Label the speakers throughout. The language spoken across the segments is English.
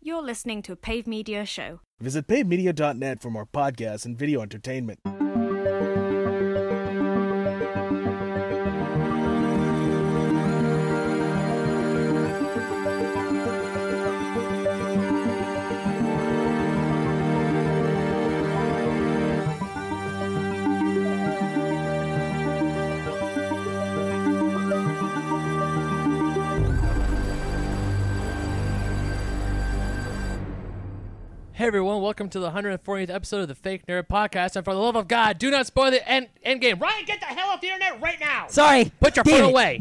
Speaker 1: you're listening to a Pave Media show.
Speaker 2: Visit pavemedia.net for more podcasts and video entertainment.
Speaker 3: Hey everyone, welcome to the 140th episode of the Fake Nerd Podcast. And for the love of God, do not spoil the end, end game. Ryan, get the hell off the internet right now!
Speaker 4: Sorry.
Speaker 3: Put your
Speaker 4: Damn
Speaker 3: phone
Speaker 4: it.
Speaker 3: away.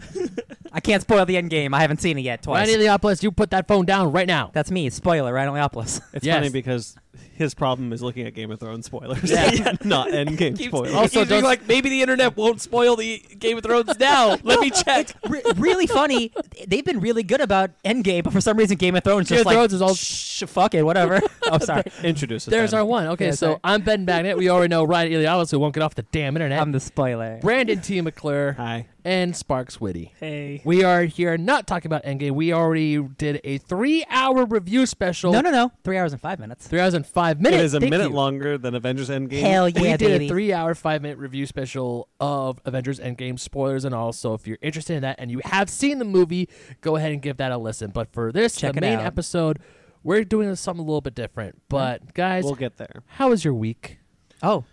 Speaker 4: I can't spoil the end game. I haven't seen it yet
Speaker 3: Ryan
Speaker 4: twice.
Speaker 3: Eliopoulos, you put that phone down right now.
Speaker 4: That's me. Spoiler, Ryan Leopolis.
Speaker 5: It's
Speaker 3: Yes.
Speaker 5: funny because his problem is looking at Game of Thrones spoilers,
Speaker 3: Yeah.
Speaker 5: not Endgame spoilers.
Speaker 3: Also,
Speaker 6: Also,
Speaker 3: don't-
Speaker 6: like maybe the internet won't spoil the Game of Thrones now. Let me check.
Speaker 4: Re- really funny. They've been really good about Endgame, but for some reason Game of Thrones
Speaker 3: Game
Speaker 4: just
Speaker 3: of
Speaker 4: like
Speaker 3: Thrones is all-
Speaker 4: shh, fuck it, whatever. oh, sorry.
Speaker 5: Introduce us.
Speaker 3: There's
Speaker 5: then.
Speaker 3: our one. Okay,
Speaker 4: Yeah,
Speaker 3: so
Speaker 4: sorry.
Speaker 3: I'm Ben Magnet. We already know Ryan Eliopoulos, who won't get off the damn internet.
Speaker 4: I'm the spoiler.
Speaker 3: Brandon T. McClure
Speaker 5: Hi.
Speaker 3: and Sparks Witty.
Speaker 4: Hey.
Speaker 3: We are here not talking about Endgame. We already did a three-hour review special.
Speaker 4: No, no, no. Three hours and five minutes.
Speaker 3: Three hours and five
Speaker 5: It
Speaker 3: minutes.
Speaker 5: is a
Speaker 3: Thank
Speaker 5: minute
Speaker 3: you.
Speaker 5: longer than Avengers Endgame.
Speaker 4: Hell
Speaker 3: we
Speaker 4: Oh, yeah,
Speaker 3: did
Speaker 4: baby.
Speaker 3: a three-hour, five-minute review special of Avengers: Endgame spoilers and all. So if you're interested in that and you have seen the movie, go ahead and give that a listen. But for this,
Speaker 4: Check
Speaker 3: the
Speaker 4: it
Speaker 3: main
Speaker 4: out.
Speaker 3: episode, we're doing something a little bit different. But guys,
Speaker 5: We'll get there.
Speaker 3: how was your week?
Speaker 4: oh,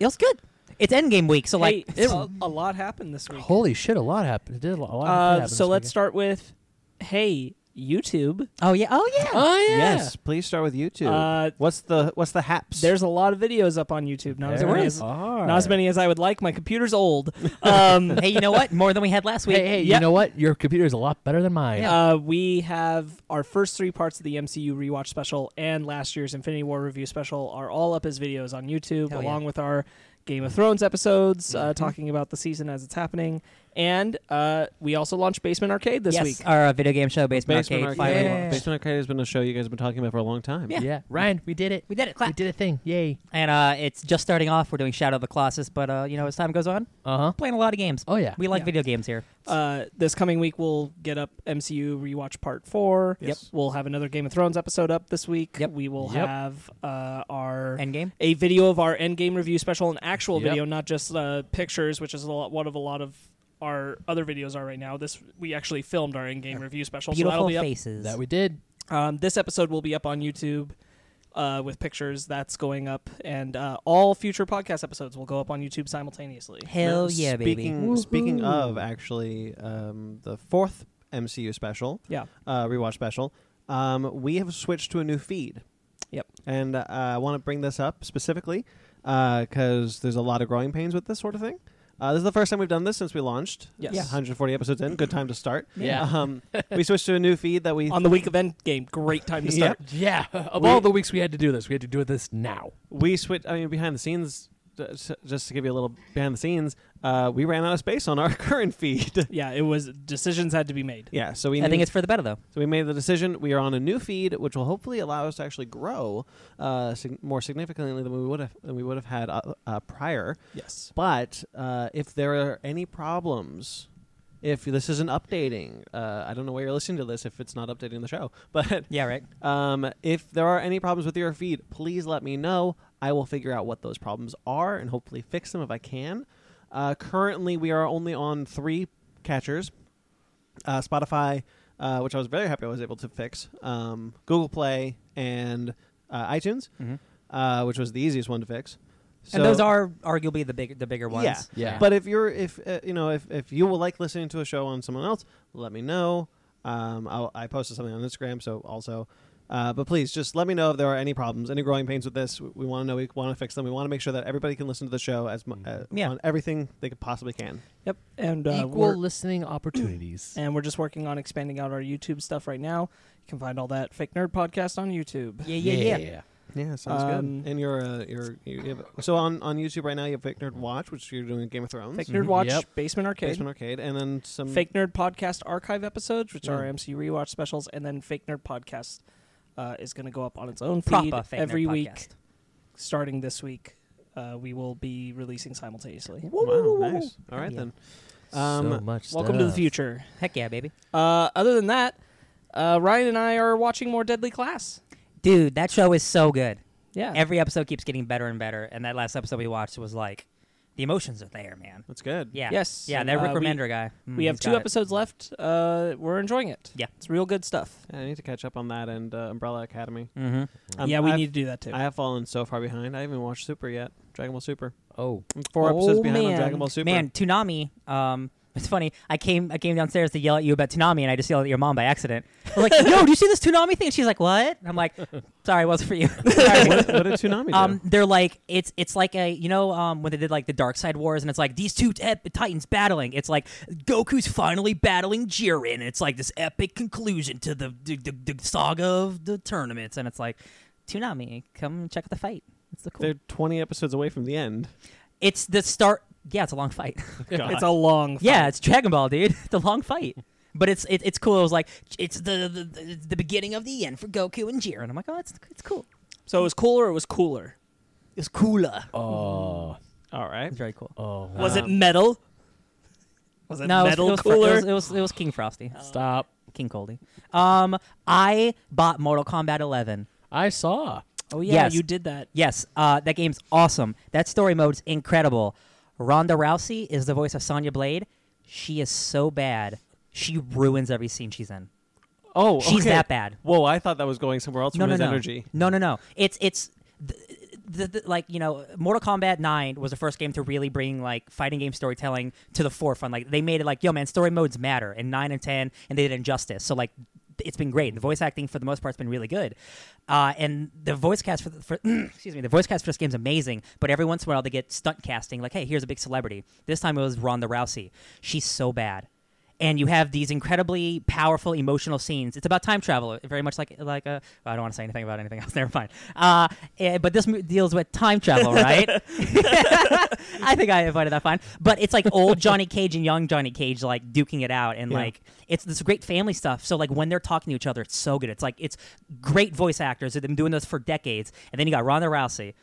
Speaker 4: it was good. It's Endgame week, so like
Speaker 6: Hey, a, a lot happened this week.
Speaker 3: Holy shit, a lot happened. It did a lot. A lot
Speaker 6: Uh, so let's start with, hey YouTube.
Speaker 4: oh yeah, oh yeah.
Speaker 3: Oh yeah.
Speaker 5: Yes, please start with YouTube.
Speaker 6: Uh,
Speaker 5: what's the what's the haps?
Speaker 6: There's a lot of videos up on YouTube. Not as
Speaker 3: There
Speaker 6: many
Speaker 3: is.
Speaker 6: as not as many as I would like. My computer's old. Um,
Speaker 4: hey, you know what? More than we had last week.
Speaker 3: Hey, hey, you
Speaker 6: Yep.
Speaker 3: know what? Your computer is a lot better than mine.
Speaker 6: Uh, we have our first three parts of the MCU rewatch special and last year's Infinity War review special are all up as videos on YouTube,
Speaker 4: Hell yeah.
Speaker 6: along with our Game of Thrones episodes
Speaker 3: Mm-hmm.
Speaker 6: uh, talking about the season as it's happening. And uh, we also launched Basement Arcade this
Speaker 4: yes,
Speaker 6: week.
Speaker 4: our uh, video game show, Basement,
Speaker 5: Basement Arcade.
Speaker 4: finally launched.
Speaker 5: Basement Arcade has been a show you guys have been talking about for a long time.
Speaker 4: Yeah.
Speaker 3: Yeah. Ryan, we did it.
Speaker 4: We did it.
Speaker 3: We
Speaker 4: Clap.
Speaker 3: did a thing. Yay.
Speaker 4: And uh, it's just starting off. We're doing Shadow of the Colossus, but uh, you know, as time goes on,
Speaker 3: Uh huh.
Speaker 4: playing a lot of games.
Speaker 3: Oh yeah.
Speaker 4: We like
Speaker 6: Yeah.
Speaker 4: video games here.
Speaker 6: Uh, this coming week, we'll get up MCU rewatch part four.
Speaker 5: Yes.
Speaker 6: We'll have another Game of Thrones episode up this week.
Speaker 4: Yep.
Speaker 6: We will
Speaker 3: Yep.
Speaker 6: have uh, our
Speaker 4: Endgame.
Speaker 6: a video of our endgame review special, an actual
Speaker 3: Yep.
Speaker 6: video, not just uh, pictures, which is a lot, one of a lot of our other videos are right now. This we actually filmed our endgame
Speaker 4: Our
Speaker 6: review special, so
Speaker 4: Beautiful
Speaker 6: that'll be up.
Speaker 4: faces.
Speaker 3: That we did.
Speaker 6: Um, this episode will be up on YouTube uh, with pictures. That's going up, and uh, all future podcast episodes will go up on YouTube simultaneously.
Speaker 4: Hell
Speaker 5: Now,
Speaker 4: yeah, baby.
Speaker 5: speaking, Speaking of, actually, um, the fourth MCU special,
Speaker 6: Yeah.
Speaker 5: uh, rewatch special, um, we have switched to a new feed.
Speaker 6: Yep.
Speaker 5: And uh, I want to bring this up specifically because there's a lot of growing pains with this sort of thing. Uh, this is the first time we've done this since we launched.
Speaker 6: Yes.
Speaker 4: Yeah.
Speaker 5: 140 episodes in. Good time to start.
Speaker 3: Yeah.
Speaker 5: Um, we switched to a new feed that we
Speaker 6: On the week of Endgame, great time to start.
Speaker 3: Yeah. Of
Speaker 5: We-
Speaker 3: all the weeks we had to do this, we had to do this now.
Speaker 5: we switched. I mean, behind the scenes, just just to give you a little behind the scenes, uh, we ran out of space on our current feed.
Speaker 6: Yeah, it was decisions had to be made.
Speaker 5: yeah. So we.
Speaker 4: I think
Speaker 5: need-
Speaker 4: it's for the better though.
Speaker 5: So we made the decision. We are on a new feed, which will hopefully allow us to actually grow uh, sig- more significantly than we would have than we would have had uh, uh, prior.
Speaker 6: Yes.
Speaker 5: But uh, if there are any problems, if this isn't updating, uh, I don't know where you're listening to this if it's not updating the show. But
Speaker 4: Yeah, right.
Speaker 5: um, if there are any problems with your feed, please let me know. I will figure out what those problems are and hopefully fix them if I can. Uh, currently, we are only on three catchers uh, Spotify, uh, which I was very happy I was able to fix, um, Google Play, and uh, iTunes, uh, which was the easiest one to fix.
Speaker 4: Mm-hmm. and those
Speaker 5: So-
Speaker 4: are arguably the big, the bigger ones.
Speaker 5: Yeah.
Speaker 3: Yeah.
Speaker 5: But if you're if uh, you know if if you will like listening to a show on someone else, let me know. Um, I'll, I posted something on Instagram, so also. Uh, but please just let me know if there are any problems, any growing pains with this. We, want to know. We want to fix them. We want to make sure that everybody can listen to the show as mu-
Speaker 3: Mm-hmm.
Speaker 5: uh,
Speaker 4: Yeah.
Speaker 5: on everything they could possibly can.
Speaker 6: Yep. And uh,
Speaker 3: Equal
Speaker 6: we're-
Speaker 3: listening opportunities.
Speaker 6: and we're just working on expanding out our YouTube stuff right now. You can find all that fake nerd podcast on YouTube.
Speaker 4: Yeah, yeah, yeah.
Speaker 5: Yeah, sounds
Speaker 6: Um,
Speaker 5: good. And you're uh, you're you have, so on on YouTube right now. You have Fake Nerd Watch, which you're doing Game of Thrones,
Speaker 4: Mm-hmm.
Speaker 5: Mm-hmm.
Speaker 6: Fake Nerd
Speaker 3: Mhm.
Speaker 6: Watch,
Speaker 3: Yep.
Speaker 6: Basement Arcade,
Speaker 5: Basement Arcade, and then some
Speaker 6: Fake Nerd Podcast archive episodes, which are
Speaker 4: Mm.
Speaker 5: Yeah.
Speaker 6: MC rewatch specials, and then Fake Nerd Podcast uh, is going to go up on its own feed
Speaker 4: Proper fake
Speaker 6: every
Speaker 4: nerd
Speaker 6: week.
Speaker 4: podcast.
Speaker 6: Starting this week, uh, we will be releasing simultaneously.
Speaker 5: Wow, nice. All right
Speaker 4: Yeah.
Speaker 5: then. Um,
Speaker 3: so much.
Speaker 6: Welcome to the
Speaker 3: stuff.
Speaker 6: future.
Speaker 4: Heck yeah, baby.
Speaker 6: Uh, other than that, uh, Ryan and I are watching more Deadly Class.
Speaker 4: Dude, that show is so good.
Speaker 6: Yeah.
Speaker 4: Every episode keeps getting better and better, and that last episode we watched was like, the emotions are there, man.
Speaker 5: That's good.
Speaker 4: Yeah.
Speaker 6: Yes.
Speaker 4: Yeah,
Speaker 6: And,
Speaker 4: that
Speaker 6: uh,
Speaker 4: Rick
Speaker 6: we-
Speaker 4: Remender guy. Mm,
Speaker 6: we have
Speaker 4: he's
Speaker 6: two
Speaker 4: got it.
Speaker 6: episodes left. Uh, we're enjoying it.
Speaker 4: Yeah.
Speaker 6: It's real good stuff.
Speaker 5: I need to catch up on that and uh, Umbrella Academy.
Speaker 4: Mhm.
Speaker 5: Um,
Speaker 6: yeah, we
Speaker 5: I've-
Speaker 6: need to do that too.
Speaker 5: I have fallen so far behind. I haven't watched Super yet. Dragon Ball Super.
Speaker 3: Oh,
Speaker 5: I'm four episodes behind on Dragon Ball Super.
Speaker 4: Man, Toonami. Um, it's funny. I came I came downstairs to yell at you about Toonami, and I just yelled at your mom by accident. I was like, "Yo, do you see this Toonami thing?" And she's like, "What?" And I'm like, "Sorry, it wasn't for you." Sorry.
Speaker 5: what, what did Tsunami do?
Speaker 4: Um, they're like it's it's like a you know um when they did like the Dark Side Wars and it's like these two te- titans battling. It's like Goku's finally battling Jiren. And it's like this epic conclusion to the the, the, the saga of the tournaments, and it's like Toonami, come check out the fight. It's the cool.
Speaker 5: They're 20 episodes away from the end.
Speaker 4: it's the start. Yeah, it's a long fight.
Speaker 5: God.
Speaker 6: It's a long.
Speaker 4: Yeah, it's Dragon Ball, dude. the long fight. But it's it, it's cool. It was like it's the, the- the the beginning of the end for Goku and Jiren. I'm like, oh, it's it's cool.
Speaker 6: So it was cooler. It was cooler.
Speaker 4: It's cooler.
Speaker 3: oh,
Speaker 5: All right.
Speaker 4: It's very cool.
Speaker 3: oh.
Speaker 6: Was it
Speaker 5: Um,
Speaker 6: metal? Was it
Speaker 4: no, it was,
Speaker 6: metal
Speaker 4: it was, fr-
Speaker 6: cooler? Oh.
Speaker 4: It was, it was it was King Frosty,
Speaker 3: Stop.
Speaker 4: King Coldy. Um, I bought Mortal Kombat 11.
Speaker 3: I saw.
Speaker 6: oh yeah,
Speaker 4: yes.
Speaker 6: you did that.
Speaker 4: Yes, uh, that game's awesome. That story mode's incredible. Ronda Rousey is the voice of Sonya Blade. She is so bad. She ruins every scene she's in.
Speaker 5: Oh,
Speaker 4: She's
Speaker 5: okay.
Speaker 4: that bad.
Speaker 5: Whoa, I thought that was going somewhere else
Speaker 4: no,
Speaker 5: from
Speaker 4: no,
Speaker 5: his
Speaker 4: no.
Speaker 5: energy.
Speaker 4: No, no, no. It's it's the, the, the, like you know, Mortal Kombat Nine was the first game to really bring like fighting game storytelling to the forefront. Like they made it like, yo, man, story modes matter. And nine and ten, and they did Injustice. So like, it's been great. The voice acting for the most part's been really good, uh, and the voice cast for, the, for excuse me, the voice cast for this game's amazing. But every once in a while they get stunt casting. Like, hey, here's a big celebrity. This time it was Ronda Rousey. She's so bad and you have these incredibly powerful emotional scenes. It's about time travel, very much like like a. I don't want to say anything about anything else. Never mind. Uh, eh, but this mo- deals with time travel, right? I think I invited that fine, but it's like old Johnny Cage and young Johnny Cage like duking it out, and
Speaker 5: Yeah.
Speaker 4: like it's this great family stuff. So like when they're talking to each other, it's so good. It's like it's great voice actors. They've been doing this for decades, and then you got Ronda Rousey.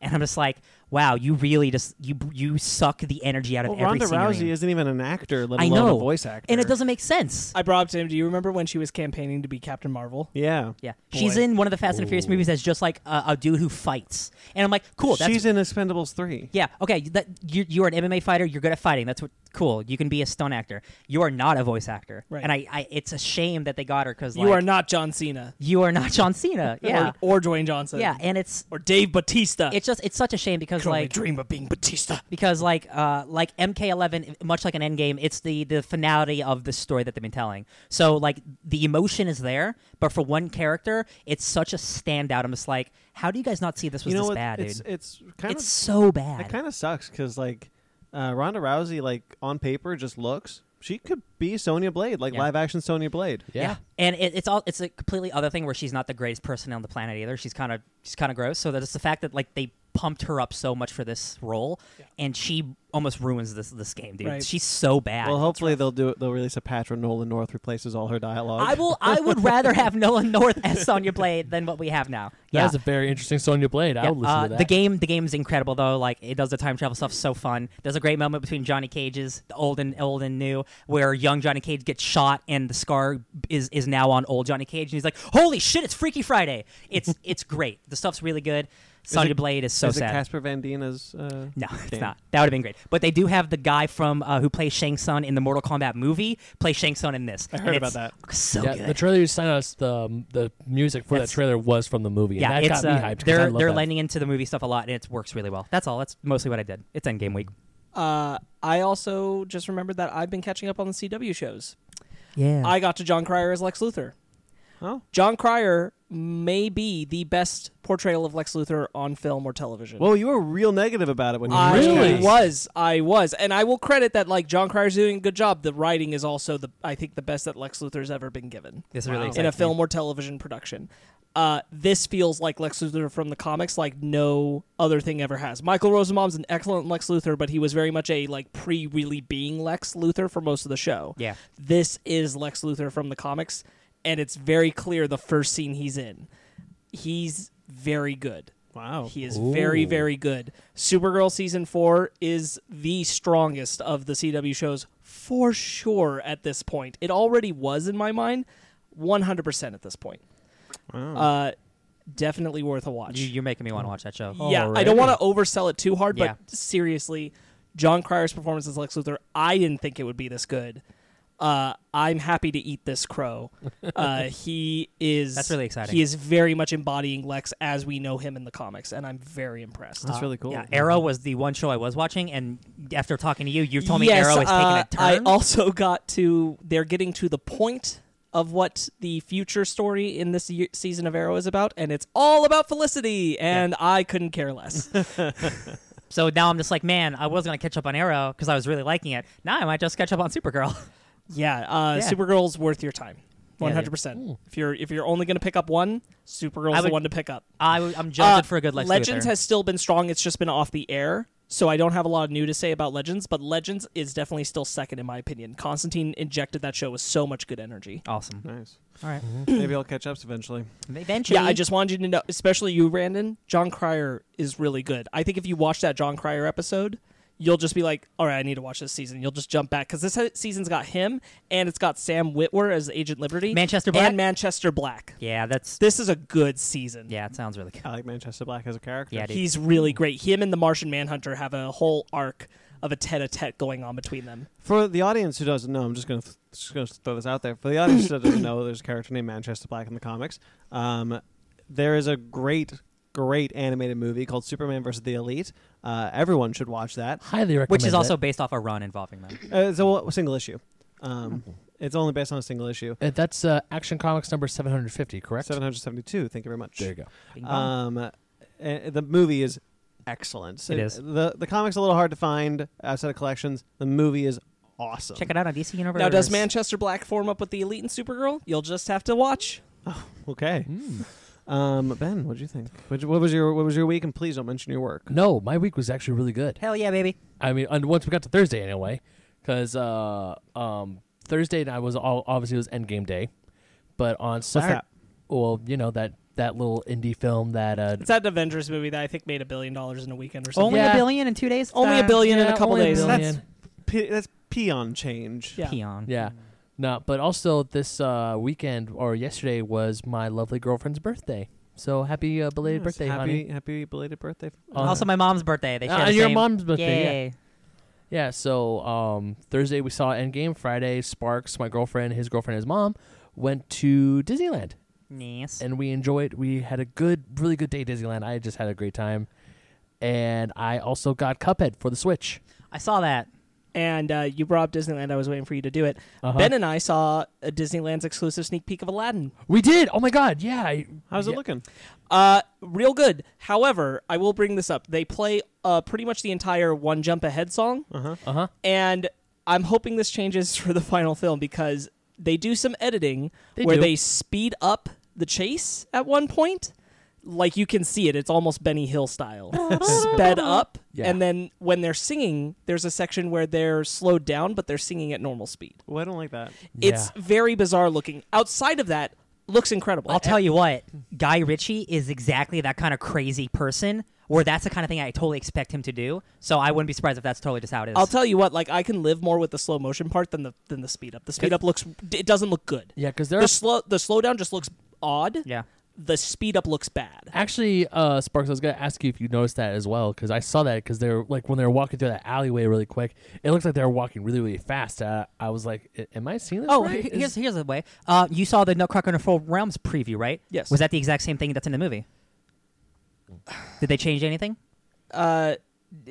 Speaker 4: And I'm just like, wow, you really just you you suck the energy out of
Speaker 5: Well,
Speaker 4: every
Speaker 5: Ronda
Speaker 4: scene you're in.
Speaker 5: Rousey isn't even an actor, let
Speaker 4: I
Speaker 5: alone
Speaker 4: know.
Speaker 5: a voice actor.
Speaker 4: and it doesn't make sense.
Speaker 6: I brought up to him. Do you remember when she was campaigning to be Captain Marvel?
Speaker 5: Yeah.
Speaker 4: Yeah, she's
Speaker 6: Boy.
Speaker 4: in one of the Fast and Furious movies that's just like a, a dude who fights, and I'm like, cool. That's
Speaker 5: She's in Expendables 3.
Speaker 4: yeah, okay. That you you're an MMA fighter. You're good at fighting. That's what cool. You can be a stunt actor. You are not a voice actor,
Speaker 6: Right.
Speaker 4: and I, I it's a shame that they got her because
Speaker 6: You are not John Cena.
Speaker 4: you are not John Cena. Yeah,
Speaker 6: Or, or Dwayne Johnson.
Speaker 4: yeah, and it's
Speaker 6: Or Dave Batista.
Speaker 4: it's just it's such a shame because
Speaker 6: Can only
Speaker 4: like
Speaker 6: dream of being Batista.
Speaker 4: because like uh like MK11 much like an endgame it's the the finality of the story that they've been telling so like the emotion is there but for one character it's such a standout I'm just like how do you guys not see this was
Speaker 5: You know
Speaker 4: this
Speaker 5: what?
Speaker 4: bad
Speaker 5: it's,
Speaker 4: dude
Speaker 5: it's kind
Speaker 4: it's
Speaker 5: of
Speaker 4: so bad
Speaker 5: it kind of sucks cuz like uh, Ronda Rousey like on paper just looks she could be Sonya Blade, like
Speaker 4: Yeah.
Speaker 5: live action Sonya Blade.
Speaker 3: Yeah.
Speaker 4: and it, it's all it's a completely other thing where she's not the greatest person on the planet either she's kind of she's kind of gross so that's the fact that like they pumped her up so much for this role and she almost ruins this this game dude
Speaker 6: Right.
Speaker 4: she's so bad
Speaker 5: Well, hopefully they'll do it. They'll release a patch where Nolan North replaces all her dialogue.
Speaker 4: I will. I would rather have Nolan North as Sonya Blade than what we have now.
Speaker 3: That
Speaker 4: Yeah.
Speaker 3: was a very interesting Sonya Blade. I
Speaker 4: Yeah,
Speaker 3: would listen
Speaker 4: uh,
Speaker 3: to that.
Speaker 4: The game, the game's incredible though. Like it does the time travel stuff so fun. There's a great moment between Johnny Cage's the old and old and new, where young Johnny Cage gets shot and the scar is is now on old Johnny Cage, and he's like, "Holy shit, it's Freaky Friday!" It's it's great. The stuff's really good. Sonya
Speaker 5: it-
Speaker 4: Blade is so
Speaker 5: Is
Speaker 4: sad.
Speaker 5: it Casper Van Dien as? Uh,
Speaker 4: no, it's
Speaker 5: game?
Speaker 4: not. That would have been great. But they do have the guy from uh, who plays Shang Tsung in the Mortal Kombat movie play Shang Tsung in this.
Speaker 5: I heard about that.
Speaker 4: So
Speaker 3: yeah,
Speaker 4: good.
Speaker 3: the trailer you sent us, the um, the music for
Speaker 4: That's-
Speaker 3: that trailer was from the movie.
Speaker 4: yeah,
Speaker 3: and that
Speaker 4: it's
Speaker 3: got me
Speaker 4: uh,
Speaker 3: hyped. 'cause I
Speaker 4: they're
Speaker 3: love
Speaker 4: they're
Speaker 3: that.
Speaker 4: lending into the movie stuff a lot, and it works really well. That's all. That's mostly what I did. It's Endgame week.
Speaker 6: Uh, I also just remembered that I've been catching up on the CW shows.
Speaker 4: Yeah.
Speaker 6: I got to John Cryer as Lex Luthor.
Speaker 5: Oh.
Speaker 6: John Cryer may be the best portrayal of Lex Luthor on film or television.
Speaker 5: Well, you were real negative about it when you
Speaker 6: I
Speaker 5: first came out.
Speaker 6: was, I was, and I will credit that. Like John Cryer's doing a good job. The writing is also the, I think, the best that Lex Luthor's ever been given
Speaker 4: This really
Speaker 6: in a
Speaker 4: excites me.
Speaker 6: film or television production. Uh, this feels like Lex Luthor from the comics, like no other thing ever has. Michael Rosenbaum's an excellent Lex Luthor, but he was very much a like pre really being Lex Luthor for most of the show.
Speaker 4: Yeah.
Speaker 6: this is Lex Luthor from the comics, and it's very clear the first scene he's in. He's very good.
Speaker 5: Wow.
Speaker 6: He is very,
Speaker 3: Ooh.
Speaker 6: very good. Supergirl season four is the strongest of the CW shows for sure at this point. It already was in my mind, 100% at this point. Uh, definitely worth a watch.
Speaker 4: You, you're making me want to watch that show.
Speaker 6: yeah, I don't want to oversell it too hard,
Speaker 4: Yeah.
Speaker 6: but seriously, John Crier's performance as Lex Luthor, I didn't think it would be this good. Uh, I'm happy to eat this crow. Uh, he is
Speaker 4: That's really exciting.
Speaker 6: He is very much embodying Lex as we know him in the comics, and I'm very impressed.
Speaker 5: That's really cool.
Speaker 4: Yeah, Arrow was the one show I was watching, and after talking to you, you told me
Speaker 6: Yes,
Speaker 4: Arrow is
Speaker 6: uh,
Speaker 4: taking a turn.
Speaker 6: I also got to. They're getting to the point of what the future story in this year, season of Arrow is about, and it's all about Felicity, and I couldn't care less.
Speaker 4: so now I'm just like, man, I was gonna catch up on Arrow because I was really liking it. Now I might just catch up on Supergirl.
Speaker 6: yeah, uh,
Speaker 4: Yeah.
Speaker 6: Supergirl's worth your time.
Speaker 4: Yeah,
Speaker 6: One
Speaker 4: yeah.
Speaker 6: hundred percent. If you're if you're only going to pick up one, Supergirl's
Speaker 4: I
Speaker 6: the
Speaker 4: would-
Speaker 6: one to pick up.
Speaker 4: I, am judging
Speaker 6: Uh,
Speaker 4: for a good Lex
Speaker 6: Legends
Speaker 4: Luthor.
Speaker 6: has still been strong. It's just been off the air, so I don't have a lot of new to say about Legends. But Legends is definitely still second in my opinion. Constantine injected that show with so much good energy.
Speaker 4: awesome.
Speaker 5: Nice.
Speaker 4: All right.
Speaker 5: Maybe I'll catch up eventually.
Speaker 4: Eventually,
Speaker 6: Yeah, I just wanted you to know, especially you, Brandon. John Cryer is really good. I think if you watch that John Cryer episode, you'll just be like, "All right, I need to watch this season." You'll just jump back because this he- season's got him and it's got Sam Witwer as Agent Liberty,
Speaker 4: Manchester Black?
Speaker 6: and Manchester Black.
Speaker 4: Yeah, that's
Speaker 6: This is a good season.
Speaker 4: yeah. It sounds really good.
Speaker 5: I like Manchester Black as a character.
Speaker 4: Yeah, dude.
Speaker 6: he's really great. Him and the Martian Manhunter have a whole arc of a tete-a-tete going on between them.
Speaker 5: For the audience who doesn't know, I'm just gonna th- just gonna throw this out there. For the audience who doesn't know, there's a character named Manchester Black in the comics. Um, there is a great, great animated movie called Superman versus the Elite. Uh, everyone should watch that.
Speaker 3: Highly recommend
Speaker 4: Which is also
Speaker 3: it.
Speaker 4: based off a run involving them.
Speaker 5: Uh, it's a, w- single issue. Um, it's only based on a single issue.
Speaker 3: Uh, That's uh, Action Comics number 750, correct?
Speaker 5: 772. Thank you very much.
Speaker 3: There you go.
Speaker 4: Bing bong.
Speaker 5: Um, uh, uh, the movie is excellent.
Speaker 4: It is.
Speaker 5: The the comic's a little hard to find outside of collections. The movie is awesome.
Speaker 4: Check it out on DC Universe.
Speaker 6: Now, does Manchester Black form up with the Elite and Supergirl? You'll just have to watch.
Speaker 5: Okay.
Speaker 3: Mm.
Speaker 5: Um, Ben, what do you think? What'd you- What was your What was your week? And please don't mention your work.
Speaker 3: No, my week was actually really good.
Speaker 4: Hell yeah, baby!
Speaker 3: I mean, and once we got to Thursday anyway, because uh, um, Thursday night was all, obviously it was Endgame day, but on Saturday,
Speaker 5: that?
Speaker 3: well, you know that that little indie film that uh,
Speaker 6: It's that Avengers movie that I think made a billion dollars in a weekend or something.
Speaker 4: Only
Speaker 3: Yeah.
Speaker 4: a billion in two days.
Speaker 6: Only a billion in
Speaker 3: yeah,
Speaker 6: a couple
Speaker 3: only a
Speaker 6: days.
Speaker 3: billion.
Speaker 5: That's pe- that's peon change.
Speaker 6: Yeah.
Speaker 4: Peon.
Speaker 3: yeah, no, but also this uh, weekend or yesterday was my lovely girlfriend's birthday, so happy uh, belated
Speaker 5: Yes,
Speaker 3: birthday,
Speaker 5: happy,
Speaker 3: honey.
Speaker 5: Happy belated birthday.
Speaker 3: Uh,
Speaker 4: Also, my mom's birthday. They
Speaker 3: Uh,
Speaker 4: share the
Speaker 3: and your
Speaker 4: same-
Speaker 3: mom's birthday, yeah.
Speaker 4: Yay.
Speaker 3: Yeah, so um, Thursday we saw Endgame. Friday, Sparks, my girlfriend, his girlfriend, his mom went to Disneyland.
Speaker 4: Nice.
Speaker 3: and we enjoyed. We had a good, really good day at Disneyland. I just had a great time, and I also got Cuphead for the Switch.
Speaker 4: I saw that.
Speaker 6: And uh, you brought up Disneyland. I was waiting for you to do it.
Speaker 3: Uh-huh.
Speaker 6: Ben and I saw a Disneyland's exclusive sneak peek of Aladdin.
Speaker 3: We did. Oh my god, yeah. I-
Speaker 5: How's
Speaker 3: yeah.
Speaker 5: it looking?
Speaker 6: Uh, real good. However, I will bring this up. They play uh, pretty much the entire One Jump Ahead song.
Speaker 5: Uh huh.
Speaker 3: Uh huh.
Speaker 6: and I'm hoping this changes for the final film because they do some editing
Speaker 3: They
Speaker 6: where
Speaker 3: do.
Speaker 6: they speed up the chase at one point. Like you can see it, it's almost Benny Hill style, sped up.
Speaker 3: Yeah.
Speaker 6: And then when they're singing, there's a section where they're slowed down, but they're singing at normal speed.
Speaker 5: Well, I don't like that.
Speaker 6: It's very bizarre looking. Outside of that, looks incredible.
Speaker 4: I'll tell you what, Guy Ritchie is exactly that kind of crazy person where that's the kind of thing I totally expect him to do. So I wouldn't be surprised if that's totally just how it is.
Speaker 6: I'll tell you what. Like I can live more with the slow motion part than the than the speed up. The speed up looks it doesn't look good.
Speaker 3: yeah, because there
Speaker 6: The
Speaker 3: are
Speaker 6: slow the slowdown just looks odd.
Speaker 4: yeah.
Speaker 6: The speed up looks bad.
Speaker 3: actually uh, Sparks. I was gonna ask you if you noticed that as well because I saw that because they're like when they were walking through that alleyway really quick. It looks like they were walking really really fast. Uh, I was like, "A- am I seeing this?
Speaker 4: Oh,
Speaker 3: right?
Speaker 4: he- here's
Speaker 3: Is-
Speaker 4: here's a way. Uh, you saw the Nutcracker in the Four Realms preview, right?
Speaker 6: Yes.
Speaker 4: Was that the exact same thing that's in the movie? Did they change anything?
Speaker 6: Uh,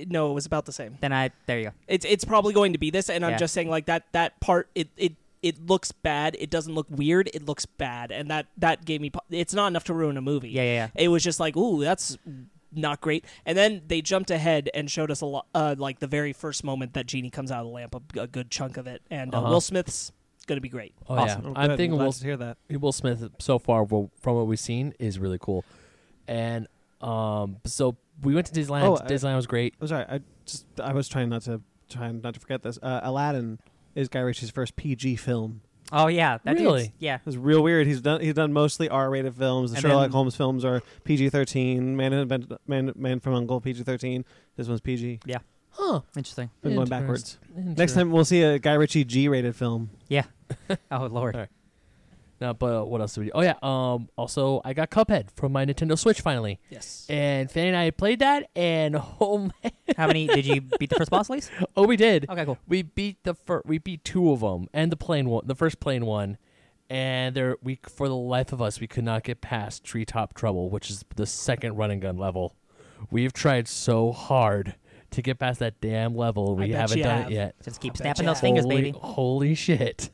Speaker 6: no, it was about the same.
Speaker 4: Then I there you go.
Speaker 6: It's it's probably going to be this, and
Speaker 4: Yeah.
Speaker 6: I'm just saying like that that part it it it looks bad. It doesn't look weird. It looks bad, and that that gave me. po- It's not enough to ruin a movie.
Speaker 4: Yeah, yeah,
Speaker 6: It was just like, ooh, that's not great. And then they jumped ahead and showed us a lot, uh, like the very first moment that Genie comes out of the lamp, a, a good chunk of it, and uh,
Speaker 3: Uh-huh.
Speaker 6: Will Smith's gonna be great.
Speaker 3: oh
Speaker 5: awesome.
Speaker 3: yeah,
Speaker 5: Oh,
Speaker 3: I'm
Speaker 5: good.
Speaker 3: thinking
Speaker 5: glad
Speaker 3: we'll
Speaker 5: to hear that.
Speaker 3: Will Smith so far well, from what we've seen is really cool, and um, so we went to Disneyland.
Speaker 5: Oh, I-
Speaker 3: Disneyland was great.
Speaker 5: I'm sorry. I just I was trying not to trying not to forget this. Uh, Aladdin is Guy Ritchie's first PG film.
Speaker 4: Oh yeah. That dude's-
Speaker 3: Really?
Speaker 4: Yeah.
Speaker 5: It's real weird. He's done he's done mostly R-rated films. The
Speaker 4: And
Speaker 5: Sherlock
Speaker 4: then-
Speaker 5: Holmes films are PG-13. Man, Invent- Man, Man from Uncle PG-13. This one's PG.
Speaker 3: Huh.
Speaker 4: Interesting.
Speaker 5: Been going
Speaker 3: Interest-
Speaker 5: backwards. Next time we'll see a Guy Ritchie G-rated film.
Speaker 4: Oh lord.
Speaker 3: All right. No, but uh, what else did we? Oh yeah. Um. Also, I got Cuphead from my Nintendo Switch finally,
Speaker 6: Yes.
Speaker 3: and Fanny and I played that, and oh man,
Speaker 4: How many did you beat the first boss, at least?
Speaker 3: oh we did.
Speaker 4: Okay, cool.
Speaker 3: We beat the fir- we beat two of them, and the plane one, the first plane one, and there we for the life of us we could not get past Treetop Trouble, which is the second run and gun level. We've tried so hard to get past that damn level, and
Speaker 6: I
Speaker 3: we
Speaker 6: bet
Speaker 3: haven't
Speaker 6: you
Speaker 3: done
Speaker 6: have.
Speaker 3: it yet.
Speaker 4: Just keep
Speaker 6: bet
Speaker 4: snapping
Speaker 6: you
Speaker 4: those
Speaker 6: have.
Speaker 4: fingers,
Speaker 3: holy,
Speaker 4: baby.
Speaker 3: Holy shit!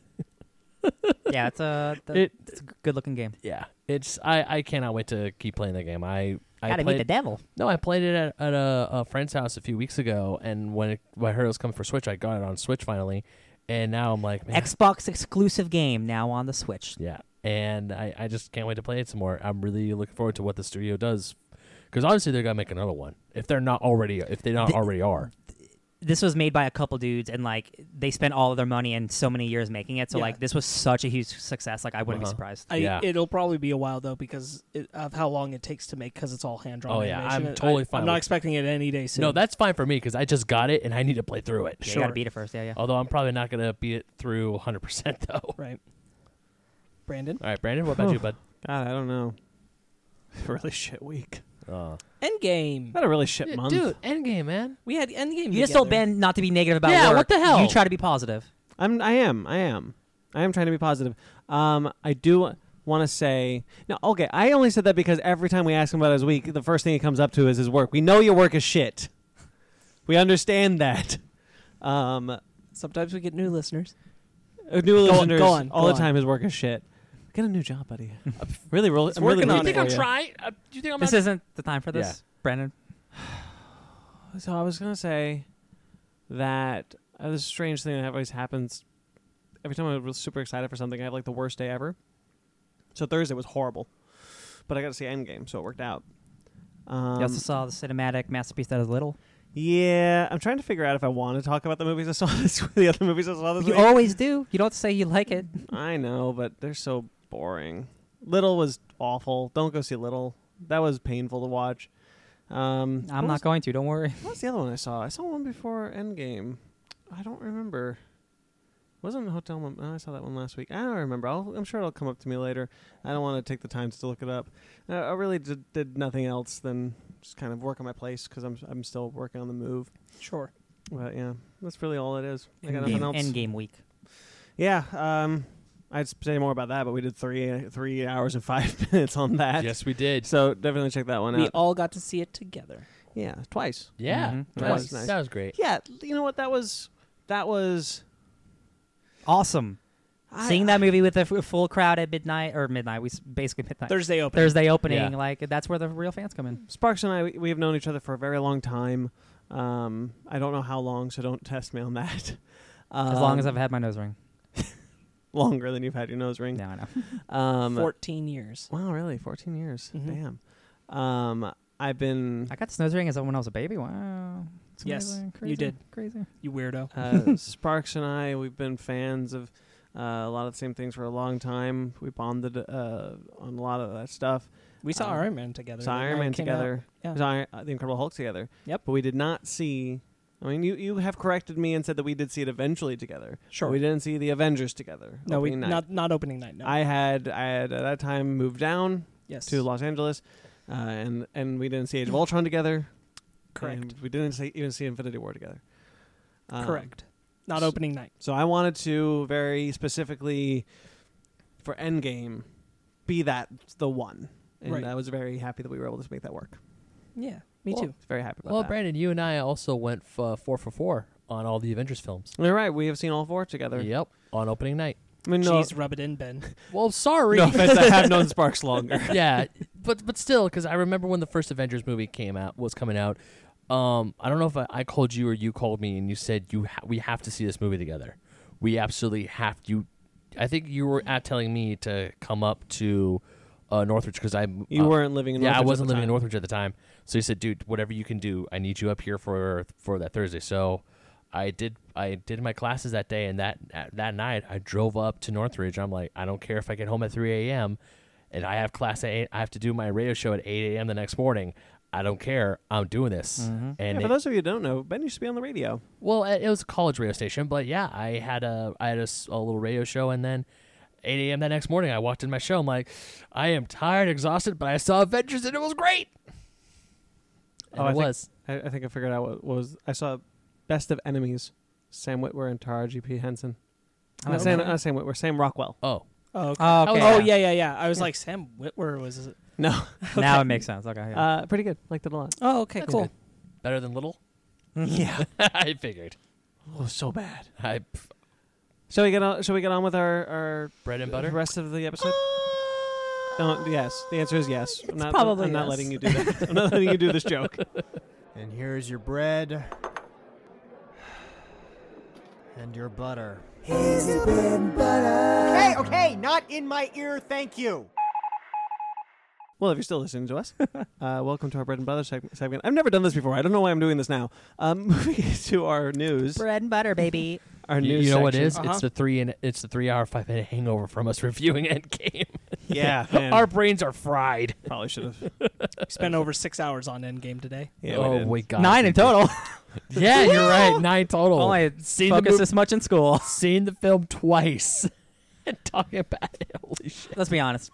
Speaker 4: Yeah, it's a, the,
Speaker 3: It-
Speaker 4: it's a good-looking game.
Speaker 3: Yeah, it's I I cannot wait to keep playing the game. I I
Speaker 4: Gotta
Speaker 3: played,
Speaker 4: meet the devil.
Speaker 3: No, I played it at, at a, a friend's house a few weeks ago, and when, it, when I heard it was coming for Switch, I got it on Switch finally, and now I'm like, man,
Speaker 4: Xbox exclusive game now on the Switch.
Speaker 3: yeah, and I, I just can't wait to play it some more. I'm really looking forward to what the studio does, because obviously they're gonna make another one if they're not already if they not
Speaker 4: The-
Speaker 3: already are.
Speaker 4: This was made by a couple dudes, and like they spent all of their money and so many years making it. So
Speaker 6: Yeah.
Speaker 4: like this was such a huge success. Like I wouldn't
Speaker 3: Uh-huh.
Speaker 4: be surprised.
Speaker 6: I,
Speaker 3: Yeah.
Speaker 6: It'll probably be a while though because it, of how long it takes to make because it's all hand drawn.
Speaker 3: Oh, yeah,
Speaker 6: animation.
Speaker 3: I'm totally fine
Speaker 6: I'm not
Speaker 3: with-
Speaker 6: expecting it any day soon.
Speaker 3: No, that's fine for me because I just got it and I need to play through it.
Speaker 4: Yeah, You gotta beat it first. Yeah, yeah.
Speaker 3: Although I'm probably not gonna beat it through 100 percent though. All
Speaker 6: right. Brandon,
Speaker 3: right, Brandon, what about you, bud?
Speaker 5: God, I don't know. really shit week.
Speaker 3: Uh,
Speaker 6: Endgame.
Speaker 5: Not a really shit month.
Speaker 3: dude, Endgame, man.
Speaker 6: We had Endgame.
Speaker 4: You just
Speaker 6: together.
Speaker 4: told Ben not to be negative about
Speaker 3: Yeah,
Speaker 4: work.
Speaker 3: what the hell?
Speaker 4: You try to be positive.
Speaker 5: I'm. I am. I am. I am trying to be positive. Um, I do want to say no. Okay, I only said that because every time we ask him about his week, the first thing he comes up to is his work. We know your work is shit. We understand that. Um, uh,
Speaker 6: Sometimes we get new listeners.
Speaker 5: new
Speaker 6: on,
Speaker 5: listeners
Speaker 6: go on,
Speaker 5: all
Speaker 6: go
Speaker 5: the
Speaker 6: on.
Speaker 5: time. His work is shit. Get a new job, buddy. I'm really, really, I'm really rooting
Speaker 6: working on it.
Speaker 5: for
Speaker 6: think I'm
Speaker 5: you.
Speaker 3: trying? Uh, do you think I'm
Speaker 4: This isn't the time for this,
Speaker 3: Yeah.
Speaker 4: Brandon.
Speaker 5: So I was gonna say that uh, this strange thing that always happens every time I'm super excited for something. I have like the worst day ever. So Thursday was horrible, but I got to see Endgame, so it worked out. Um,
Speaker 4: you also saw the cinematic masterpiece that is little.
Speaker 5: yeah, I'm trying to figure out if I want to talk about the movies I saw this the other movies I saw this
Speaker 4: You
Speaker 5: week.
Speaker 4: always do. You don't have to say you like it.
Speaker 5: I know, but they're so boring. Little was awful. Don't go see Little. That was painful to watch. Um,
Speaker 4: I'm
Speaker 5: what was
Speaker 4: not going to. Don't worry.
Speaker 5: What's the other one I saw? I saw one before Endgame. I don't remember. Wasn't Hotel Mom? No, I saw that one last week. I don't remember. I'll, I'm sure it'll come up to me later. I don't want to take the time to look it up. Uh, I really did, did nothing else than just kind of work on my place because I'm I'm still working on the move.
Speaker 6: Sure.
Speaker 5: But yeah, that's really all it is. I got
Speaker 4: Endgame,
Speaker 5: nothing else.
Speaker 4: Endgame week.
Speaker 5: Yeah. Um, I'd say more about that, but we did three three hours and five minutes on that.
Speaker 3: Yes, we did.
Speaker 5: So definitely check that one
Speaker 6: We
Speaker 5: out.
Speaker 6: all got to see it together.
Speaker 5: yeah, Mm-hmm. twice.
Speaker 3: Yeah,
Speaker 4: Mhm.
Speaker 3: that,
Speaker 5: Nice,
Speaker 3: was,
Speaker 5: nice.
Speaker 3: that was great.
Speaker 5: Yeah, you know what? That was that was.
Speaker 4: Awesome.
Speaker 5: I-
Speaker 4: Seeing that movie with a f- full crowd at midnight or midnight, we s- basically midnight
Speaker 6: Thursday open.
Speaker 4: Thursday opening.
Speaker 3: Yeah.
Speaker 4: Like that's where the real fans come in.
Speaker 5: Sparks and I, we- we have known each other for a very long time. Um, I don't know how long, so don't test me on that.
Speaker 4: As long as
Speaker 5: Um,
Speaker 4: I've had my nose ring.
Speaker 5: longer than you've had your nose ring.
Speaker 4: No, I know.
Speaker 5: Um,
Speaker 6: 14 years.
Speaker 5: wow, really? Fourteen years?
Speaker 6: Mhm.
Speaker 5: Damn. Um, I've been
Speaker 4: I got this nose ring as when I was a baby. Wow. It's
Speaker 6: Yes,
Speaker 4: amazing.
Speaker 6: you
Speaker 4: Crazy.
Speaker 6: did.
Speaker 4: Crazy.
Speaker 6: You weirdo.
Speaker 5: uh, Sparks and I. We've been fans of uh, a lot of the same things for a long time. We bonded uh, on a lot of that stuff.
Speaker 6: We saw
Speaker 5: um,
Speaker 6: Iron Man together.
Speaker 5: saw
Speaker 6: when
Speaker 5: Iron Man
Speaker 6: came out.
Speaker 5: together.
Speaker 6: Yeah.
Speaker 5: We saw Iron- uh, the Incredible Hulk together.
Speaker 6: Yep.
Speaker 5: But we did not see. I mean, you, you have corrected me and said that we did see it eventually together.
Speaker 6: Sure.
Speaker 5: We didn't see the Avengers together.
Speaker 6: No, we
Speaker 5: opening night.
Speaker 6: not not opening night. No.
Speaker 5: I had I had at that time moved down
Speaker 6: yes.
Speaker 5: to Los Angeles, uh, and and we didn't see Age of Ultron together.
Speaker 6: Correct.
Speaker 5: and we didn't see, even see Infinity War together. Um,
Speaker 6: Correct. Not
Speaker 5: so-
Speaker 6: opening night.
Speaker 5: So I wanted to very specifically for Endgame be that the one, and
Speaker 6: Right.
Speaker 5: I was very happy that we were able to make that work.
Speaker 6: Yeah. Me
Speaker 3: Well,
Speaker 6: too.
Speaker 5: Very happy about
Speaker 3: Well,
Speaker 5: that.
Speaker 3: Brandon, you and I also went f- uh, four for four on all the Avengers films.
Speaker 5: You're right. We have seen all four together.
Speaker 3: Yep, on opening night.
Speaker 5: I mean, no,
Speaker 6: Jeez, rub it in, Ben.
Speaker 3: Well, sorry.
Speaker 5: no offense, I have known Sparks longer.
Speaker 3: yeah, but but still, because I remember when the first Avengers movie came out was coming out. Um, I don't know if I, I called you or you called me, and you said you ha- we have to see this movie together. We absolutely have you. I think you were at telling me to come up to uh, Northridge because I
Speaker 5: You
Speaker 3: uh,
Speaker 5: weren't living in
Speaker 3: yeah,
Speaker 5: Northridge
Speaker 3: I
Speaker 5: at
Speaker 3: wasn't
Speaker 5: the
Speaker 3: living in
Speaker 5: time.
Speaker 3: Northridge at the time. So he said, "Dude, whatever you can do, I need you up here for for that Thursday." So I did. I did my classes that day, and that that- that night I drove up to Northridge. I'm like, I don't care if I get home at 3 a.m. and I have class at 8, I have to do my radio show at 8 a.m. the next morning. I don't care. I'm doing this. And
Speaker 5: Yeah,
Speaker 3: it-
Speaker 5: for those of you who don't know, Ben used to be on the radio.
Speaker 3: well, it it was a college radio station, but yeah, I had a I had a, s- a little radio show, and then 8 a.m. that next morning, I walked in my show. I'm like, I am tired, exhausted, but I saw Avengers and it was great. And
Speaker 5: Oh, I
Speaker 3: it
Speaker 5: think-
Speaker 3: was.
Speaker 5: I, I think I figured out what was. I saw Best of Enemies, Sam Whitwer and Tara G.P. Henson.
Speaker 4: Oh,
Speaker 5: Not Sam,
Speaker 6: okay.
Speaker 5: not Sam Whitwer, Sam Rockwell.
Speaker 3: Oh,
Speaker 6: Oh, okay.
Speaker 4: Oh,
Speaker 6: Oh,
Speaker 4: okay.
Speaker 6: oh, yeah, yeah, yeah. I was like, Sam Whitwer was.
Speaker 5: No,
Speaker 4: Now it makes sense. Okay. yeah.
Speaker 5: uh, pretty good. Liked it a lot.
Speaker 6: Oh, okay, cool.
Speaker 3: better than Little?
Speaker 5: yeah.
Speaker 3: I figured.
Speaker 5: Oh, so bad.
Speaker 3: I
Speaker 5: Shall we get on? Shall we get on with our our
Speaker 3: bread and
Speaker 5: the
Speaker 3: butter.
Speaker 5: rest of the
Speaker 6: Uh,
Speaker 5: episode? No, yes. The answer is yes. I'm not,
Speaker 4: probably
Speaker 5: I'm not
Speaker 4: yes.
Speaker 5: letting you do that. I'm not letting you do this joke.
Speaker 7: And here's your bread. And your butter.
Speaker 8: Okay, okay, not in my ear, thank you.
Speaker 5: Well, if you're still listening to us, uh, welcome to our bread and butter seg- segment. I've never done this before. I don't know why I'm doing this now. Um, moving to our news,
Speaker 4: Bread and butter, baby.
Speaker 5: our
Speaker 3: You,
Speaker 5: news.
Speaker 3: you know what it
Speaker 5: section. Uh-huh.
Speaker 3: is? It's the three and it's the three hour five minute hangover from us reviewing Endgame.
Speaker 5: Yeah, man.
Speaker 3: Our brains are fried.
Speaker 5: probably should have.
Speaker 6: Spent over six hours on Endgame today.
Speaker 5: Yeah, we
Speaker 3: oh
Speaker 5: did.
Speaker 3: my god,
Speaker 4: Nine in total.
Speaker 3: Yeah, you're right. Nine total.
Speaker 4: Only
Speaker 3: seen the
Speaker 4: focus
Speaker 3: movie-
Speaker 4: this much in school.
Speaker 3: seen the film twice and talking about it. Holy shit.
Speaker 4: Let's be honest.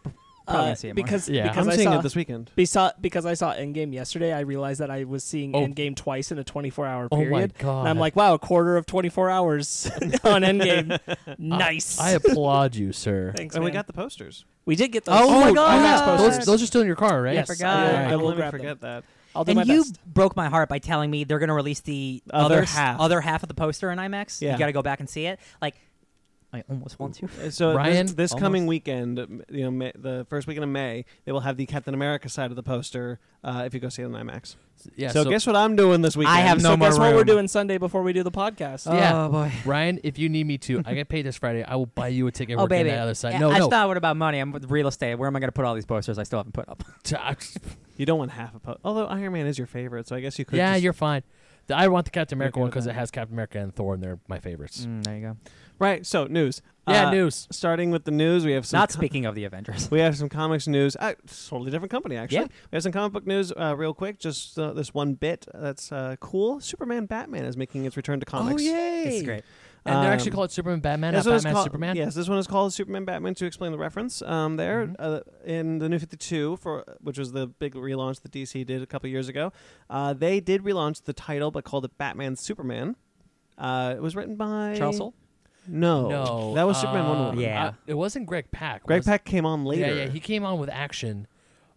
Speaker 4: Probably gonna see it more.
Speaker 6: Uh, because
Speaker 3: Yeah.
Speaker 6: because
Speaker 5: I'm
Speaker 6: I
Speaker 5: seeing
Speaker 6: saw,
Speaker 5: it this weekend.
Speaker 6: besa- because I saw Endgame yesterday, I realized that I was seeing
Speaker 3: Oh.
Speaker 6: Endgame twice in a 24 hour
Speaker 3: Oh my
Speaker 6: period.
Speaker 3: God.
Speaker 6: And I'm like, wow, a quarter of 24 hours on Endgame. nice.
Speaker 3: I applaud you, sir.
Speaker 6: Thanks,
Speaker 5: And we
Speaker 6: man.
Speaker 5: got the posters.
Speaker 6: we did get those.
Speaker 4: Oh my
Speaker 6: I got
Speaker 4: God.
Speaker 6: those
Speaker 3: Those,
Speaker 6: posters.
Speaker 3: those are still in your car, right?
Speaker 6: Yes,
Speaker 4: forgot.
Speaker 6: I,
Speaker 4: Yeah,
Speaker 6: I
Speaker 5: Don't
Speaker 6: will
Speaker 5: let me
Speaker 6: grab them.
Speaker 5: forget that.
Speaker 6: I'll do my
Speaker 4: and you
Speaker 6: best.
Speaker 4: broke my heart by telling me they're going to release the
Speaker 5: Other
Speaker 4: other s-
Speaker 5: half.
Speaker 4: other half of the poster in IMAX.
Speaker 5: Yeah.
Speaker 4: You got to go back and see it. Like, I almost want to.
Speaker 5: Uh, So
Speaker 3: Ryan,
Speaker 5: this, this
Speaker 3: almost.
Speaker 5: coming weekend, m- you know, May, the first weekend of May, they will have the Captain America side of the poster. Uh, if you go see it on IMAX.
Speaker 3: Yeah.
Speaker 5: so, guess what I'm doing this weekend?
Speaker 4: I have
Speaker 6: so
Speaker 4: no more
Speaker 6: guess what we're
Speaker 4: room.
Speaker 6: doing Sunday before we do the podcast.
Speaker 3: Yeah.
Speaker 4: Oh boy.
Speaker 3: Ryan, if you need me to, I get paid this Friday. I will buy you a ticket.
Speaker 4: Oh
Speaker 3: We're getting
Speaker 4: baby.
Speaker 3: that other side.
Speaker 4: Yeah,
Speaker 3: no,
Speaker 4: I
Speaker 3: no.
Speaker 4: just thought, what about money? I'm with real estate. Where am I going to put all these posters I still haven't put up?
Speaker 3: T- I-
Speaker 5: You don't want half a poster. Although Iron Man is your favorite, so I guess you could.
Speaker 3: yeah,
Speaker 5: just-
Speaker 3: you're fine. The- I want the Captain America
Speaker 5: Okay
Speaker 3: one
Speaker 5: with
Speaker 3: because
Speaker 5: that.
Speaker 3: it has Captain America and Thor, and they're my favorites.
Speaker 4: Mm, there you go.
Speaker 5: right. So news.
Speaker 3: Yeah,
Speaker 5: Uh,
Speaker 3: news.
Speaker 5: Starting with the news, we have some
Speaker 4: Not
Speaker 5: com-
Speaker 4: speaking of the Avengers.
Speaker 5: We have some comics news. Uh, it's a totally different company, actually.
Speaker 4: Yeah.
Speaker 5: We have some comic book news, uh, real quick. Just uh, this one bit that's uh, cool. Superman Batman is making its return to comics.
Speaker 3: yay!
Speaker 4: It's great.
Speaker 3: Oh, And they're actually
Speaker 5: Um,
Speaker 3: called Superman Batman,
Speaker 5: This
Speaker 3: not
Speaker 5: one is
Speaker 3: Batman
Speaker 5: called-
Speaker 3: Superman. Mm-hmm.
Speaker 5: Yes, this one is called Superman Batman to explain the reference. Um, there uh, in the New Fifty Two for which was the big relaunch that DC did a couple years ago. Uh, they did relaunch the title but called it Batman Superman. Uh, it was written by
Speaker 4: Charles Soule?
Speaker 5: No,
Speaker 3: No,
Speaker 5: that was Superman Wonder
Speaker 3: uh,
Speaker 5: Woman.
Speaker 4: Yeah.
Speaker 3: I- it wasn't Greg Pack.
Speaker 5: Greg
Speaker 3: was
Speaker 5: Pack came on later.
Speaker 3: Yeah, yeah, he came on with action.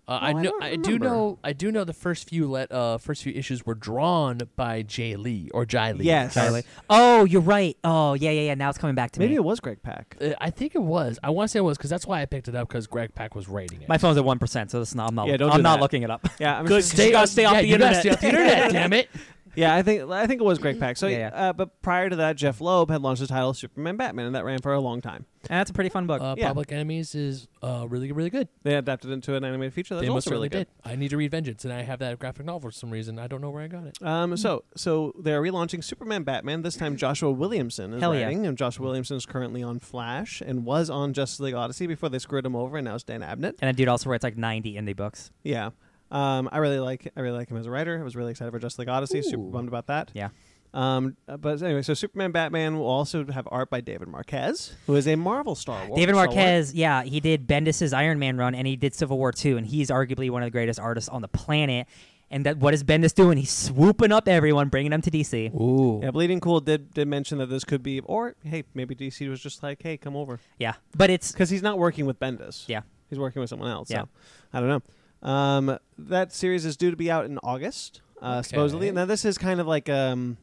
Speaker 3: Uh, I
Speaker 5: Oh, I
Speaker 3: know.
Speaker 5: don't
Speaker 3: I, do
Speaker 5: remember.
Speaker 3: know. I do know. The first few let uh, first few issues were drawn by Jay Lee or Jai Lee. Uh,
Speaker 5: Yes.
Speaker 3: Jai Lee.
Speaker 4: Oh, you're right. Oh, yeah, yeah, yeah. Now it's coming back to
Speaker 5: Maybe
Speaker 4: me.
Speaker 5: it was Greg Pack.
Speaker 3: Uh, I think it was. I want to say it was because that's why I picked it up because Greg Pack was rating it.
Speaker 4: My phone's at one percent, so this is not, I'm not.
Speaker 5: Yeah, don't
Speaker 4: I'm
Speaker 5: do
Speaker 4: not
Speaker 5: that.
Speaker 4: looking it up.
Speaker 5: Yeah, I'm
Speaker 6: Good.
Speaker 5: just-
Speaker 6: You gotta stay off
Speaker 3: yeah,
Speaker 6: the
Speaker 3: you gotta
Speaker 6: internet.
Speaker 3: stay off the internet. damn it.
Speaker 5: Yeah, I think I think it was Greg Pack. So,
Speaker 4: Yeah, yeah.
Speaker 5: Uh, but prior to that, Jeff Loeb had launched the title Superman Batman, and that ran for a long time.
Speaker 4: And that's a pretty fun book.
Speaker 3: Uh,
Speaker 5: Yeah.
Speaker 3: Public Enemies is uh, really, really good.
Speaker 5: They adapted it into an animated feature. That's
Speaker 3: they most
Speaker 5: also really
Speaker 3: certainly
Speaker 5: good.
Speaker 3: did. I need to read Vengeance, and I have that graphic novel for some reason. I don't know where I got it.
Speaker 4: Hmm.
Speaker 5: Um, so, so they're relaunching Superman Batman. This time, Joshua Williamson is
Speaker 4: Hell yeah.
Speaker 5: writing, and Joshua Williamson is currently on Flash and was on Justice League Odyssey before they screwed him over, and now it's Dan Abnett.
Speaker 4: and that dude also writes like 90 indie books.
Speaker 5: Yeah, um, I really like I really like him as a writer. I was really excited for Justice League Odyssey. Super
Speaker 3: Ooh.
Speaker 5: bummed about that.
Speaker 4: Yeah.
Speaker 5: Um, uh, but anyway, so Superman Batman will also have art by David Marquez, who is a Marvel Star Wars.
Speaker 4: David Marquez, yeah, he did Bendis's Iron Man run and he did Civil War 2 and he's arguably one of the greatest artists on the planet. And that what is Bendis doing? He's swooping up everyone, bringing them to DC.
Speaker 3: Ooh.
Speaker 5: Yeah, Bleeding Cool did did mention that this could be, or hey, maybe DC was just like, hey, come over,
Speaker 4: Yeah. But it's
Speaker 5: because he's not working with Bendis.
Speaker 4: yeah.
Speaker 5: He's working with someone else.
Speaker 4: Yeah.
Speaker 5: So I don't know. Um, that series is due to be out in August, uh, supposedly.
Speaker 3: Okay.
Speaker 5: Now this is kind of like um,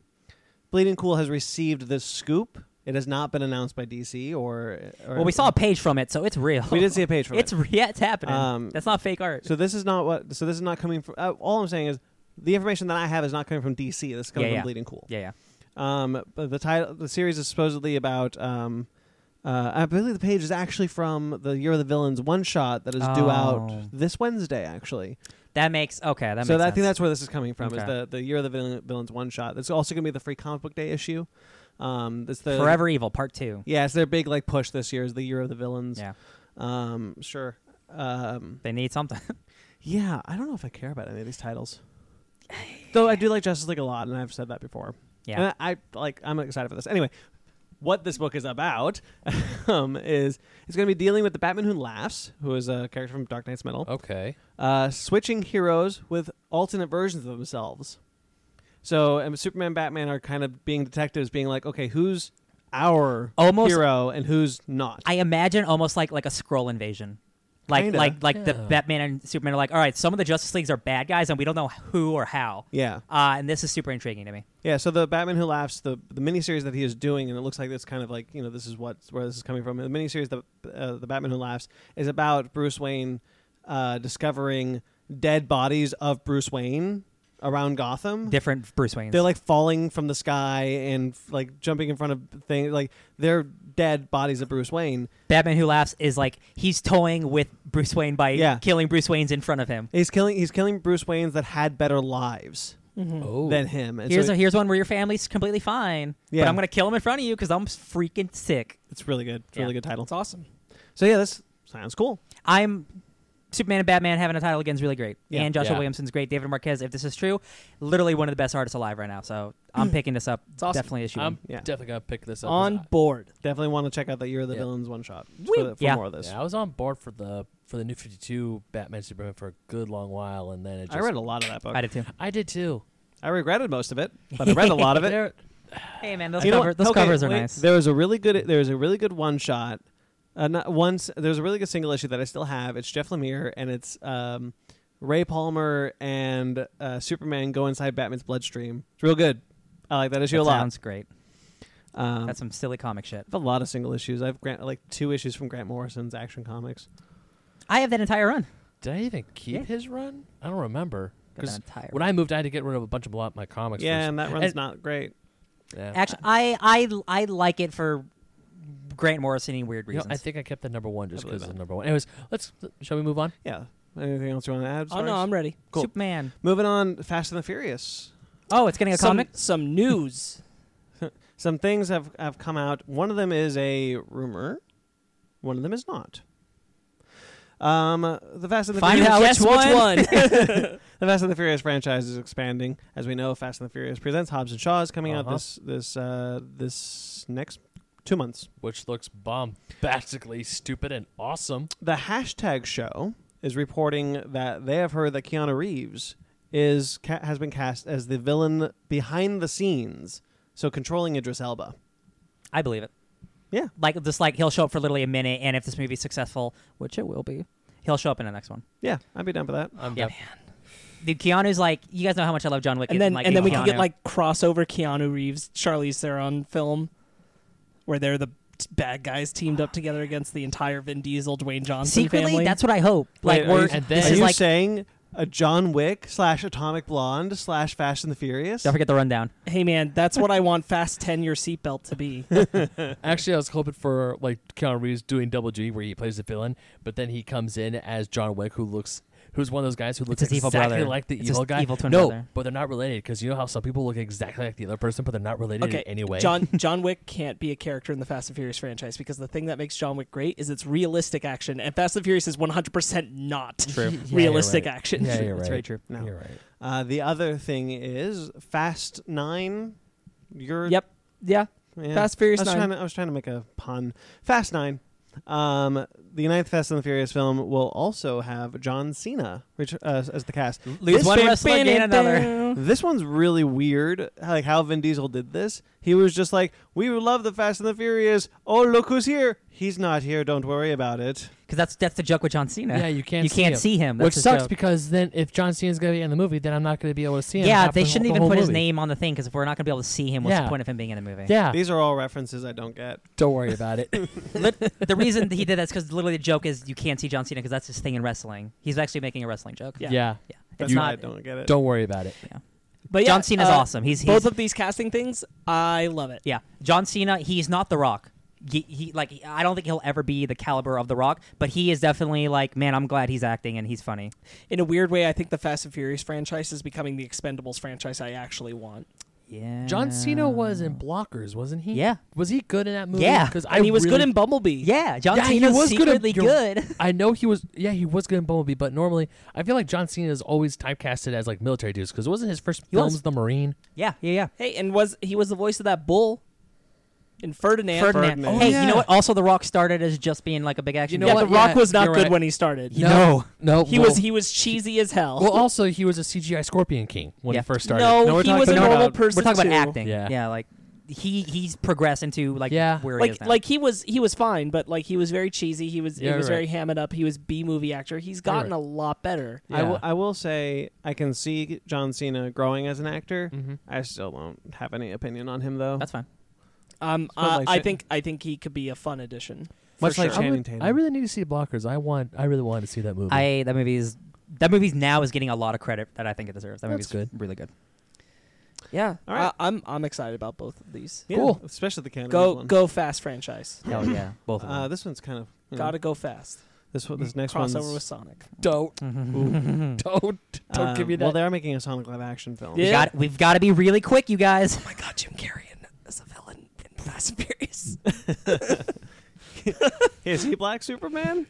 Speaker 5: Bleeding Cool has received this scoop. It has not been announced by DC or. or
Speaker 4: Well, we saw a page from it, so it's real.
Speaker 5: We did see a page from
Speaker 4: it's
Speaker 5: it.
Speaker 4: re- yeah, it's happening.
Speaker 5: Um,
Speaker 4: That's not fake art.
Speaker 5: So this is not what. So this is not coming from. Uh, all I'm saying is the information that I have is not coming from DC. This is coming
Speaker 4: Yeah,
Speaker 5: from
Speaker 4: yeah.
Speaker 5: Bleeding Cool.
Speaker 4: yeah, yeah.
Speaker 5: Um, but the title, the series is supposedly about. Um, uh, I believe the page is actually from the Year of the Villains one shot that is due
Speaker 4: Oh.
Speaker 5: out this Wednesday, actually.
Speaker 4: That makes okay. That
Speaker 5: so
Speaker 4: makes
Speaker 5: I think
Speaker 4: sense.
Speaker 5: that's where this is coming from. Is
Speaker 4: Okay.
Speaker 5: the the Year of the Villain, Villains one shot? It's also going to be the free comic book day issue. Um, it's the
Speaker 4: Forever Evil Part Two.
Speaker 5: Yeah, it's their big like push this year is the Year of the Villains.
Speaker 4: Yeah,
Speaker 5: Um, sure. Um,
Speaker 4: they need something.
Speaker 5: yeah, I don't know if I care about any of these titles. Though I do like Justice League a lot, and I've said that before.
Speaker 4: yeah,
Speaker 5: And I, I like I'm excited for this. Anyway, what this book is about um, is it's going to be dealing with the Batman who laughs, who is a character from Dark Knight's
Speaker 4: Oh.
Speaker 5: Metal,
Speaker 3: Okay.
Speaker 5: uh, switching heroes with alternate versions of themselves. So um, Superman, and Batman are kind of being detectives, being like, okay, who's our
Speaker 4: Almost-
Speaker 5: hero and who's not?
Speaker 4: I imagine almost like like a scroll invasion. Like
Speaker 5: Kinda.
Speaker 4: like like the Batman and Superman are like, all right, some of the Justice Leagues are bad guys, and we don't know who or how.
Speaker 5: yeah.
Speaker 4: Uh, and this is super intriguing to me.
Speaker 5: Yeah, so the Batman Who Laughs, the the miniseries that he is doing, and it looks like it's kind of like you know this is what where this is coming from. The miniseries, the uh, the Batman Who Laughs, is about Bruce Wayne uh, discovering dead bodies of Bruce Wayne around Gotham.
Speaker 4: Different Bruce Wayne.
Speaker 5: They're like falling from the sky and like jumping in front of things. Like they're dead bodies of Bruce Wayne.
Speaker 4: Batman Who Laughs is like he's toying with Bruce Wayne by
Speaker 5: Yeah.
Speaker 4: killing Bruce Wayne's in front of him.
Speaker 5: He's killing he's killing Bruce Waynes that had better lives
Speaker 6: Mm-hmm. Hmm.
Speaker 3: Oh.
Speaker 5: than him. And
Speaker 4: Here's
Speaker 5: so
Speaker 4: a, here's one where your family's completely fine,
Speaker 5: Yeah.
Speaker 4: but I'm gonna kill him in front of you because I'm freaking sick.
Speaker 5: it's really good. It's a really
Speaker 4: Yeah.
Speaker 5: good title.
Speaker 6: It's awesome.
Speaker 5: So yeah, this sounds cool.
Speaker 4: I'm Superman and Batman having a title again is really great,
Speaker 5: Yeah.
Speaker 4: and Joshua
Speaker 3: Yeah.
Speaker 4: Williamson's great. David Marquez, if this is true, literally one of the best artists alive right now. So I'm picking this up.
Speaker 6: awesome.
Speaker 4: Definitely issue.
Speaker 3: I'm
Speaker 4: one.
Speaker 5: Yeah.
Speaker 3: definitely gonna pick this up.
Speaker 6: On board.
Speaker 5: Definitely want to check out that Year of the
Speaker 3: Yeah.
Speaker 5: Villains one shot for,
Speaker 4: Whee!
Speaker 5: for
Speaker 4: Yeah.
Speaker 5: more of this.
Speaker 3: Yeah, I was on board for the for the New Fifty Two Batman Superman for a good long while, and then it just
Speaker 5: I read a lot of that book.
Speaker 4: I
Speaker 5: I,
Speaker 4: did too.
Speaker 3: I did too.
Speaker 5: regretted most of it, but I read a lot of it.
Speaker 3: There-
Speaker 4: Hey man, those,
Speaker 5: You know
Speaker 4: cover,
Speaker 5: what?
Speaker 4: those
Speaker 5: Okay,
Speaker 4: covers are
Speaker 5: wait.
Speaker 4: nice.
Speaker 5: There was a really good. There was a really good one shot. Uh, not once there's a really good single issue that I still have. It's Jeff Lemire and it's um, Ray Palmer and uh, Superman go inside Batman's bloodstream. It's real good. I like that issue
Speaker 4: That
Speaker 5: a lot.
Speaker 4: sounds great.
Speaker 5: Um,
Speaker 4: That's some silly comic shit.
Speaker 5: I have a lot of single issues. I've Grant, like two issues from Grant Morrison's Action Comics.
Speaker 4: I have that entire run.
Speaker 3: Did I even keep
Speaker 4: Yeah.
Speaker 3: his run? I don't remember.
Speaker 4: Got that
Speaker 3: 'Cause
Speaker 4: entire
Speaker 3: When I moved, I had to get rid of a bunch of lot my comics.
Speaker 5: yeah, um,
Speaker 3: first.
Speaker 5: and that run's
Speaker 3: And-
Speaker 5: not great.
Speaker 3: Yeah.
Speaker 4: Actually, I I I like it for Grant Morrison and weird
Speaker 3: You know,
Speaker 4: reasons.
Speaker 3: I think I kept the number one just
Speaker 5: I believe
Speaker 3: because it's
Speaker 5: that.
Speaker 3: number one. Anyways, let's shall we move on?
Speaker 5: Yeah. Anything else you want to add? as
Speaker 6: Oh,
Speaker 5: far
Speaker 6: no,
Speaker 5: as-
Speaker 6: I'm ready.
Speaker 5: cool.
Speaker 4: Superman.
Speaker 5: Moving on, Fast and the Furious.
Speaker 4: Oh, it's getting a
Speaker 6: Some,
Speaker 4: comic.
Speaker 6: some news.
Speaker 5: Some things have, have come out. One of them is a rumor. One of them is not. Um, the Fast and the
Speaker 4: Find
Speaker 5: Furious,
Speaker 4: out
Speaker 6: Guess
Speaker 4: which one.
Speaker 5: the Fast and the Furious franchise is expanding. As we know, Fast and the Furious presents Hobbs and Shaw is coming out
Speaker 3: Uh-huh.
Speaker 5: this this uh, this next two months.
Speaker 3: Which looks bombastically stupid and awesome.
Speaker 5: The hashtag show is reporting that they have heard that Keanu Reeves is ca- has been cast as the villain behind the scenes, so controlling Idris Elba.
Speaker 4: I believe it.
Speaker 5: Yeah.
Speaker 4: Like just like he'll show up for literally a minute, and if this movie's successful, which it will be, he'll show up in the next one.
Speaker 5: Yeah, I'd be down for that.
Speaker 3: I'm
Speaker 4: Yeah.
Speaker 3: def-
Speaker 4: Dude, Keanu's like you guys know how much I love John Wick,
Speaker 6: and then
Speaker 4: like,
Speaker 6: and then we
Speaker 4: Keanu.
Speaker 6: can get like crossover Keanu Reeves, Charlize Theron film, where they're the t- bad guys teamed up together against the entire Vin Diesel, Dwayne Johnson
Speaker 4: secretly.
Speaker 6: family.
Speaker 4: That's what I hope. Like
Speaker 5: Wait, are
Speaker 4: we're
Speaker 5: you-
Speaker 3: And then-
Speaker 4: this
Speaker 5: Are
Speaker 4: is
Speaker 5: you
Speaker 4: like
Speaker 5: saying a John Wick slash Atomic Blonde slash Fast and the Furious?
Speaker 4: don't forget the rundown.
Speaker 6: hey man, that's what I want Fast Ten Your Seatbelt to be.
Speaker 3: Actually, I was hoping for like Keanu Reeves doing Double G, where he plays the villain, but then he comes in as John Wick, who looks, who's one of those guys who looks
Speaker 4: his evil
Speaker 3: exactly
Speaker 4: brother.
Speaker 3: like the
Speaker 4: It's his
Speaker 3: evil guy.
Speaker 4: evil twin
Speaker 3: no,
Speaker 4: brother.
Speaker 3: but they're not related because you know how some people look exactly like the other person, but they're not related
Speaker 6: okay,
Speaker 3: in any way.
Speaker 6: John John Wick can't be a character in the Fast and Furious franchise because the thing that makes John Wick great is it's realistic action, and Fast and Furious is 100 percent not
Speaker 3: True. Yeah,
Speaker 6: realistic
Speaker 3: you're right.
Speaker 6: action.
Speaker 3: Yeah, you're right.
Speaker 4: That's very true.
Speaker 5: No.
Speaker 3: You're right.
Speaker 5: Uh, the other thing is Fast Nine. You're
Speaker 6: Yep. Yeah.
Speaker 5: yeah.
Speaker 6: Fast Furious
Speaker 5: I was,
Speaker 6: Nine.
Speaker 5: trying to, I was trying to make a pun. Fast Nine. Um, the ninth Fast and the Furious film will also have John Cena which, uh, as the cast.
Speaker 4: Lose
Speaker 5: This
Speaker 4: one
Speaker 5: fam-
Speaker 4: wrestler, gain another.
Speaker 5: This one's really weird, like how Vin Diesel did this. He was just like, "We love the Fast and the Furious. Oh, look who's here! He's not here. Don't worry about it."
Speaker 4: Because that's that's the joke with John Cena.
Speaker 3: Yeah, you can't.
Speaker 4: you
Speaker 3: see
Speaker 4: can't
Speaker 3: him.
Speaker 4: see him,
Speaker 3: which
Speaker 4: That's his
Speaker 3: sucks
Speaker 4: joke.
Speaker 3: because then if John Cena's gonna be in the movie, then I'm not gonna be able to see him.
Speaker 4: yeah,
Speaker 3: half
Speaker 4: they
Speaker 3: the whole-
Speaker 4: shouldn't
Speaker 3: the
Speaker 4: even
Speaker 3: whole
Speaker 4: put his
Speaker 3: movie.
Speaker 4: name on the thing because if we're not gonna be able to see him, what's
Speaker 3: Yeah.
Speaker 4: the point of him being in the movie?
Speaker 3: Yeah,
Speaker 5: These are all references I don't get.
Speaker 3: don't worry about it.
Speaker 4: the reason that he did that's because literally the joke is you can't see John Cena because that's his thing in wrestling. He's actually making a wrestling joke.
Speaker 6: Yeah.
Speaker 3: yeah,
Speaker 4: Yeah.
Speaker 5: That's
Speaker 4: It's
Speaker 5: why I
Speaker 4: not.
Speaker 5: don't get it.
Speaker 3: don't worry about it.
Speaker 6: But yeah,
Speaker 4: John Cena's
Speaker 6: uh,
Speaker 4: awesome. He's, he's
Speaker 6: both of these casting things, I love it.
Speaker 4: Yeah, John Cena. He's not The Rock. He, he like I don't think he'll ever be the caliber of The Rock, but he is definitely like man. I'm glad he's acting and he's funny.
Speaker 6: In a weird way, I think the Fast and Furious franchise is becoming the Expendables franchise I actually want.
Speaker 4: Yeah.
Speaker 3: John Cena was in Blockers, wasn't he?
Speaker 4: Yeah.
Speaker 3: Was he good in that movie?
Speaker 4: Yeah.
Speaker 3: because
Speaker 6: And he was good
Speaker 3: really-
Speaker 6: in Bumblebee.
Speaker 4: Yeah, John
Speaker 3: Yeah, he
Speaker 4: Cena's
Speaker 3: was good at-
Speaker 4: secretly
Speaker 3: you're-
Speaker 4: good.
Speaker 3: I know he was. Yeah, he was good in Bumblebee, but normally I feel like John Cena is always typecasted as like military dudes because it wasn't his first
Speaker 4: He was.
Speaker 3: films The Marine.
Speaker 4: yeah, yeah, yeah.
Speaker 6: Hey, and was he was the voice of that bull? in Ferdinand.
Speaker 4: Ferdinand.
Speaker 5: Ferdinand.
Speaker 4: Hey,
Speaker 3: Oh,
Speaker 4: you know
Speaker 3: yeah.
Speaker 4: what? Also, The Rock started as just being like a big action.
Speaker 3: You know
Speaker 6: yeah,
Speaker 4: hero.
Speaker 3: what?
Speaker 6: The Rock
Speaker 3: Yeah,
Speaker 6: was not
Speaker 3: you're
Speaker 6: good
Speaker 3: right.
Speaker 6: when he started.
Speaker 4: No.
Speaker 3: no.
Speaker 6: He
Speaker 3: well-
Speaker 6: was he was cheesy as hell.
Speaker 3: Well, also he was a CGI Scorpion King when
Speaker 4: Yeah.
Speaker 3: Oh. he first started.
Speaker 6: no,
Speaker 5: No, we're
Speaker 6: he
Speaker 5: talking
Speaker 6: was a
Speaker 5: about-
Speaker 6: normal
Speaker 5: we're
Speaker 6: person
Speaker 4: We're talking
Speaker 6: too.
Speaker 4: about acting.
Speaker 3: Yeah.
Speaker 4: Yeah, like he he's progressed into like
Speaker 3: Yeah.
Speaker 4: where he
Speaker 6: Like
Speaker 4: is now.
Speaker 6: like he was he was fine, but like he was very cheesy. He was
Speaker 3: Yeah,
Speaker 6: he was
Speaker 3: you're
Speaker 6: very hammered up. He was B movie actor. He's
Speaker 3: You're
Speaker 6: gotten
Speaker 3: right.
Speaker 6: a lot better.
Speaker 5: I,
Speaker 3: Yeah.
Speaker 5: will, I will say I can see John Cena growing as an actor. I still don't have any opinion on him though.
Speaker 4: That's fine.
Speaker 6: Um,
Speaker 5: Smells
Speaker 6: uh,
Speaker 5: like
Speaker 6: I
Speaker 5: shit.
Speaker 6: think I think he could be a fun addition.
Speaker 5: much like
Speaker 3: I,
Speaker 5: Channing
Speaker 3: would-
Speaker 5: Tatum.
Speaker 3: I really need to see Blockers. I want. I really want to see that movie.
Speaker 4: I that movie is that movie's now is getting a lot of credit that I think it deserves. That
Speaker 3: That's good.
Speaker 4: movie's really good.
Speaker 6: Yeah,
Speaker 5: All right.
Speaker 6: I, I'm I'm excited about both of these.
Speaker 5: Yeah,
Speaker 3: Cool.
Speaker 5: especially the Canada
Speaker 6: Go
Speaker 5: one.
Speaker 6: go fast franchise.
Speaker 4: Hell yeah, both of them.
Speaker 5: Uh, this one's kind of you know,
Speaker 6: Gotta go fast.
Speaker 5: This one, this next one.
Speaker 6: Crossover with Sonic.
Speaker 3: don't don't don't give me that.
Speaker 5: um, Well, they're making a Sonic live action film.
Speaker 4: we
Speaker 6: Yeah.
Speaker 4: got we've got to be really quick, you guys.
Speaker 6: Oh my God, Jim Carrey in- as a villain in Fast and Furious.
Speaker 5: Is he Black Superman?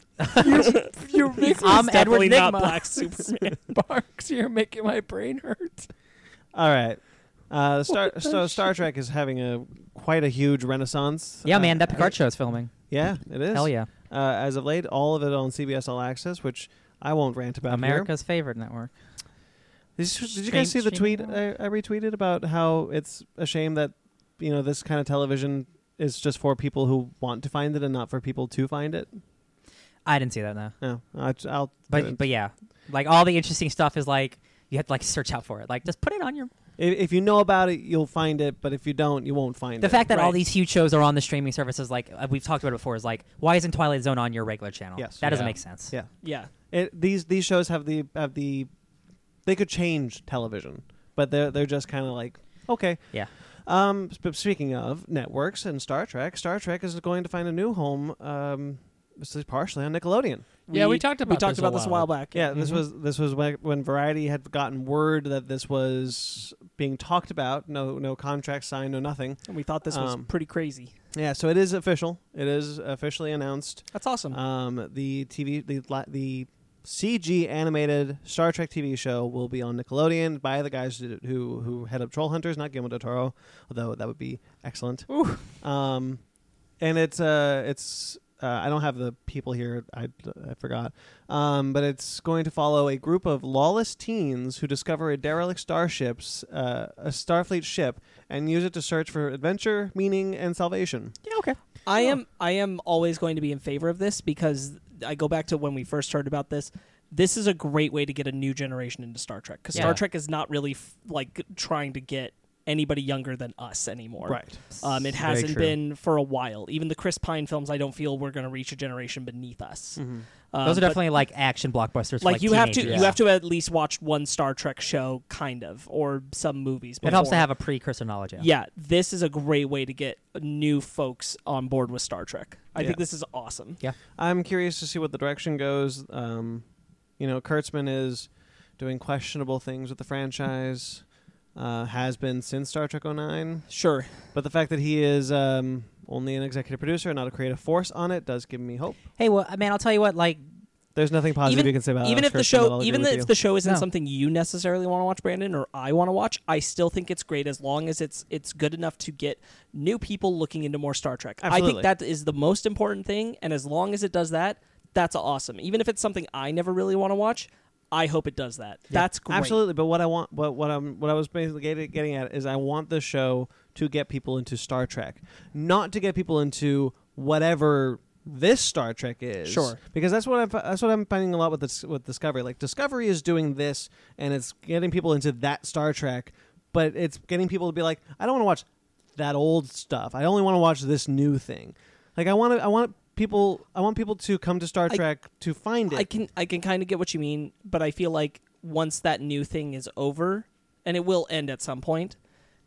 Speaker 6: You're
Speaker 4: I'm Edward
Speaker 6: not
Speaker 4: Nygma.
Speaker 6: Black Superman.
Speaker 3: Barks, you're making my brain hurt.
Speaker 5: All right. Uh, Star so Star Trek is having a quite a huge renaissance.
Speaker 4: Yeah,
Speaker 5: Uh,
Speaker 4: man, that
Speaker 5: I-
Speaker 4: Picard show is filming.
Speaker 5: Yeah, it is.
Speaker 4: Hell yeah,
Speaker 5: Uh, as of late, all of it on CBS All Access, which I won't rant about. here.
Speaker 4: America's favorite network.
Speaker 5: Did you, did you guys see
Speaker 4: Stream-
Speaker 5: the tweet
Speaker 4: streaming
Speaker 5: I, I retweeted about how it's a shame that you know this kind of television is just for people who want to find it and not for people to find it?
Speaker 4: I didn't see that now,
Speaker 5: No, I, will
Speaker 4: but but yeah, like all the interesting stuff is like you have to like search out for it. Like just put it on your.
Speaker 5: if, if you know about it, you'll find it. But if you don't, you won't find
Speaker 4: The
Speaker 5: it.
Speaker 4: fact that all
Speaker 6: Right.
Speaker 4: these huge shows are on the streaming services, like uh, we've talked about it before, is like why isn't Twilight Zone on your regular channel?
Speaker 5: Yes.
Speaker 4: that doesn't
Speaker 3: Yeah.
Speaker 4: make sense.
Speaker 5: Yeah.
Speaker 6: Yeah,
Speaker 5: it, these these shows have the have the they could change television, but they're they're just kind of like okay.
Speaker 4: Yeah.
Speaker 5: Um, s- but speaking of networks and Star Trek, Star Trek is going to find a new home. Um, this is partially on Nickelodeon.
Speaker 3: Yeah, we talked
Speaker 6: we
Speaker 3: about
Speaker 6: talked
Speaker 3: this a
Speaker 6: about this a while
Speaker 3: while
Speaker 6: back.
Speaker 5: Yeah,
Speaker 4: Mm-hmm.
Speaker 5: this was this was when, when Variety had gotten word that this was being talked about. No, no contract signed, no nothing.
Speaker 6: and we thought this was
Speaker 5: Um,
Speaker 6: pretty crazy.
Speaker 5: Yeah, so it is official. It is officially announced.
Speaker 6: That's awesome.
Speaker 5: Um, the TV, the li- the CG animated Star Trek TV show will be on Nickelodeon by the guys who who, who head up Troll Hunters, not Guillermo del Toro, although that would be excellent. Um, and it's uh, it's uh, I don't have the people here. I I forgot. Um, but it's going to follow a group of lawless teens who discover a derelict starship's uh, a Starfleet ship and use it to search for adventure, meaning, and salvation.
Speaker 4: Yeah, okay.
Speaker 6: I am I am always going to be in favor of this because I go back to when we first heard about this. This is a great way to get a new generation into Star Trek because
Speaker 4: Yeah.
Speaker 6: Star Trek is not really f- like trying to get anybody younger than us anymore. Um, it
Speaker 4: Very
Speaker 6: hasn't
Speaker 4: true.
Speaker 6: been for a while. Even the Chris Pine films, I don't feel we're going to reach a generation beneath us. Um,
Speaker 4: Mm-hmm. Those are
Speaker 6: but,
Speaker 4: definitely like action blockbusters. for,
Speaker 6: like, you have to
Speaker 4: teenagers.
Speaker 6: you have to at least watch one Star Trek show, kind of, or some movies.
Speaker 4: It helps to
Speaker 6: before.
Speaker 4: have a precursor knowledge. Yeah.
Speaker 6: Yeah, this is a great way to get new folks on board with Star Trek. I
Speaker 5: Yeah.
Speaker 6: think this is awesome.
Speaker 5: I'm curious to see what the direction goes. Um, you know, Kurtzman is doing questionable things with the franchise, uh, has been since Star Trek 09.
Speaker 6: Sure.
Speaker 5: But the fact that he is um, only an executive producer, not a creative force on it, does give me hope.
Speaker 4: Hey, well, uh, man, I'll tell you what. Like,
Speaker 5: There's nothing positive
Speaker 6: Even-
Speaker 5: you can say about
Speaker 6: even
Speaker 5: Alex
Speaker 6: if the
Speaker 5: Kurtzman, but I'll
Speaker 6: show
Speaker 5: agree
Speaker 6: even
Speaker 5: with
Speaker 6: if
Speaker 5: you.
Speaker 6: the show isn't
Speaker 4: No.
Speaker 6: something you necessarily want to watch brandon or i want to watch i still think it's great as long as it's it's good enough to get new people looking into more star trek
Speaker 5: Absolutely.
Speaker 6: i think that is the most important thing and as long as it does that that's awesome even if it's something i never really want to watch i hope it does that that's great
Speaker 5: Absolutely, but what I want, what what I'm, what I was basically get- getting at is, I want the show to get people into Star Trek, not to get people into whatever this Star Trek is.
Speaker 6: Sure.
Speaker 5: because that's what I'm, fi- that's what I'm finding a lot with this with Discovery. Like Discovery is doing this, and it's getting people into that Star Trek, but it's getting people to be like, I don't want to watch that old stuff. I only want to watch this new thing. Like I want to, I want people, I want people to come to Star
Speaker 6: I-
Speaker 5: Trek to find it.
Speaker 6: i can i can kind of get what you mean but i feel like once that new thing is over and it will end at some point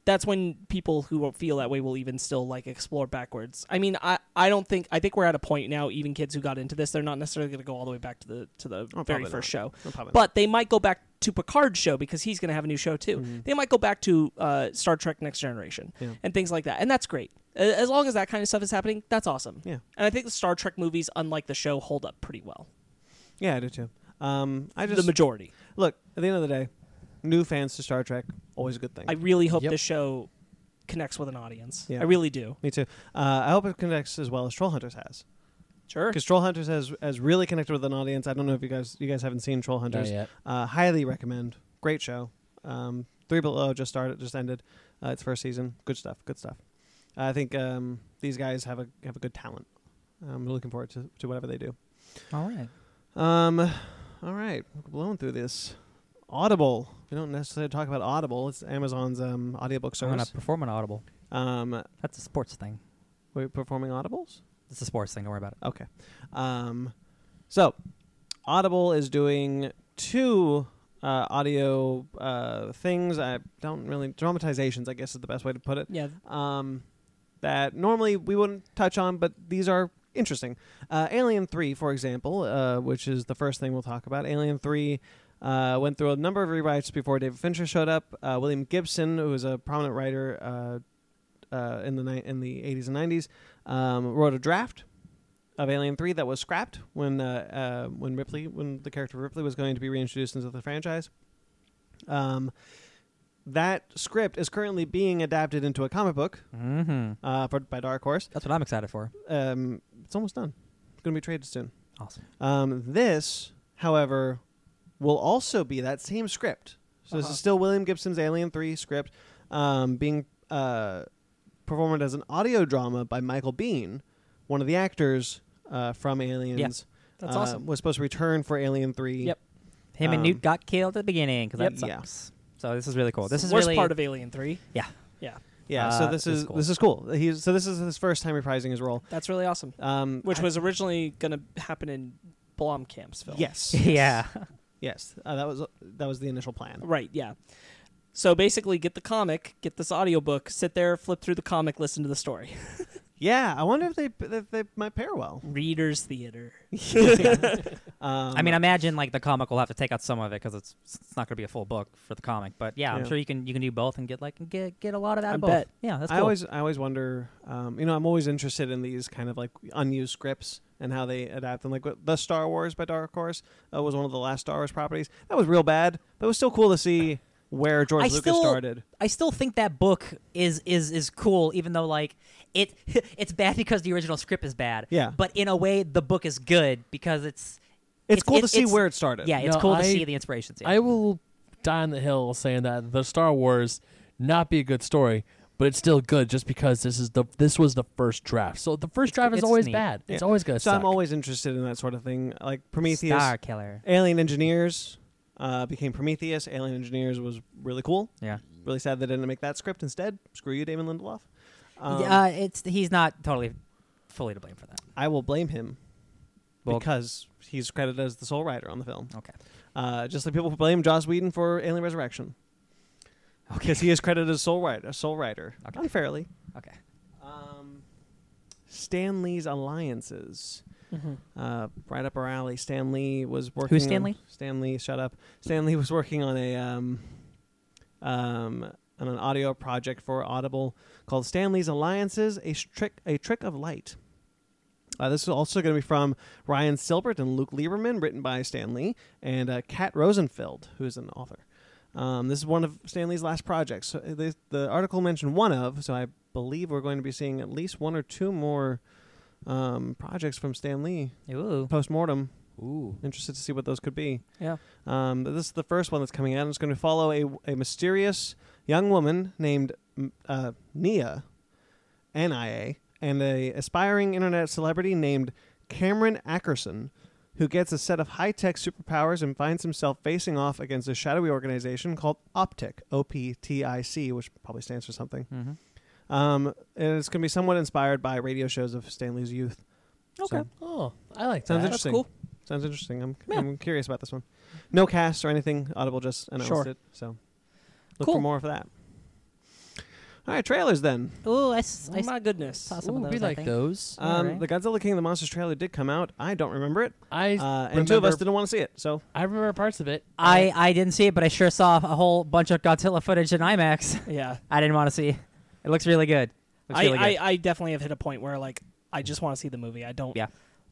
Speaker 6: that's when people who feel that way will even still like explore backwards. I mean, I, I don't think I think we're at a point now. Even kids who got into this, they're not necessarily going to go all the way back to the to the very
Speaker 5: Oh, probably
Speaker 6: first
Speaker 5: not.
Speaker 6: show,
Speaker 5: No, probably not.
Speaker 6: but they might go back to Picard's show because he's going to have a new show too. They might go back to uh, Star Trek Next Generation
Speaker 5: Mm-hmm. Yeah.
Speaker 6: and things like that, and that's great. A- As long as that kind of stuff is happening, that's awesome.
Speaker 5: Yeah.
Speaker 6: and I think the Star Trek movies, unlike the show, hold up pretty well.
Speaker 5: yeah, I do too. Um, I just
Speaker 6: the majority.
Speaker 5: look at the end of the day new fans to star trek always a good thing
Speaker 6: I really hope
Speaker 3: Yep.
Speaker 6: this show connects with an audience.
Speaker 5: Yeah.
Speaker 6: I really do.
Speaker 5: Me too. Uh, I hope it connects as well as Troll Hunters has,
Speaker 6: Sure.
Speaker 5: because Troll Hunters has has really connected with an audience. I don't know if you guys you guys haven't seen Troll Hunters.
Speaker 3: yet.
Speaker 5: Uh, highly recommend. Great show. Um, Three Below just started, just ended uh, its first season. Good stuff. Good stuff. I think um, these guys have a have a good talent. I'm looking forward to, to whatever they do.
Speaker 4: All right.
Speaker 5: Um, all right, we're blowing through this. Audible. We don't necessarily talk about Audible. It's Amazon's um, audiobook
Speaker 4: So I'm gonna
Speaker 5: service.
Speaker 4: perform an audible.
Speaker 5: Um,
Speaker 4: That's a sports thing.
Speaker 5: we're performing audibles.
Speaker 4: It's a sports thing. Don't worry about it.
Speaker 5: Okay. Um, so, Audible is doing two uh, audio uh, things. I don't really dramatizations. I guess is the best way to put it.
Speaker 6: yeah.
Speaker 5: Um, that normally we wouldn't touch on, but these are interesting. Uh, Alien Three, for example, uh, which is the first thing we'll talk about. Alien Three. Uh, went through a number of rewrites before David Fincher showed up. Uh, William Gibson, who was a prominent writer uh, uh, in the ni- in the 80s and 90s, um, wrote a draft of Alien Three that was scrapped when uh, uh, when Ripley when the character Ripley was going to be reintroduced into the franchise. Um, that script is currently being adapted into a comic book
Speaker 4: Mm-hmm.
Speaker 5: uh, for, by Dark Horse.
Speaker 4: That's what I'm excited for.
Speaker 5: Um, it's almost done. It's going to be traded soon.
Speaker 4: Awesome.
Speaker 5: Um, this, however, will also be that same script. So this
Speaker 6: Uh-huh.
Speaker 5: is still William Gibson's Alien Three script, um, being uh, performed as an audio drama by Michael Bean, one of the actors uh, from Aliens.
Speaker 6: That's
Speaker 5: uh,
Speaker 6: awesome.
Speaker 5: Was supposed to return for Alien Three.
Speaker 6: Yep.
Speaker 4: Him and
Speaker 5: Um,
Speaker 4: Newt got killed at the beginning because
Speaker 5: Yep.
Speaker 4: that
Speaker 5: Yeah.
Speaker 4: sucks. So this is really cool. This
Speaker 6: It's
Speaker 4: is
Speaker 6: the worst
Speaker 4: really
Speaker 6: part of Alien Three.
Speaker 4: yeah.
Speaker 6: Yeah.
Speaker 5: Yeah.
Speaker 4: Uh,
Speaker 5: so this
Speaker 4: this
Speaker 5: is
Speaker 4: is cool.
Speaker 5: this is cool. He's so this is his first time reprising his role.
Speaker 6: That's really awesome.
Speaker 5: Um,
Speaker 6: Which
Speaker 5: I-
Speaker 6: was originally going to happen in Blomkamp's film.
Speaker 5: yes.
Speaker 4: yeah.
Speaker 5: Yes, uh, that was that was the initial plan.
Speaker 6: Right, yeah. So basically get the comic, get this audiobook, sit there, flip through the comic, listen to the story.
Speaker 5: Yeah, I wonder if they if they might pair well.
Speaker 6: Readers Theater.
Speaker 5: Um,
Speaker 4: I mean, imagine like the comic will have to take out some of it because it's it's not going to be a full book for the comic. But yeah, I'm
Speaker 5: Yeah.
Speaker 4: sure you can you can do both and get like get get a lot of that.
Speaker 6: I
Speaker 4: both.
Speaker 6: bet.
Speaker 4: Yeah, that's
Speaker 5: I
Speaker 4: cool.
Speaker 5: always I always wonder. Um, you know, I'm always interested in these kind of like unused scripts and how they adapt them. Like what- the Star Wars by Dark Horse uh, was one of the last Star Wars properties that was real bad, but it was still cool to see where George
Speaker 4: I
Speaker 5: Lucas
Speaker 4: still-
Speaker 5: started.
Speaker 4: I still think that book is is is cool, even though like it it's bad because the original script is bad.
Speaker 5: Yeah.
Speaker 4: But in a way, the book is good because it's
Speaker 5: It's, cool to
Speaker 4: it's-
Speaker 5: see
Speaker 4: it's-
Speaker 5: where it started.
Speaker 4: yeah, it's
Speaker 3: No,
Speaker 4: cool
Speaker 3: I-
Speaker 4: to see the inspirations. Yeah.
Speaker 3: I will die on the hill saying that the Star Wars not be a good story, but it's still good just because this is the this was the first draft. So the first
Speaker 4: It's-
Speaker 3: draft is
Speaker 4: it's
Speaker 3: always
Speaker 4: neat.
Speaker 3: bad. It's
Speaker 5: Yeah.
Speaker 3: always gonna
Speaker 5: So
Speaker 3: suck.
Speaker 5: I'm always interested in that sort of thing, like Prometheus,
Speaker 4: Star Killer.
Speaker 5: Alien Engineers. Uh, became Prometheus. Alien Engineers was really cool.
Speaker 4: Yeah.
Speaker 5: Really sad they didn't make that script instead. Screw you, Damon Lindelof. Um,
Speaker 4: uh, it's he's not totally fully to blame for that.
Speaker 5: I will blame him
Speaker 4: Well-
Speaker 5: because he's credited as the sole writer on the film.
Speaker 4: Okay.
Speaker 5: Uh, just like people blame Joss Whedon for Alien Resurrection. Because he is credited as sole writer, sole writer
Speaker 4: Okay.
Speaker 5: unfairly.
Speaker 4: Okay.
Speaker 5: Um, Stan Lee's alliances. Uh, right up our alley. Stan Lee was working.
Speaker 4: Stan
Speaker 5: on-
Speaker 4: Lee?
Speaker 5: Stan Lee, shut up. Stan Lee was working on a um, um, on an audio project for Audible called Stan Lee's Alliances: A Trick A Trick of Light. Uh, this is also going to be from Ryan Silbert and Luke Lieberman, written by Stan Lee and uh, Kat Rosenfeld, who is an author. Um, this is one of Stanley's last projects. So uh, the, the article mentioned one of, so I believe we're going to be seeing at least one or two more um, projects from Stan Lee
Speaker 4: Ooh.
Speaker 5: post mortem.
Speaker 4: Ooh.
Speaker 5: Interested to see what those could be.
Speaker 6: Yeah.
Speaker 5: Um, but this is the first one that's coming out. and It's going to follow a, a mysterious young woman named m- uh, Nia, N-I-A, and a aspiring internet celebrity named Cameron Ackerson, who gets a set of high-tech superpowers and finds himself facing off against a shadowy organization called Optic, O-P-T-I-C, which probably stands for something.
Speaker 4: Mm-hmm.
Speaker 5: Um, and it's going to be somewhat inspired by radio shows of Stanley's youth.
Speaker 6: Okay.
Speaker 5: So-
Speaker 3: oh, I like
Speaker 5: Sounds
Speaker 3: that.
Speaker 5: interesting.
Speaker 6: cool.
Speaker 5: Sounds interesting. I'm,
Speaker 6: Yeah.
Speaker 5: I'm curious about this one. No cast or anything. Audible just announced
Speaker 6: Sure.
Speaker 5: it, so look
Speaker 6: Cool.
Speaker 5: for more of that. All right, trailers then.
Speaker 4: Ooh, I, s- I
Speaker 6: Oh
Speaker 4: s-
Speaker 6: my goodness.
Speaker 4: saw some
Speaker 3: Ooh,
Speaker 4: of those.
Speaker 3: we
Speaker 4: I
Speaker 3: like
Speaker 4: think.
Speaker 3: those.
Speaker 5: Um,
Speaker 4: Alright.
Speaker 5: The Godzilla King of the Monsters trailer did come out. I don't remember it,
Speaker 3: I
Speaker 5: uh, and two of us
Speaker 3: remember-
Speaker 5: didn't want to see it. So
Speaker 3: I remember parts of it.
Speaker 4: I, I didn't see it, but I sure saw a whole bunch of Godzilla footage in IMAX.
Speaker 6: Yeah.
Speaker 4: I didn't want to see. It looks really good. Looks
Speaker 6: I,
Speaker 4: really good.
Speaker 6: I, I definitely have hit a point where like I just want to see the movie. I don't
Speaker 4: Yeah.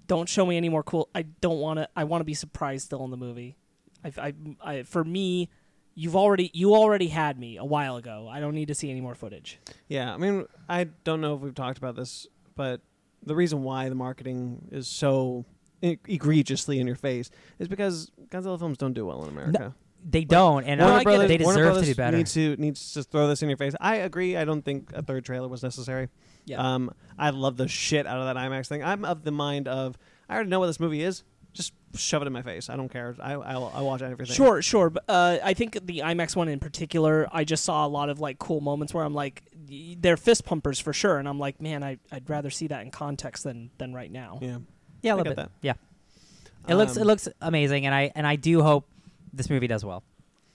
Speaker 6: don't show me any more cool I don't want to I want to be surprised still in the movie. I I, I for me You've already you already had me a while ago. I don't need to see any more footage.
Speaker 5: Yeah, I mean, I don't know if we've talked about this, but the reason why the marketing is so e- egregiously in your face is because Godzilla films don't do well in America.
Speaker 4: They don't, and
Speaker 5: Warner
Speaker 4: I,
Speaker 5: Brothers,
Speaker 4: they deserve
Speaker 5: Warner Brothers
Speaker 4: to be better.
Speaker 5: Needs to needs to throw this in your face. I agree. I don't think a third trailer was necessary.
Speaker 6: Yeah.
Speaker 5: Um, I love the shit out of that IMAX thing. I'm of the mind of I already know what this movie is. Just shove it in my face. I don't care. I I'll, I'll watch everything.
Speaker 6: Sure, sure. But uh, I think the IMAX one in particular, I just saw a lot of like cool moments where I'm like, y- they're fist pumpers for sure, and I'm like, man, I, I'd rather see that in context than than right now.
Speaker 5: Yeah.
Speaker 4: yeah, a
Speaker 5: I
Speaker 4: little bit.
Speaker 5: get
Speaker 4: Yeah, it looks it
Speaker 5: Um,
Speaker 4: looks amazing, and I and I do hope this movie does well.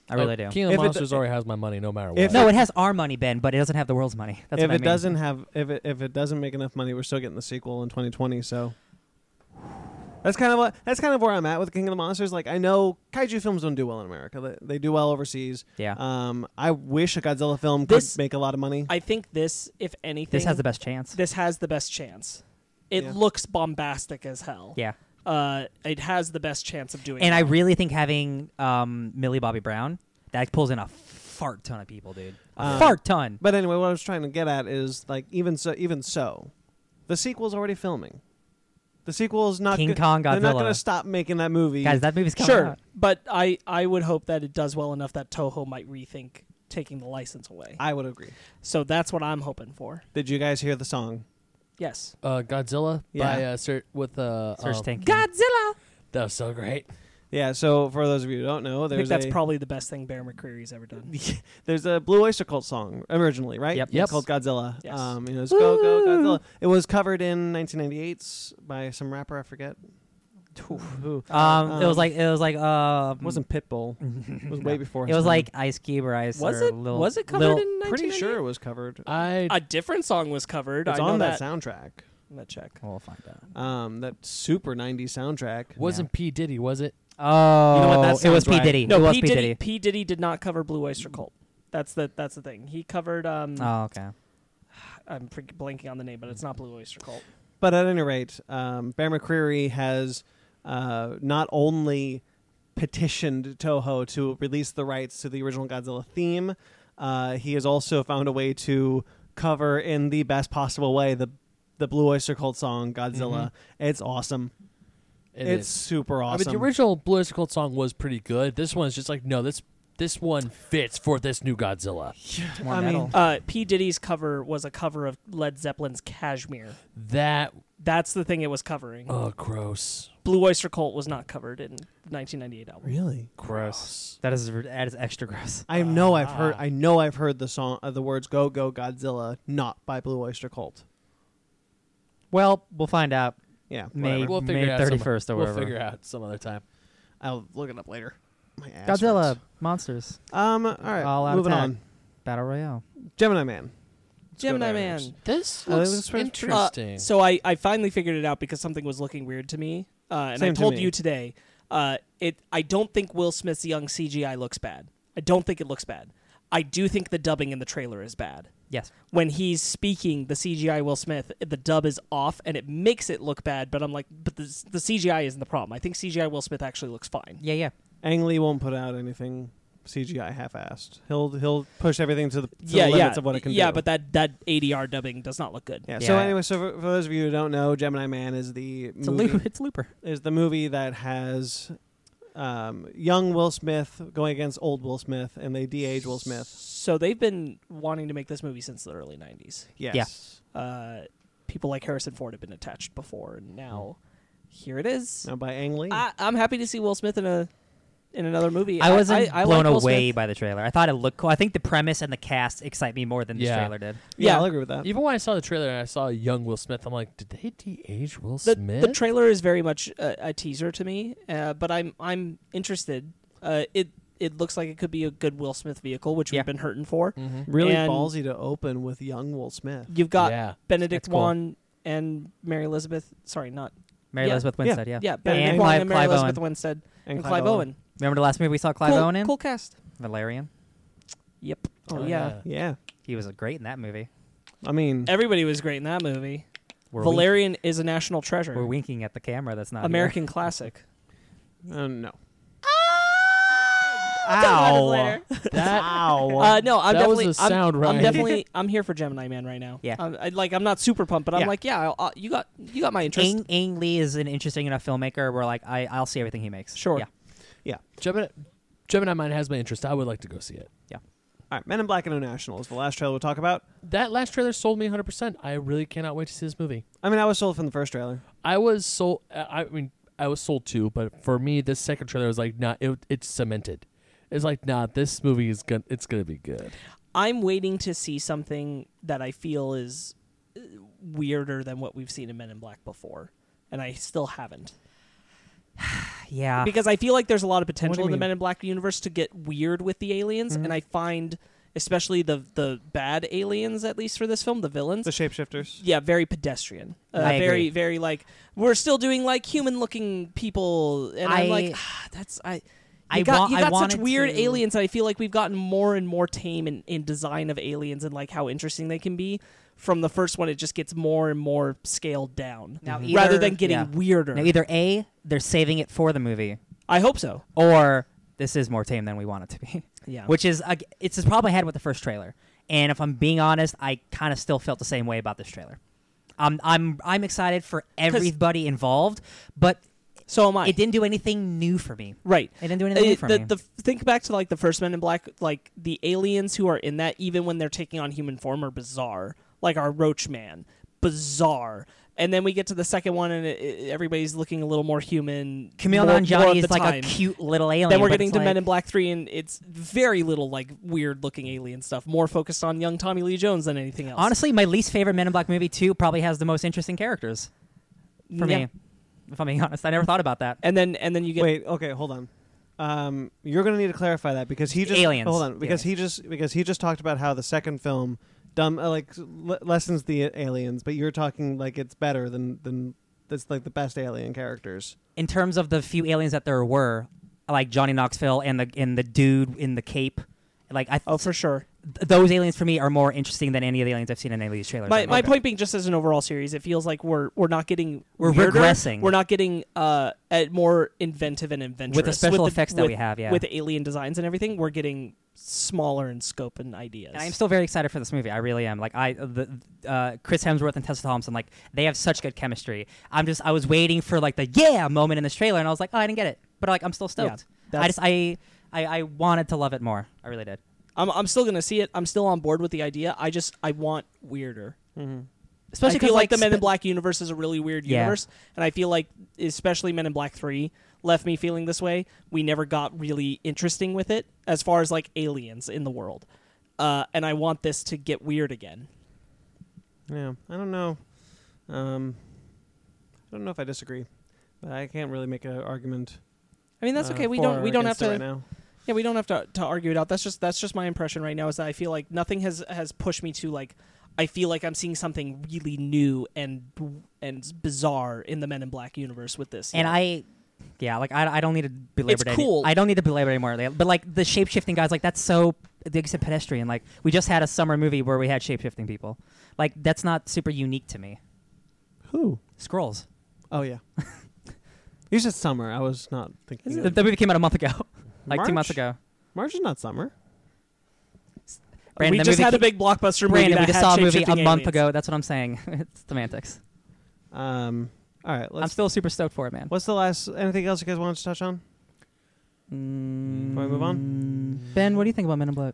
Speaker 4: I really do.
Speaker 3: King of
Speaker 5: If
Speaker 3: the
Speaker 5: it-
Speaker 3: Monsters already has my money, no matter what.
Speaker 5: If
Speaker 4: no, it has our money, Ben, but it doesn't have the world's money. That's
Speaker 5: if
Speaker 4: what I
Speaker 5: it
Speaker 4: mean.
Speaker 5: doesn't have if it if it doesn't make enough money, we're still getting the sequel in 2020. So that's kind of what that's kind of where I'm at with King of the Monsters. Like I know kaiju films don't do well in America. They, they do well overseas.
Speaker 4: Yeah.
Speaker 5: Um, I wish a Godzilla film could
Speaker 6: This-
Speaker 5: make a lot of money.
Speaker 6: I think this, if anything,
Speaker 4: this has the best chance.
Speaker 6: this has the best chance. It
Speaker 5: Yeah.
Speaker 6: looks bombastic as hell.
Speaker 4: yeah,
Speaker 6: Uh, it has the best chance of doing.
Speaker 4: and I
Speaker 6: well.
Speaker 4: really think having um, Millie Bobby Brown that pulls in a fart ton of people, dude. A
Speaker 5: Um,
Speaker 4: fart ton.
Speaker 5: but anyway, what I was trying to get at is like even so even so, the sequel's already filming. The sequel is not
Speaker 4: King
Speaker 5: go-
Speaker 4: Kong
Speaker 5: They're not
Speaker 4: Godzilla.
Speaker 5: going to stop making that movie.
Speaker 4: Guys, that movie's coming
Speaker 6: sure,
Speaker 4: out.
Speaker 6: but I I would hope that it does well enough that Toho might rethink taking the license away.
Speaker 5: I would agree.
Speaker 6: so that's what I'm hoping for.
Speaker 5: Did you guys hear the song?
Speaker 6: Yes.
Speaker 3: uh, Godzilla by
Speaker 5: Yeah.
Speaker 3: uh, Sir, with uh,
Speaker 4: Search
Speaker 3: um,
Speaker 4: tank.
Speaker 6: Godzilla.
Speaker 3: That was so great.
Speaker 5: Yeah. So for those of you who don't know,
Speaker 6: I
Speaker 5: there's
Speaker 6: think that's
Speaker 5: a,
Speaker 6: probably the best thing Bear McCreary's ever done.
Speaker 5: There's a Blue Oyster Cult song originally, right?
Speaker 4: Yep.
Speaker 5: It's
Speaker 3: Yep.
Speaker 5: Called Godzilla.
Speaker 6: Yes.
Speaker 5: Um, you know, it's Go Go Godzilla. It was covered in 1998 by some rapper I forget. Who?
Speaker 4: Um, it was
Speaker 5: Um,
Speaker 4: like it was like um,
Speaker 5: It wasn't Pitbull. It was way before.
Speaker 4: It
Speaker 5: his
Speaker 4: was
Speaker 5: time.
Speaker 4: like Ice Cube or Ice.
Speaker 6: Was
Speaker 4: or
Speaker 6: it?
Speaker 4: Lil,
Speaker 6: was it covered
Speaker 4: Lil,
Speaker 6: in?
Speaker 5: pretty sure it
Speaker 6: 1998?
Speaker 5: was covered.
Speaker 3: I
Speaker 6: A different song was covered.
Speaker 5: It's
Speaker 6: I know
Speaker 5: on
Speaker 6: that.
Speaker 5: that soundtrack.
Speaker 6: Let me check.
Speaker 4: We'll find out.
Speaker 5: Um, that super 90s soundtrack.
Speaker 3: wasn't P Diddy, was it?
Speaker 4: Oh,
Speaker 5: You know what, that
Speaker 4: it was
Speaker 5: sounds
Speaker 4: P
Speaker 5: right.
Speaker 4: Diddy.
Speaker 6: No,
Speaker 4: it was
Speaker 6: P
Speaker 4: P
Speaker 6: Diddy. P Diddy did not cover Blue Oyster Cult. That's the that's the thing. He covered. Um,
Speaker 4: Oh, okay.
Speaker 6: I'm freak- blanking on the name, but it's not Blue Oyster Cult.
Speaker 5: But at any rate, um, Bear McCreary has uh, not only petitioned Toho to release the rights to the original Godzilla theme, uh, he has also found a way to cover in the best possible way the the Blue Oyster Cult song Godzilla. It's awesome.
Speaker 3: Mm-hmm. It
Speaker 5: it's
Speaker 3: is.
Speaker 5: super awesome.
Speaker 3: I mean, the original Blue Oyster Cult song was pretty good. This one's just like, no, this this one fits for this new Godzilla.
Speaker 4: It's more
Speaker 5: I mean-
Speaker 4: metal.
Speaker 6: Uh, P Diddy's cover was a cover of Led Zeppelin's Cashmere.
Speaker 3: That
Speaker 6: That's the thing it was covering.
Speaker 3: oh, gross,
Speaker 6: Blue Oyster Cult was not covered in 1998 album.
Speaker 5: really.
Speaker 3: gross.
Speaker 4: that is that is extra gross.
Speaker 5: I know I've heard.
Speaker 3: Ah.
Speaker 5: I know I've heard the song, uh, the words "Go Go Godzilla," not by Blue Oyster Cult.
Speaker 4: Well, we'll find out.
Speaker 5: Yeah,
Speaker 4: May-
Speaker 5: whatever.
Speaker 3: We'll figure
Speaker 4: May
Speaker 3: it out some-
Speaker 4: 31st or
Speaker 3: We'll
Speaker 4: whatever.
Speaker 3: figure it out some other time.
Speaker 5: I'll look it up later. My ass hurts.
Speaker 4: Godzilla monsters
Speaker 5: Um. All right.
Speaker 4: All out
Speaker 5: moving
Speaker 4: attack.
Speaker 5: on.
Speaker 4: battle royale.
Speaker 5: Gemini Man.
Speaker 6: Gemini
Speaker 5: there
Speaker 6: Man.
Speaker 5: next.
Speaker 3: This
Speaker 5: Uh,
Speaker 3: looks
Speaker 5: this was pretty-
Speaker 6: Uh,
Speaker 3: interesting.
Speaker 6: so I, I finally figured it out because something was looking weird to me, uh, and
Speaker 5: Same
Speaker 6: I
Speaker 5: to
Speaker 6: told
Speaker 5: me.
Speaker 6: you today. Uh, it I don't think Will Smith's young CGI looks bad. I don't think it looks bad. I do think the dubbing in the trailer is bad.
Speaker 4: Yes.
Speaker 6: When he's speaking, the CGI Will Smith, the dub is off, and it makes it look bad. But I'm like, but the, the CGI isn't the problem. I think CGI Will Smith actually looks fine.
Speaker 4: Yeah, yeah.
Speaker 5: Ang Lee won't put out anything CGI half-assed. He'll he'll push everything to the, to
Speaker 6: yeah,
Speaker 5: the limits
Speaker 6: yeah,
Speaker 5: of what it can
Speaker 6: yeah.
Speaker 5: do.
Speaker 6: But that that ADR dubbing does not look good.
Speaker 5: yeah. So
Speaker 4: Yeah.
Speaker 5: anyway, so for, for those of you who don't know, Gemini Man is the
Speaker 4: It's a
Speaker 5: movie,
Speaker 4: loop. It's Looper.
Speaker 5: is the movie that has um, young Will Smith going against old Will Smith, and they de-age Will Smith.
Speaker 6: So they've been wanting to make this movie since the early '90s.
Speaker 5: Yes.
Speaker 6: uh, people like Harrison Ford have been attached before, and now
Speaker 5: Mm-hmm.
Speaker 6: here it is.
Speaker 5: Now by Ang Lee.
Speaker 6: I, I'm happy to see Will Smith in a in another movie.
Speaker 4: I wasn't
Speaker 6: I, I
Speaker 4: blown
Speaker 6: like Will
Speaker 4: away
Speaker 6: Smith.
Speaker 4: by the trailer. I thought it looked cool. I think the premise and the cast excite me more than the
Speaker 3: Yeah.
Speaker 4: trailer did.
Speaker 5: yeah,
Speaker 6: yeah.
Speaker 5: I'll agree with that.
Speaker 3: Even when I saw the trailer and I saw young Will Smith, I'm like, did they de-age Will
Speaker 6: the,
Speaker 3: Smith?
Speaker 6: the trailer is very much a, a teaser to me, uh, but I'm I'm interested. Uh, it it looks like it could be a good Will Smith vehicle, which
Speaker 4: Yeah.
Speaker 6: we've been hurting for.
Speaker 3: Mm-hmm.
Speaker 5: Really
Speaker 6: And-
Speaker 5: ballsy to open with young Will Smith.
Speaker 6: You've got
Speaker 3: yeah.
Speaker 6: Benedict
Speaker 4: That's cool.
Speaker 6: Wong and Mary Elizabeth. Sorry, not
Speaker 4: Mary
Speaker 6: Yeah.
Speaker 4: Elizabeth Winstead. Yeah.
Speaker 6: yeah, Benedict
Speaker 4: And
Speaker 6: Wong
Speaker 4: Clive-
Speaker 6: and Mary
Speaker 4: Clive
Speaker 6: Elizabeth
Speaker 4: Owen.
Speaker 6: Winstead and,
Speaker 5: Clive
Speaker 6: Clive Owen.
Speaker 4: Remember the last movie we saw Clive
Speaker 6: cool,
Speaker 4: Owen in?
Speaker 6: cool cast.
Speaker 4: Valerian.
Speaker 6: Yep. Oh,
Speaker 3: Oh,
Speaker 6: yeah.
Speaker 3: yeah.
Speaker 5: Yeah.
Speaker 4: He was great in that movie.
Speaker 5: I mean,
Speaker 6: Everybody was great in that movie.
Speaker 4: We're
Speaker 6: Valerian is a national treasure.
Speaker 4: wink- we're winking at the camera. That's not here.
Speaker 6: American classic.
Speaker 5: uh, no.
Speaker 4: Ow.
Speaker 5: That wow.
Speaker 6: Uh, no, I'm
Speaker 3: That was
Speaker 6: definitely.
Speaker 3: a
Speaker 6: I'm-
Speaker 3: sound,
Speaker 6: I'm,
Speaker 3: Ryan.
Speaker 6: definitely. I'm here for Gemini Man right now.
Speaker 4: Yeah.
Speaker 6: I'm, I, like I'm not super pumped, but I'm
Speaker 5: Yeah.
Speaker 6: like, yeah, I'll, I'll, you got you got my interest.
Speaker 4: Ang, Ang Lee is an interesting enough filmmaker where like I I'll see everything he makes.
Speaker 6: Sure.
Speaker 4: Yeah.
Speaker 5: yeah.
Speaker 3: Gemini, Gemini Mine has my interest. I would like to go see it.
Speaker 5: All right. Men in Black and International is the last trailer we'll talk about.
Speaker 3: That last trailer sold me 100%. I really cannot wait to see this movie.
Speaker 5: I mean, I was sold from the first trailer.
Speaker 3: I was sold. I I mean, I was sold too, but for me, this second trailer was like, nah, it, it's cemented. It's like, nah, this movie is gonna, it's gonna be good.
Speaker 6: I'm waiting to see something that I feel is uh, weirder than what we've seen in Men in Black before, and I still haven't
Speaker 4: Yeah.
Speaker 6: because I feel like there's a lot of potential in the
Speaker 3: mean?
Speaker 6: Men in Black universe to get weird with the aliens,
Speaker 4: Mm-hmm.
Speaker 6: and I find especially the the bad aliens, at least for this film, the villains,
Speaker 5: The shapeshifters.
Speaker 6: yeah, very pedestrian. Uh,
Speaker 4: I
Speaker 6: very,
Speaker 4: agree.
Speaker 6: very like we're still doing like human-looking people, and I, am like,
Speaker 4: I-
Speaker 6: ah, that's I. You
Speaker 4: I
Speaker 6: got,
Speaker 4: wa-
Speaker 6: you
Speaker 4: I
Speaker 6: got such
Speaker 4: wanted
Speaker 6: weird
Speaker 4: to-
Speaker 6: aliens. that I feel like we've gotten more and more tame in, in design of aliens and like how interesting they can be. From the first one, it just gets more and more scaled down,
Speaker 4: Now
Speaker 6: rather
Speaker 4: either-
Speaker 6: than getting
Speaker 4: yeah.
Speaker 6: weirder.
Speaker 4: Now either A they're saving it for the movie
Speaker 6: I hope so.
Speaker 4: or this is more tame than we want it to be.
Speaker 6: Yeah.
Speaker 4: Which is ag- it's the problem I had with the first trailer. And if I'm being honest, I kind of still felt the same way about this trailer. Um, I'm I'm excited for everybody involved, but
Speaker 6: So am I.
Speaker 4: it didn't do anything new for me.
Speaker 6: Right.
Speaker 4: It didn't do anything
Speaker 6: Uh,
Speaker 4: new for
Speaker 6: the,
Speaker 4: me.
Speaker 6: the- think back to like the first Men in Black, like the aliens who are in that, even when they're taking on human form, are bizarre. Like our Roach Man, bizarre. And then we get to the second one, and it, it- everybody's looking a little more human.
Speaker 4: Camille
Speaker 6: more, more of
Speaker 4: Nanjiani
Speaker 6: the
Speaker 4: is like
Speaker 6: time.
Speaker 4: a cute little alien.
Speaker 6: Then we're
Speaker 4: but
Speaker 6: getting
Speaker 4: it's
Speaker 6: to
Speaker 4: like,
Speaker 6: Men in Black Three, and it's very little like weird looking alien stuff. More focused on young Tommy Lee Jones than anything else.
Speaker 4: Honestly, my least favorite Men in Black movie two probably has the most interesting characters for
Speaker 6: Yeah.
Speaker 4: me. If I'm being honest, I never thought about that.
Speaker 6: And then and then you get
Speaker 5: Wait. Okay. Hold on. Um, you're gonna need to clarify that because he just
Speaker 4: Aliens.
Speaker 5: Hold on. Because he just because he just talked about how the second film dumb uh, like le- lessens the aliens, but you're talking like it's better than than that's like the best alien characters.
Speaker 4: In terms of the few aliens that there were, like Johnny Knoxville and the and the dude in the cape, like I
Speaker 6: oh for sure.
Speaker 4: th- those aliens for me are more interesting than any of the aliens I've seen in any of these trailers.
Speaker 6: My,
Speaker 4: right
Speaker 6: my
Speaker 4: now.
Speaker 6: point being, just as an overall series, it feels like we're we're not getting
Speaker 4: We're
Speaker 6: weirder.
Speaker 4: regressing.
Speaker 6: We're not getting uh at more inventive and adventurous
Speaker 4: special effects that
Speaker 6: with-
Speaker 4: we have, yeah.
Speaker 6: with the alien designs and everything. We're getting smaller in scope and ideas.
Speaker 4: And I'm still very excited for this movie. I really am. Like I, the, uh, Chris Hemsworth and Tessa Thompson, like they have such good chemistry. I'm just, I was waiting for like the yeah moment in this trailer, and I was like, oh, I didn't get it, but like I'm still stoked. I
Speaker 6: that's-
Speaker 4: just, I, I, I wanted to love it more. I really did.
Speaker 6: I'm I'm still gonna see it. I'm still on board with the idea. I just I want weirder.
Speaker 4: Especially
Speaker 6: I feel
Speaker 4: 'cause,
Speaker 6: like, the
Speaker 4: spe-
Speaker 6: Men in Black universe is a really weird
Speaker 4: Yeah.
Speaker 6: universe, and I feel like especially Men in Black Three left me feeling this way. We never got really interesting with it as far as like aliens in the world, uh, and I want this to get weird again.
Speaker 5: Yeah. I don't know. Um, I don't know if I disagree, but I can't really make an argument.
Speaker 6: I mean that's
Speaker 5: uh,
Speaker 6: okay. We
Speaker 5: for
Speaker 6: don't
Speaker 5: or
Speaker 6: we don't have
Speaker 5: against
Speaker 6: to
Speaker 5: it right now.
Speaker 6: yeah we don't have to, to argue it out. That's just that's just my impression right now is that I feel like nothing has has pushed me to like I feel like I'm seeing something really new and and bizarre in the Men in Black universe with this.
Speaker 4: And
Speaker 6: yet.
Speaker 4: I, yeah, like I, I don't need to belabor
Speaker 6: It's
Speaker 4: it any-
Speaker 6: cool.
Speaker 4: I don't need to belabor it anymore. Like, But like the shape shifting guys, like that's so they said pedestrian. Like we just had a summer movie where we had shape shifting people. Like that's not super unique to me.
Speaker 5: Who?
Speaker 4: Scrolls.
Speaker 5: Oh yeah. you said summer. I was not thinking.
Speaker 4: The,
Speaker 5: of-
Speaker 4: the movie came out a month ago, like two months
Speaker 5: March?
Speaker 4: ago.
Speaker 5: March is not summer.
Speaker 4: Brandon,
Speaker 6: we
Speaker 4: the
Speaker 6: just
Speaker 4: movie
Speaker 6: had a
Speaker 4: ca-
Speaker 6: big blockbuster movie
Speaker 4: Brandon,
Speaker 6: that
Speaker 4: we just
Speaker 6: had
Speaker 4: saw a movie a
Speaker 6: shape-shifting
Speaker 4: month
Speaker 6: aliens.
Speaker 4: ago. That's what I'm saying. it's semantics.
Speaker 5: Um. All right.
Speaker 4: I'm
Speaker 5: Let's.
Speaker 4: still super stoked for it, man.
Speaker 5: what's the last? Anything else you guys wanted to touch on?
Speaker 4: Mm,
Speaker 5: Before we move
Speaker 4: on? Mm. Ben, what do you think about Men in Black?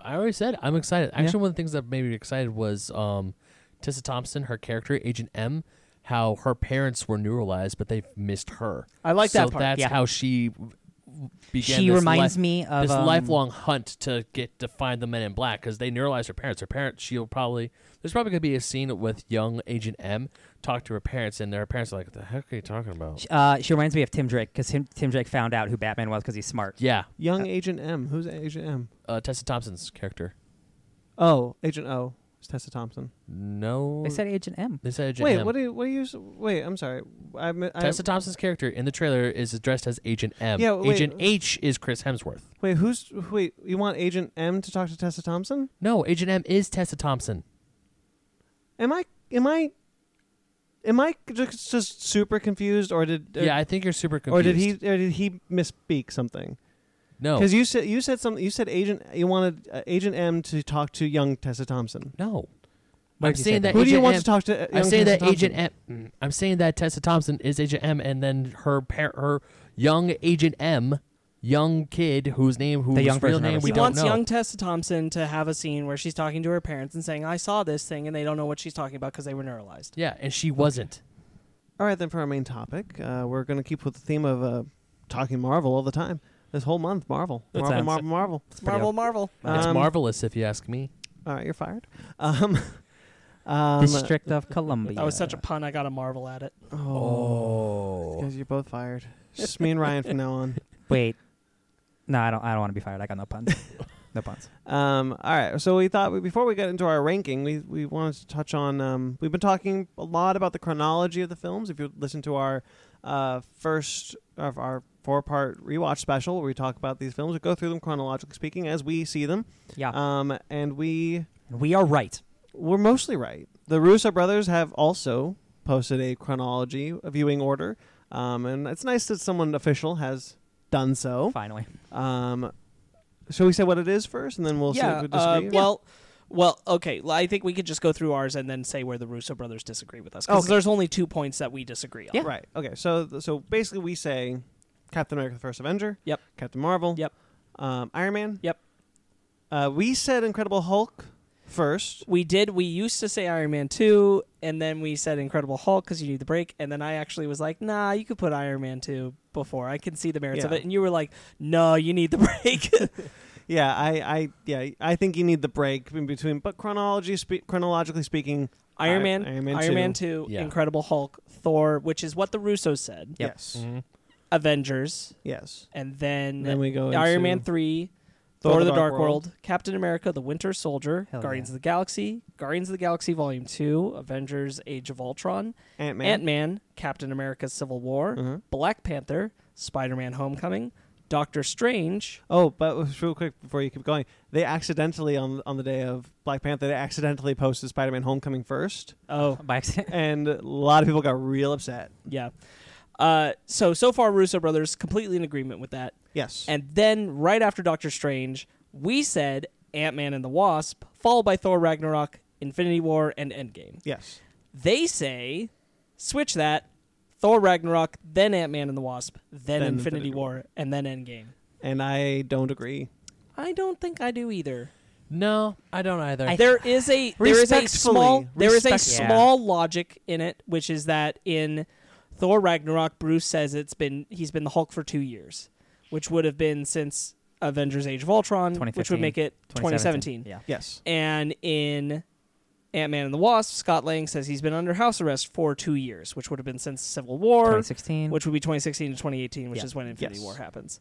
Speaker 3: I already said I'm excited.
Speaker 4: Yeah.
Speaker 3: Actually, one of the things that made me excited was um, Tessa Thompson, her character Agent M, how her parents were neuralized, but they've missed her.
Speaker 6: I like
Speaker 3: so
Speaker 6: that part,
Speaker 3: That's
Speaker 4: yeah.
Speaker 3: how she w- began.
Speaker 4: She
Speaker 3: this
Speaker 4: reminds
Speaker 3: li-
Speaker 4: me of
Speaker 3: this
Speaker 4: um,
Speaker 3: lifelong hunt to get to find the Men in Black because they neuralized her parents. Her parents, she'll probably there's probably gonna be a scene with young Agent M talk to her parents, and her parents are like, "What the heck are you talking about?"
Speaker 4: Uh, she reminds me of Tim Drake because Tim, Tim Drake found out who Batman was because he's smart.
Speaker 3: Yeah,
Speaker 4: Uh,
Speaker 5: Young Agent M. Who's Agent M?
Speaker 3: uh, Tessa Thompson's character.
Speaker 5: Oh, Agent O. It's Tessa Thompson.
Speaker 3: No,
Speaker 4: They said Agent M.
Speaker 3: they said Agent
Speaker 5: Wait,
Speaker 3: M.
Speaker 5: what do you? What do you? s- Wait, I'm sorry. I, mi- I,
Speaker 3: Tessa Thompson's character in the trailer is dressed as Agent M.
Speaker 5: Yeah, wait.
Speaker 3: Agent H is Chris Hemsworth.
Speaker 5: wait, who's? Wait, you want Agent M to talk to Tessa Thompson?
Speaker 3: No, Agent M is Tessa Thompson.
Speaker 5: Am I? Am I? Am I just, just super confused, or did? Or,
Speaker 3: yeah, I think you're super confused.
Speaker 5: or did he? Or did he misspeak something?
Speaker 3: No.
Speaker 5: Because you said you said something. You said agent you wanted uh, Agent M to talk to young Tessa Thompson.
Speaker 3: no.
Speaker 4: Why'd
Speaker 3: I'm
Speaker 4: you say
Speaker 3: saying
Speaker 4: that?
Speaker 3: that.
Speaker 5: Who do you
Speaker 3: Agent
Speaker 5: want
Speaker 3: M-
Speaker 5: to talk to? uh,
Speaker 3: I'm
Speaker 5: young
Speaker 3: saying
Speaker 5: Tessa
Speaker 3: that
Speaker 5: Thompson?
Speaker 3: Agent M. mm, I'm saying that Tessa Thompson is Agent M, and then her par- her young Agent M, young kid whose name whose
Speaker 4: The
Speaker 3: real
Speaker 4: young version of
Speaker 3: name we
Speaker 4: herself.
Speaker 6: He
Speaker 3: don't
Speaker 6: wants
Speaker 3: know.
Speaker 6: young Tessa Thompson to have a scene where she's talking to her parents and saying, "I saw this thing," and they don't know what she's talking about because they were neuralized.
Speaker 3: yeah, and she wasn't.
Speaker 5: All right, then for our main topic, uh, we're going to keep with the theme of uh, talking Marvel all the time. This whole month, Marvel,
Speaker 4: That
Speaker 5: Marvel,
Speaker 4: sounds-
Speaker 5: Marvel, Marvel.
Speaker 4: pretty
Speaker 6: Marvel, Marvel.
Speaker 3: It's
Speaker 5: Um,
Speaker 3: marvelous if you ask me.
Speaker 5: All right, you're fired. Um, um,
Speaker 4: District of Columbia.
Speaker 6: That was such a pun. I got to marvel at it.
Speaker 3: Oh.
Speaker 5: Because you're both fired. It's Just me and Ryan from now on.
Speaker 4: wait. No, I don't. I don't want to be fired. I got no puns. no puns.
Speaker 5: Um, all right. So we thought we, before we got into our ranking, we we wanted to touch on. Um, we've been talking a lot about the chronology of the films. If you listen to our uh, first of our four part rewatch special, where we talk about these films, we go through them chronologically speaking as we see them.
Speaker 4: Yeah,
Speaker 5: Um, and we
Speaker 4: we are right.
Speaker 5: were mostly right. The Russo brothers have also posted a chronology, a viewing order, um, and it's nice that someone official has done
Speaker 6: Oh.
Speaker 5: so.
Speaker 4: Finally,
Speaker 5: Um, shall we say what it is first, and then we'll see
Speaker 6: yeah.
Speaker 5: if we
Speaker 6: uh,
Speaker 5: disagree?
Speaker 6: Well. Well, okay. well, I think we could just go through ours and then say where the Russo brothers disagree with us because
Speaker 5: Okay.
Speaker 6: there's only two points that we disagree on.
Speaker 4: Yeah.
Speaker 5: Right. Okay. So th- so basically, we say Captain America: The First Avenger.
Speaker 6: Yep.
Speaker 5: Captain Marvel.
Speaker 6: Yep.
Speaker 5: Um, Iron Man.
Speaker 6: Yep.
Speaker 5: Uh, we said Incredible Hulk first.
Speaker 6: We did. We used to say Iron Man 2, and then we said Incredible Hulk because you need the break. And then I actually was like, nah, you could put Iron Man 2 before. I can see the merits of
Speaker 5: Yeah.
Speaker 6: it. And you were like, no, you need the break.
Speaker 5: Yeah. I. I. Yeah. I think you need the break in between. But chronology, spe- chronologically speaking,
Speaker 6: Iron
Speaker 5: I-
Speaker 6: Man,
Speaker 5: Iron Man 2.
Speaker 6: 2,
Speaker 3: Yeah.
Speaker 6: Incredible Hulk, Thor, which is what the Russos said,
Speaker 4: Yep.
Speaker 5: yes.
Speaker 6: Mm-hmm. Avengers,
Speaker 5: Yes.
Speaker 6: and then,
Speaker 5: And then we go
Speaker 6: Iron
Speaker 5: into
Speaker 6: Man 3, Thor, the, Dark, World. Captain America, The Winter Soldier,
Speaker 4: Hell yeah.
Speaker 6: Guardians of the Galaxy, Guardians of the Galaxy Volume 2, Avengers Age of Ultron,
Speaker 5: Ant Man.
Speaker 6: Ant Man, Captain America Civil
Speaker 5: Mm-hmm.
Speaker 6: War, Black Panther, Spider Man Homecoming, Doctor Strange.
Speaker 5: Oh, but just real quick before you keep going, they accidentally on on the day of Black Panther, they accidentally posted Spider-Man: Homecoming first,
Speaker 6: Oh,
Speaker 4: by accident.
Speaker 5: and a lot of people got real upset.
Speaker 6: yeah. Uh, so, so far, Russo Brothers completely in agreement with that.
Speaker 5: Yes.
Speaker 6: And then, right after Doctor Strange, we said Ant Man and the Wasp, followed by Thor Ragnarok, Infinity War, and Endgame.
Speaker 5: yes.
Speaker 6: They say, switch that, Thor Ragnarok, then Ant Man and the Wasp, then,
Speaker 5: Then
Speaker 6: Infinity,
Speaker 5: Infinity
Speaker 6: War, and then Endgame.
Speaker 5: And I don't agree.
Speaker 6: I don't think I do either.
Speaker 3: No, I don't either.
Speaker 4: I-
Speaker 6: there is a there is a
Speaker 5: Respectfully,
Speaker 6: small there is a
Speaker 5: respectfully.
Speaker 6: small logic in it, which is that in Thor Ragnarok, Bruce says it's been he's been the Hulk for two years, which would have been since Avengers: Age of Ultron, which would
Speaker 4: 2015,
Speaker 6: make it 2017.
Speaker 4: Yeah.
Speaker 5: Yes.
Speaker 6: And in Ant Man and the Wasp, Scott Lang says he's been under house arrest for two years, which would have been since Civil War,
Speaker 4: 2016.
Speaker 6: which would be 2016 to 2018, which
Speaker 4: Yeah.
Speaker 6: is when Infinity
Speaker 5: Yes.
Speaker 6: War happens.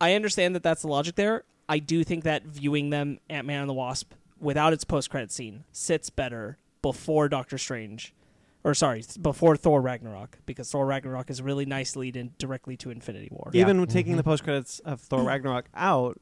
Speaker 6: I understand that that's the logic there. I do think that viewing them, Ant Man and the Wasp, without its post credit scene, sits better before Doctor Strange, or sorry, s- before Thor Ragnarok, because Thor Ragnarok is a really nice lead in directly to Infinity War.
Speaker 5: Even with taking the post credits of Thor Ragnarok out,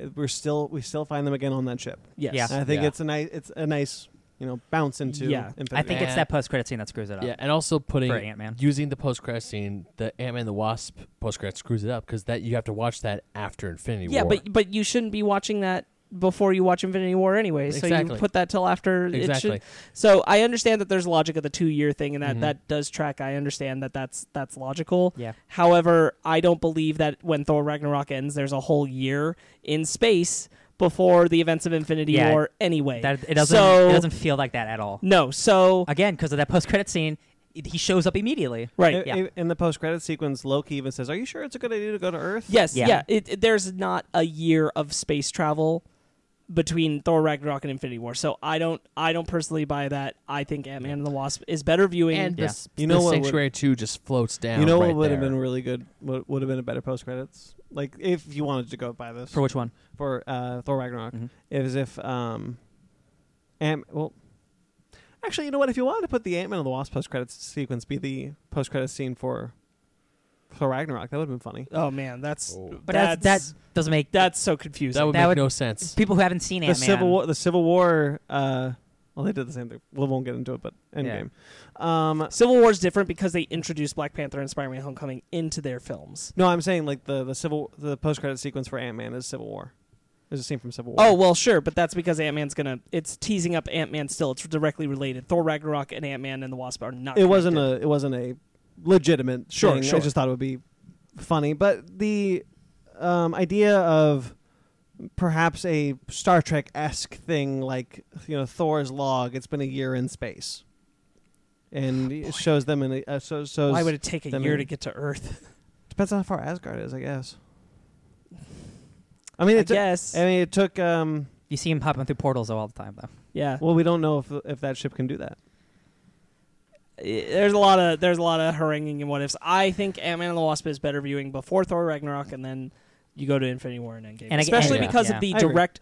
Speaker 5: uh, we're still we still find them again on that ship.
Speaker 6: Yes.
Speaker 4: Yeah.
Speaker 5: And I think
Speaker 3: Yeah.
Speaker 5: it's a nice it's a nice you know bounce into.
Speaker 6: Yeah.
Speaker 5: Infinity
Speaker 4: I think
Speaker 5: War.
Speaker 4: it's that post credit scene that screws it up.
Speaker 3: yeah, and also putting
Speaker 4: For Ant-Man.
Speaker 3: using the post credit scene, the Ant Man and the Wasp post credit screws it up because that you have to watch that after Infinity
Speaker 6: Yeah,
Speaker 3: War.
Speaker 6: but but you shouldn't be watching that before you watch Infinity War anyway. So
Speaker 3: Exactly.
Speaker 6: you put that till after it
Speaker 3: Exactly.
Speaker 6: should. So I understand that there's logic of the two year thing and that that does track. I understand that that's that's logical.
Speaker 4: Mm-hmm. Yeah.
Speaker 6: However, I don't believe that when Thor Ragnarok ends, there's a whole year in space before the events of Infinity
Speaker 4: Yeah,
Speaker 6: War anyway.
Speaker 4: That it doesn't.
Speaker 6: So
Speaker 4: it doesn't feel like that at all.
Speaker 6: no. So
Speaker 4: Again, because of that post credit scene, it, he shows up immediately.
Speaker 6: right.
Speaker 5: I-
Speaker 4: yeah.
Speaker 5: I- In the post credit sequence, Loki even says, "Are you sure it's a good idea to go to Earth?"
Speaker 6: Yes,
Speaker 4: Yeah.
Speaker 6: yeah. It, it- there's not a year of space travel between Thor Ragnarok and Infinity War, so I don't, I don't personally buy that. I think Ant Man and the Wasp is better viewing.
Speaker 3: and
Speaker 4: Yeah.
Speaker 3: this,
Speaker 5: You know
Speaker 3: the
Speaker 5: what would-
Speaker 3: Sanctuary Two just floats down.
Speaker 5: You know
Speaker 3: right
Speaker 5: what would
Speaker 3: there.
Speaker 5: have been really good? What would have been a better post credits? Like if you wanted to go by this
Speaker 4: For which one?
Speaker 5: for uh, Thor Ragnarok,
Speaker 4: Mhm.
Speaker 5: it was if um, Ant well, actually, you know what? If you wanted to put the Ant Man and the Wasp post credits sequence be the post credits scene for Thor Ragnarok, that would have been funny.
Speaker 6: oh man, that's
Speaker 3: Oh.
Speaker 4: But that's,
Speaker 6: that's, that's
Speaker 4: that doesn't make
Speaker 6: so confusing.
Speaker 3: that would
Speaker 4: that
Speaker 3: make
Speaker 4: would-
Speaker 3: no sense.
Speaker 4: people who haven't seen
Speaker 5: The
Speaker 4: Ant Man.
Speaker 5: Civil War, the Civil War uh, Well, they did the same thing. We won't get into it, but Endgame. Um,
Speaker 6: Civil War is different because they introduced Black Panther and Spider-Man: Homecoming into their films.
Speaker 5: no, I'm saying like the the civil the post credit sequence for Ant Man is Civil War. There's a scene from Civil War.
Speaker 6: Oh well, sure, but that's because Ant Man's gonna. It's teasing up Ant Man still. It's directly related. Thor Ragnarok and Ant Man and the Wasp are not.
Speaker 5: it wasn't
Speaker 6: connected.
Speaker 5: a it wasn't a legitimate
Speaker 6: Sure,
Speaker 5: thing.
Speaker 6: sure.
Speaker 5: I just thought it would be funny, but the um, idea of perhaps a Star Trek esque thing like you know Thor's log. It's been a year in space, and it shows them in a, uh, so shows
Speaker 6: Why would it take a
Speaker 5: them
Speaker 6: year
Speaker 5: in-
Speaker 6: to get to Earth?
Speaker 5: depends on how far Asgard is, I guess. I mean,
Speaker 6: I
Speaker 5: it took-
Speaker 6: guess.
Speaker 5: I mean, it took. Um,
Speaker 4: You see him popping through portals all the time, though.
Speaker 6: yeah.
Speaker 5: well, we don't know if if that ship can do that.
Speaker 6: I- there's a lot of there's a lot of haranguing and what ifs. I think Ant Man and the Wasp is better viewing before Thor Ragnarok, and then you go to Infinity War and Endgame,
Speaker 4: And I-
Speaker 6: especially
Speaker 3: and-
Speaker 6: because
Speaker 4: yeah.
Speaker 6: of the
Speaker 5: I agree.
Speaker 6: direct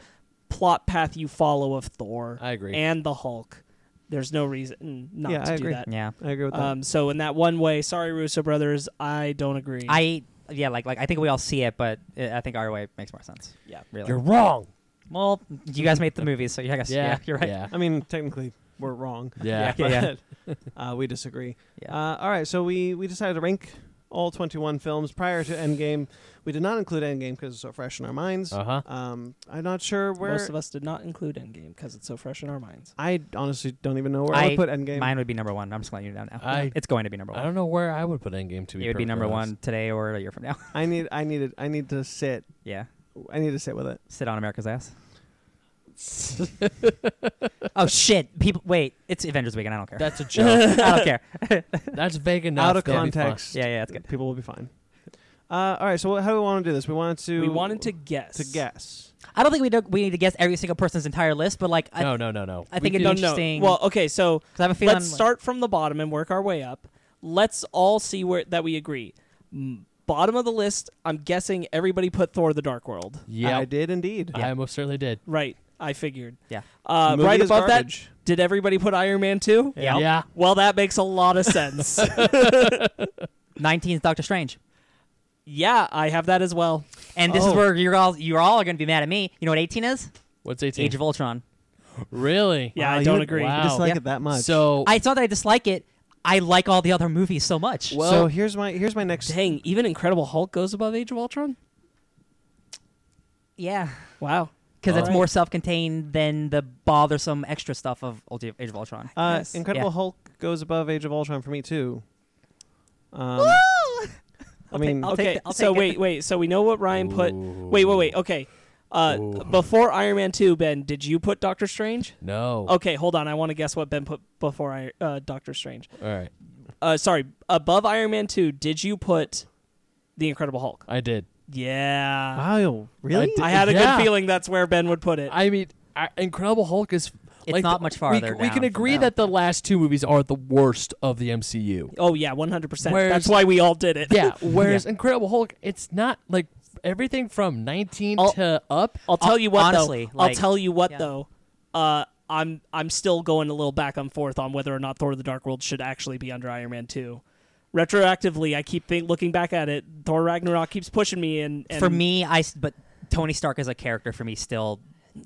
Speaker 6: plot path you follow of Thor
Speaker 3: I agree.
Speaker 6: and the Hulk. There's no reason not
Speaker 5: Yeah,
Speaker 6: to
Speaker 5: I
Speaker 6: do
Speaker 5: agree.
Speaker 6: that.
Speaker 4: Yeah,
Speaker 5: I agree with that.
Speaker 6: Um, so in that one way, sorry Russo brothers, I don't agree.
Speaker 4: I yeah, like like I think we all see it, but uh, I think our way makes more sense.
Speaker 6: Yeah.
Speaker 4: really.
Speaker 3: You're wrong.
Speaker 4: well, you guys made the movies, so yeah, I guess yeah, you're right.
Speaker 3: Yeah.
Speaker 5: I mean, technically, we're wrong.
Speaker 3: Yeah.
Speaker 4: Yeah, yeah.
Speaker 5: uh, we disagree.
Speaker 4: Yeah.
Speaker 5: Uh, all right, so we, we decided to rank all 21 films prior to Endgame. We did not include Endgame because it's so fresh in our minds.
Speaker 3: Uh-huh.
Speaker 5: Um, I'm not sure where.
Speaker 6: Uh. Most of us did not include Endgame because it's so fresh in our minds.
Speaker 5: I honestly don't even know where I,
Speaker 4: I-
Speaker 5: would put Endgame.
Speaker 4: Mine would be number one. I'm just letting you know now.
Speaker 3: I-
Speaker 4: it's going to be number
Speaker 3: I
Speaker 4: one.
Speaker 3: don't know where I would put Endgame to be.
Speaker 4: It would
Speaker 3: perfectly
Speaker 4: be number
Speaker 3: honest.
Speaker 4: one today or a year from now.
Speaker 5: I need I need it. I need to sit.
Speaker 4: yeah,
Speaker 5: I need to sit with it.
Speaker 4: sit on America's ass. oh shit! People, wait. It's Avengers weekend. I don't care.
Speaker 3: That's a joke.
Speaker 4: I don't care.
Speaker 3: That's vague enough.
Speaker 5: Out of
Speaker 3: That'll be fine.
Speaker 5: context.
Speaker 4: Yeah, yeah, that's good.
Speaker 5: People will be fine. Uh, all right, so how do we want to do this? We wanted to.
Speaker 6: we wanted to guess.
Speaker 5: to guess.
Speaker 4: I don't think we do, we need to guess every single person's entire list, but like, I,
Speaker 3: No, no, no, no.
Speaker 4: I think
Speaker 3: We
Speaker 4: it'd
Speaker 6: No,
Speaker 4: be
Speaker 3: did-
Speaker 6: no.
Speaker 4: interesting.
Speaker 6: Well, okay, so
Speaker 4: 'cause I have a feeling.
Speaker 6: Let's
Speaker 4: like-
Speaker 6: start from the bottom and work our way up. Let's all see where that we agree. Mm, Bottom of the list, I'm guessing everybody put Thor: The Dark World.
Speaker 3: Yeah,
Speaker 5: I did indeed.
Speaker 3: I most certainly did.
Speaker 6: Right, I figured.
Speaker 4: Yeah.
Speaker 6: Uh,
Speaker 5: Movie
Speaker 6: right
Speaker 5: is
Speaker 6: above
Speaker 5: garbage.
Speaker 6: that, did everybody put Iron Man 2?
Speaker 4: Yeah.
Speaker 3: Yeah.
Speaker 6: Well, that makes a lot of sense.
Speaker 4: 19 is Doctor Strange.
Speaker 6: yeah, I have that as well.
Speaker 4: And this is
Speaker 3: Oh.
Speaker 4: where you're all you're all going to be mad at me. You know what 18 is?
Speaker 3: What's 18?
Speaker 4: Age of Ultron.
Speaker 3: really?
Speaker 6: Yeah,
Speaker 5: Wow,
Speaker 6: I
Speaker 5: you
Speaker 6: don't
Speaker 5: would-
Speaker 6: agree.
Speaker 5: I
Speaker 3: Wow.
Speaker 5: dislike
Speaker 4: Yeah.
Speaker 5: it that much.
Speaker 3: Oh, So
Speaker 4: I, it's not that I dislike it. I like all the other movies so much.
Speaker 3: Well-
Speaker 5: so here's my here's my next.
Speaker 6: Dang, even Incredible Hulk goes above Age of Ultron.
Speaker 4: yeah,
Speaker 6: Wow.
Speaker 4: because it's
Speaker 3: Alright.
Speaker 4: more self-contained than the bothersome extra stuff of Ult- Age of Ultron.
Speaker 5: Uh,
Speaker 6: Yes.
Speaker 5: Incredible
Speaker 4: Yeah.
Speaker 5: Hulk goes above Age of Ultron for me too. Um, I mean,
Speaker 4: I'll take
Speaker 6: okay,
Speaker 4: it- I'll
Speaker 6: so
Speaker 4: take it.
Speaker 6: wait, wait. So we know what Ryan put. Wait, wait, wait. Okay. Uh, before Iron Man 2, Ben, did you put Doctor Strange?
Speaker 3: no.
Speaker 6: Okay, hold on. I want to guess what Ben put before I, uh, Doctor Strange.
Speaker 3: All right.
Speaker 6: Uh, sorry, above Iron Man two, did you put the Incredible Hulk?
Speaker 3: I did.
Speaker 6: Yeah,
Speaker 4: Ah.
Speaker 5: wow, really?
Speaker 3: did-
Speaker 6: I had a
Speaker 3: Yeah.
Speaker 6: good feeling that's where Ben would put it.
Speaker 3: I mean, I, Incredible Hulk is
Speaker 4: It's
Speaker 3: like
Speaker 4: not
Speaker 3: the-
Speaker 4: much
Speaker 3: we-
Speaker 4: farther
Speaker 3: We,
Speaker 4: down
Speaker 3: can
Speaker 4: from
Speaker 3: agree that
Speaker 4: that.
Speaker 3: the last two movies are the worst of the MCU.
Speaker 6: oh yeah, one hundred percent.
Speaker 3: Whereas-
Speaker 6: That's why we all did it.
Speaker 3: Yeah. Whereas Incredible Hulk, it's not like everything from 19
Speaker 6: I'll-
Speaker 3: to up.
Speaker 6: I'll tell you what
Speaker 4: honestly,
Speaker 6: though.
Speaker 4: like-
Speaker 6: I'll tell you what
Speaker 4: Yeah.
Speaker 6: though. Uh, I'm I'm still going a little back and forth on whether or not Thor: The Dark World should actually be under Iron Man two. Retroactively, I keep think, looking back at it. Thor Ragnarok keeps pushing me, and, and
Speaker 4: for me, I s- but Tony Stark as a character for me still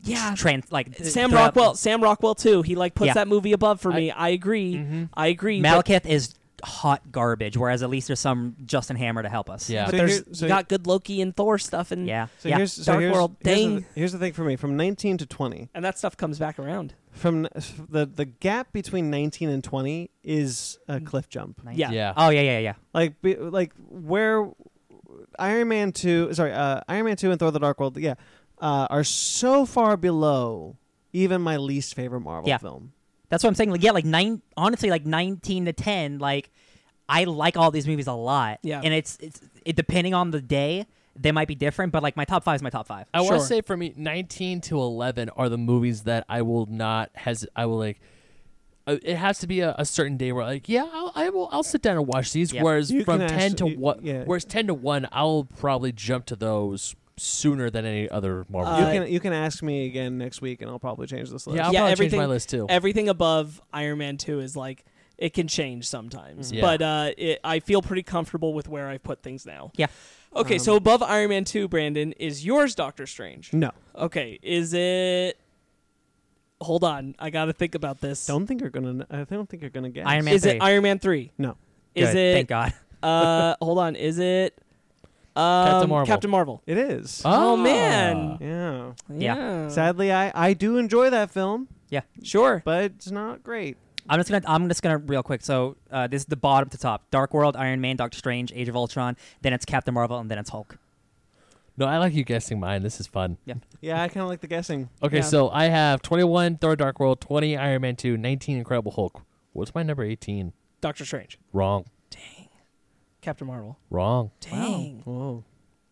Speaker 6: yeah,
Speaker 4: trans like
Speaker 6: Sam
Speaker 4: throughout-
Speaker 6: Rockwell, Sam Rockwell too. He like puts
Speaker 4: Yeah.
Speaker 6: that movie above for me. I, agree.
Speaker 5: Mm-hmm.
Speaker 6: I agree. but
Speaker 4: Malekith is hot garbage, whereas at least there's some Justin Hammer to help us.
Speaker 3: Yeah.
Speaker 5: So
Speaker 6: there's
Speaker 5: here- so
Speaker 6: you got good Loki and Thor stuff, and
Speaker 4: yeah,
Speaker 5: So
Speaker 4: yeah.
Speaker 5: here's so
Speaker 6: Dark
Speaker 5: here's,
Speaker 6: World,
Speaker 5: here's
Speaker 6: dang.
Speaker 5: the, here's the thing for me: from 19 to 20,
Speaker 6: and that stuff comes back around.
Speaker 5: from n- the the gap between 19 and 20 is a
Speaker 4: Mm.
Speaker 5: cliff jump.
Speaker 4: Nice.
Speaker 6: Yeah.
Speaker 3: Yeah.
Speaker 4: Oh yeah, yeah, yeah.
Speaker 5: Like be, like where Iron Man 2, sorry, uh, Iron Man 2 and Thor: The Dark World, yeah, uh, are so far below even my least favorite Marvel
Speaker 4: Yeah.
Speaker 5: film.
Speaker 4: That's what I'm saying. Like, yeah, like nine. Honestly, like nineteen to ten. Like, I like all these movies a lot.
Speaker 6: Yeah.
Speaker 4: and it's it's it, depending on the day, they might be different. But like my top five is my top five.
Speaker 3: I want
Speaker 6: Sure.
Speaker 3: to say for me, 19 to 11 are the movies that I will not has. I will like. uh, It has to be a, a certain day where like yeah I'll, I will I'll sit down and watch these.
Speaker 4: Yeah.
Speaker 3: Whereas
Speaker 5: You
Speaker 3: from
Speaker 5: can
Speaker 3: ten to
Speaker 5: actually-
Speaker 3: one,
Speaker 5: yeah.
Speaker 3: whereas ten to one, I'll probably jump to those sooner than any other Marvel.
Speaker 5: you
Speaker 4: Uh,
Speaker 3: film.
Speaker 5: can you can ask me again next week, and I'll probably change this list.
Speaker 3: yeah, I'll
Speaker 6: yeah,
Speaker 3: probably change my
Speaker 6: everything-
Speaker 3: list too.
Speaker 6: Everything above Iron Man two is like it can change sometimes,
Speaker 3: Mhm. Yeah.
Speaker 6: but uh, it, I feel pretty comfortable with where I've put things now.
Speaker 4: Yeah.
Speaker 6: Okay, so above Iron Man two, Brandon is yours, Doctor Strange.
Speaker 5: No,
Speaker 6: Okay, is it hold on. I got to think about this.
Speaker 5: Don't think you're gonna. I don't think you're gonna get.
Speaker 4: Iron Man
Speaker 6: is
Speaker 4: three.
Speaker 6: it Iron Man 3?
Speaker 5: No.
Speaker 6: Is
Speaker 4: Good,
Speaker 6: it
Speaker 4: Thank God.
Speaker 6: uh hold on, is it um,
Speaker 3: Marvel.
Speaker 6: Captain Marvel.
Speaker 5: It is.
Speaker 6: Oh,
Speaker 3: Ah.
Speaker 6: man.
Speaker 5: yeah.
Speaker 4: Yeah.
Speaker 6: Oh.
Speaker 5: Sadly, I I do enjoy that film,
Speaker 6: Sure.
Speaker 5: but it's not great.
Speaker 4: I'm just gonna I'm just gonna real quick. So uh, this is the bottom to top: Dark World, Iron Man, Doctor Strange, Age of Ultron. Then it's Captain Marvel, and then it's Hulk.
Speaker 3: No, I like you guessing mine. This is fun.
Speaker 5: Yeah, I kind of like the guessing.
Speaker 3: Okay,
Speaker 6: Yeah.
Speaker 3: so I have 21 Thor Dark World, 20 Iron Man 2, 19 Incredible Hulk. What's my number 18?
Speaker 6: Doctor Strange.
Speaker 3: Wrong.
Speaker 6: Captain Marvel.
Speaker 3: Wrong.
Speaker 6: Dang.
Speaker 5: Whoa.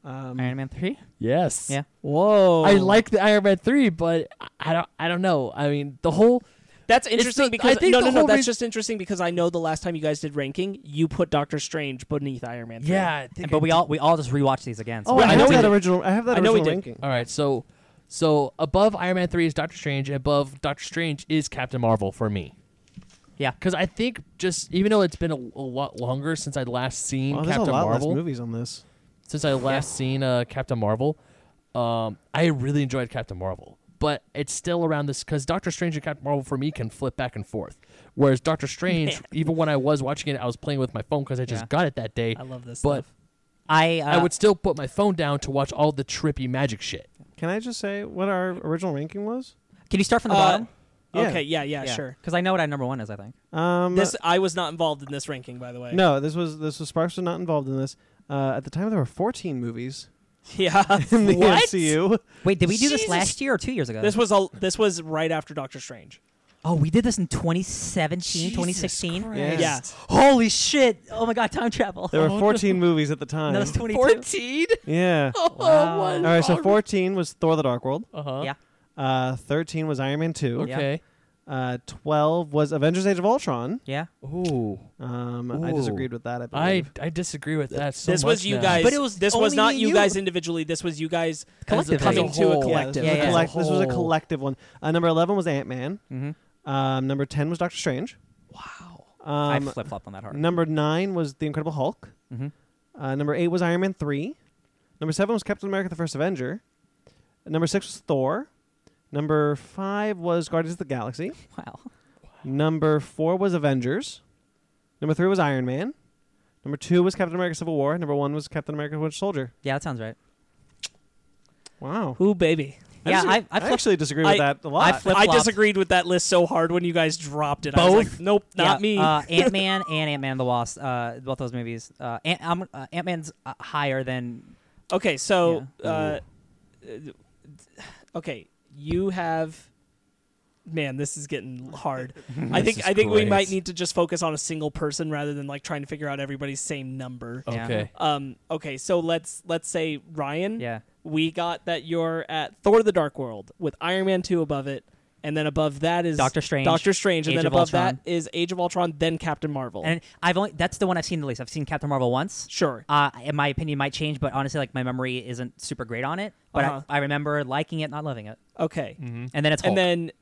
Speaker 5: Um,
Speaker 4: Iron Man three.
Speaker 3: Yes.
Speaker 4: Yeah.
Speaker 5: Oh.
Speaker 6: Whoa.
Speaker 3: I like the Iron Man 3, but I- I don't I don't know. I mean, the whole
Speaker 6: That's
Speaker 3: It's
Speaker 6: interesting
Speaker 3: the-
Speaker 6: because
Speaker 3: I think
Speaker 6: no,
Speaker 3: the
Speaker 6: no, no.
Speaker 3: whole
Speaker 6: That's
Speaker 3: reas-
Speaker 6: just interesting because I know the last time you guys did ranking, you put Doctor Strange beneath Iron Man. 3.
Speaker 3: Yeah, I think
Speaker 4: But we all we all just rewatched these again. So
Speaker 5: Oh,
Speaker 6: Well,
Speaker 5: I,
Speaker 6: I know
Speaker 5: have
Speaker 6: we
Speaker 5: that
Speaker 6: did.
Speaker 5: original. I have that
Speaker 6: I know we
Speaker 5: original
Speaker 6: did.
Speaker 5: ranking.
Speaker 3: All right, so so above Iron Man three is Doctor Strange, and above Doctor Strange is Captain Marvel for me.
Speaker 4: Yeah.
Speaker 3: because I think just even though it's been a, a lot longer since I last seen
Speaker 5: Wow, there's
Speaker 3: Captain
Speaker 5: a lot
Speaker 3: Marvel,
Speaker 5: less movies on this.
Speaker 3: since I last seen uh, Captain Marvel, um, I really enjoyed Captain Marvel. But it's still around this because Doctor Strange and Captain Marvel for me can flip back and forth. Whereas Doctor Strange, even when I was watching it, I was playing with my phone because I just
Speaker 4: Yeah.
Speaker 3: got it that day.
Speaker 6: I love this
Speaker 3: But
Speaker 6: stuff.
Speaker 4: I uh,
Speaker 3: I would still put my phone down to watch all the trippy magic shit.
Speaker 5: Can I just say what our original ranking was?
Speaker 4: Can you start from the
Speaker 6: Uh,
Speaker 4: bottom?
Speaker 5: Yeah.
Speaker 6: Okay, yeah, yeah, sure.
Speaker 4: Because I know what our number one is. I think.
Speaker 5: Um,
Speaker 6: This I was not involved in this ranking, by the way.
Speaker 5: no, this was this was Sparks was not involved in this. Uh, at the time, there were 14 movies
Speaker 6: Yeah.
Speaker 5: in the
Speaker 6: what?
Speaker 5: MCU.
Speaker 4: Wait, did we do
Speaker 6: Jesus.
Speaker 4: this last year or two years ago?
Speaker 6: This was a, this was right after Doctor Strange.
Speaker 4: oh, we did this in 2017,
Speaker 3: Jesus
Speaker 4: 2016.
Speaker 5: Yeah.
Speaker 6: Yeah.
Speaker 4: Holy shit! Oh my god, time travel.
Speaker 5: There were 14 movies at the time.
Speaker 4: no, it's 22.
Speaker 3: 14?
Speaker 5: yeah.
Speaker 4: Oh,
Speaker 5: All right, so 14 was Thor: The Dark World.
Speaker 3: Uh-huh.
Speaker 4: Yeah.
Speaker 5: Uh, 13 was Iron Man 2.
Speaker 4: Yeah.
Speaker 3: Okay.
Speaker 5: Uh, 12 was Avengers: Age of Ultron.
Speaker 4: Yeah.
Speaker 3: Ooh.
Speaker 5: Um, I
Speaker 3: Ooh.
Speaker 5: disagreed with that. I
Speaker 3: I,
Speaker 5: believe.
Speaker 3: I disagree with that so
Speaker 6: this
Speaker 3: much
Speaker 6: was you
Speaker 3: now.
Speaker 6: guys.
Speaker 4: But it was
Speaker 6: this was
Speaker 4: only
Speaker 6: not you,
Speaker 4: you.
Speaker 6: guys individually. This was you guys as a-
Speaker 4: Collectively.
Speaker 6: coming
Speaker 3: As a
Speaker 6: to
Speaker 3: whole.
Speaker 6: a
Speaker 5: yeah, this,
Speaker 6: collective.
Speaker 5: was
Speaker 4: Yeah,
Speaker 5: a
Speaker 4: yeah.
Speaker 5: collect- this was a
Speaker 3: Whole.
Speaker 5: collective one. Uh, number 11 was Ant Man.
Speaker 4: Mm-hmm.
Speaker 5: Um, number 10 was Doctor Strange.
Speaker 6: Wow.
Speaker 4: I
Speaker 5: Um,
Speaker 4: flip flop on that hard.
Speaker 5: number 9 was The Incredible Hulk.
Speaker 4: Mm-hmm.
Speaker 5: Uh, number eight was Iron Man 3. Number seven was Captain America the First Avenger. Number six was Thor. Number five was Guardians of the Galaxy.
Speaker 4: Wow.
Speaker 5: Number four was Avengers. Number three was Iron Man. Number two was Captain America Civil War. Number one was Captain America Winter Soldier.
Speaker 4: Yeah, that sounds right.
Speaker 5: Wow.
Speaker 6: Who baby?
Speaker 4: yeah,
Speaker 5: disagree-
Speaker 4: I, I
Speaker 5: I
Speaker 4: flipped.
Speaker 5: actually disagree with
Speaker 6: I-
Speaker 5: that a lot.
Speaker 4: I flip-
Speaker 6: I
Speaker 4: Flip-flopped.
Speaker 6: disagreed with that list so hard when you guys dropped it. I was like, nope, not
Speaker 4: yeah,
Speaker 6: me.
Speaker 4: Uh, Ant Man and Ant Man the Wasp. Uh, both those movies. Uh, Ant I'm- uh, Man's uh, higher than.
Speaker 6: okay, so uh, okay, you have. Man, this is getting hard. I
Speaker 3: This
Speaker 6: think
Speaker 3: is
Speaker 6: I think we
Speaker 3: great.
Speaker 6: might need to just focus on a single person rather than like trying to figure out everybody's same number.
Speaker 4: Yeah.
Speaker 3: Okay.
Speaker 6: Um. Okay, so let's let's say Ryan.
Speaker 4: Yeah.
Speaker 6: we got that you're at Thor: The Dark World with Iron Man two above it, and then above that is
Speaker 4: Doctor Strange,
Speaker 6: Doctor Strange, and
Speaker 4: Age
Speaker 6: then
Speaker 4: of
Speaker 6: above
Speaker 4: Ultron.
Speaker 6: that is Age of Ultron, then Captain Marvel.
Speaker 4: And I've only that's the one I've seen the least. I've seen Captain Marvel once.
Speaker 6: sure,
Speaker 4: Uh, and my opinion might change, but honestly, like my memory isn't super great on it. But
Speaker 6: Uh-huh. Mm-hmm.
Speaker 4: I, I remember liking it, not loving it.
Speaker 6: okay,
Speaker 3: Mm.
Speaker 4: And then it's Hulk.
Speaker 6: and then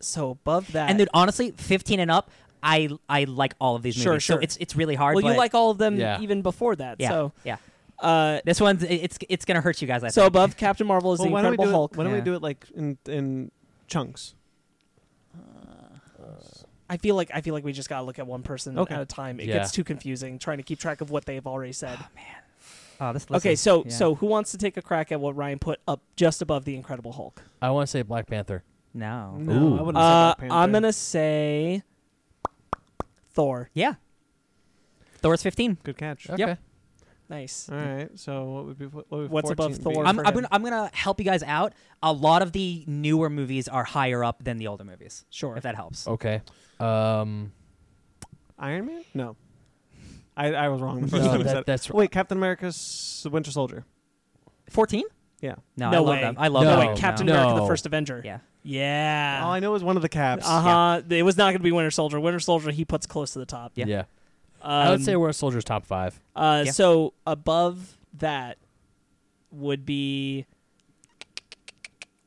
Speaker 6: so above that,
Speaker 4: and then honestly, fifteen and up, I I like all of these
Speaker 6: Sure,
Speaker 4: movies.
Speaker 6: sure.
Speaker 4: So it's it's really hard.
Speaker 6: well, you
Speaker 4: but-
Speaker 6: like all of them
Speaker 3: Yeah.
Speaker 6: even before that.
Speaker 4: yeah,
Speaker 6: So,
Speaker 4: yeah.
Speaker 6: uh,
Speaker 4: This one's it- it's it's gonna hurt you guys. I
Speaker 6: so
Speaker 4: think.
Speaker 6: above Captain Marvel is
Speaker 5: Well,
Speaker 6: the
Speaker 5: why don't we do
Speaker 6: Incredible Hulk.
Speaker 5: It, why don't we
Speaker 4: Yeah.
Speaker 5: do it like in, in chunks?
Speaker 6: I feel like I feel like we just gotta look at one person
Speaker 5: Okay.
Speaker 6: at a time. It
Speaker 3: Yeah.
Speaker 6: gets too confusing trying to keep track of what they've already said.
Speaker 4: Oh, this list
Speaker 6: okay,
Speaker 4: is-
Speaker 6: so
Speaker 4: yeah.
Speaker 6: so who wants to take a crack at what Ryan put up just above the Incredible Hulk?
Speaker 3: I want to say Black Panther.
Speaker 4: no,
Speaker 5: No,
Speaker 3: Ooh.
Speaker 5: I wouldn't say
Speaker 6: Uh,
Speaker 5: Black Panther.
Speaker 6: I'm gonna say Thor.
Speaker 4: yeah, Thor's fifteen.
Speaker 5: Good catch.
Speaker 3: Okay.
Speaker 6: Nice.
Speaker 5: All right. So what would be what would
Speaker 6: What's above
Speaker 5: 14 be?
Speaker 6: Thor?
Speaker 4: I'm,
Speaker 6: for
Speaker 4: I'm
Speaker 6: him.
Speaker 4: gonna I'm gonna help you guys out. A lot of the newer movies are higher up than the older movies.
Speaker 6: Sure. Oh.
Speaker 4: if that helps.
Speaker 3: Okay. Um,
Speaker 5: Iron Man? No. I, I was wrong the first
Speaker 3: No,
Speaker 5: time I
Speaker 3: that-
Speaker 5: said it.
Speaker 3: that's
Speaker 5: Wait, Captain America's Winter Soldier.
Speaker 4: Fourteen?
Speaker 5: Yeah.
Speaker 4: No,
Speaker 6: No
Speaker 4: I
Speaker 6: way.
Speaker 4: love them. I love
Speaker 3: No.
Speaker 6: Oh,
Speaker 4: them.
Speaker 3: No
Speaker 6: wait, Captain
Speaker 3: no.
Speaker 6: America: The
Speaker 3: No.
Speaker 6: First Avenger.
Speaker 4: Yeah.
Speaker 5: All
Speaker 6: Yeah.
Speaker 5: Oh, I know is one of the caps.
Speaker 6: Uh huh. It was not gonna be Winter Soldier. Winter Soldier he puts close to the top.
Speaker 3: yeah.
Speaker 4: Yeah.
Speaker 6: Um,
Speaker 3: I would say we're Soldier's top five.
Speaker 6: Uh,
Speaker 4: Yeah.
Speaker 6: So above that would be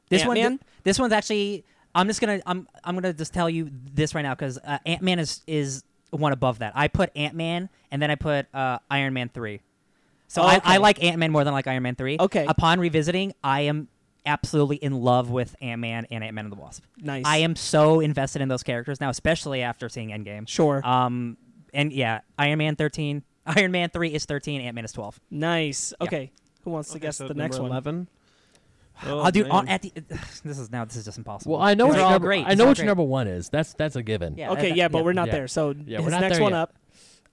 Speaker 4: This one,
Speaker 6: Ant-Man?
Speaker 4: this one's actually. I'm just gonna. I'm. I'm gonna just tell you this right now because uh, Ant Man is is one above that. I put Ant Man and then I put uh, Iron Man three. So
Speaker 6: Oh,
Speaker 4: I,
Speaker 6: okay.
Speaker 4: I like Ant Man more than I like Iron Man three.
Speaker 6: Okay.
Speaker 4: Upon revisiting, I am absolutely in love with Ant Man and Ant Man and the Wasp.
Speaker 6: Nice.
Speaker 4: I am so invested in those characters now, especially after seeing Endgame.
Speaker 6: Sure.
Speaker 4: Um, and yeah, Iron Man thirteen, Iron Man three is thirteen, Ant Man is twelve.
Speaker 6: nice. Okay. Who wants to
Speaker 5: Okay,
Speaker 6: guess
Speaker 5: so
Speaker 6: the next
Speaker 5: number
Speaker 6: one?
Speaker 5: 11. Oh,
Speaker 4: I'll do
Speaker 5: man.
Speaker 4: on at the. This is now. This is just impossible.
Speaker 3: Well, I know
Speaker 4: These
Speaker 3: what
Speaker 4: are
Speaker 3: your
Speaker 4: all
Speaker 3: number,
Speaker 4: great.
Speaker 3: I
Speaker 4: These
Speaker 3: know
Speaker 4: are
Speaker 3: what
Speaker 4: great.
Speaker 3: your number one is. That's that's a given.
Speaker 4: Yeah,
Speaker 6: Okay,
Speaker 4: that-
Speaker 6: yeah, but
Speaker 4: yeah.
Speaker 6: we're not
Speaker 3: Yeah.
Speaker 6: there. So
Speaker 3: Yeah, we're
Speaker 6: his
Speaker 3: not
Speaker 6: next
Speaker 3: there
Speaker 6: one
Speaker 3: yet.
Speaker 6: up.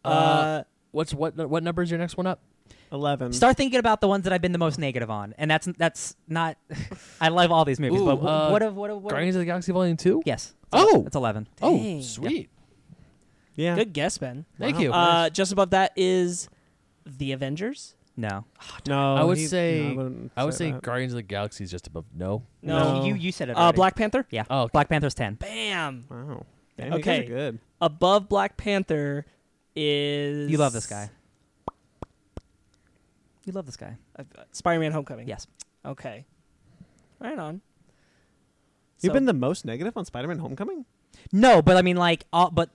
Speaker 6: Uh,
Speaker 3: Uh, What's what what number is your next one up?
Speaker 6: Um,
Speaker 5: 11.
Speaker 4: Start thinking about the ones that I've been the most negative on, and that's that's not. I love all these movies,
Speaker 3: Ooh,
Speaker 4: but wh-
Speaker 3: uh,
Speaker 4: what of what of what? of-
Speaker 3: Guardians of the Galaxy Volume Two.
Speaker 4: yes.
Speaker 3: Oh!
Speaker 4: it's eleven.
Speaker 3: Oh,
Speaker 6: Dang.
Speaker 3: sweet.
Speaker 5: yeah.
Speaker 6: Uh, good guess, Ben.
Speaker 3: Thank
Speaker 5: Wow.
Speaker 3: you.
Speaker 6: Uh, just above that is the Avengers.
Speaker 4: No,
Speaker 5: No,
Speaker 3: I would
Speaker 5: he-
Speaker 3: say
Speaker 5: no, I, wouldn't
Speaker 3: I would say
Speaker 5: that.
Speaker 3: Guardians of the Galaxy is just above no.
Speaker 6: No.
Speaker 4: you you said it.
Speaker 6: Uh,
Speaker 4: already.
Speaker 6: Black Panther.
Speaker 4: Yeah.
Speaker 3: Oh, okay.
Speaker 4: Black Panther's ten.
Speaker 6: Bam.
Speaker 5: Wow. Damn, you guys are
Speaker 6: Okay.
Speaker 5: good.
Speaker 6: Above Black Panther is
Speaker 4: You love this guy. You love this guy.
Speaker 6: Uh, Spider-Man: Homecoming.
Speaker 4: Yes.
Speaker 6: Okay. Right on.
Speaker 5: You've
Speaker 6: So-
Speaker 5: been the most negative on Spider-Man: Homecoming.
Speaker 4: No, but I mean, like, all, but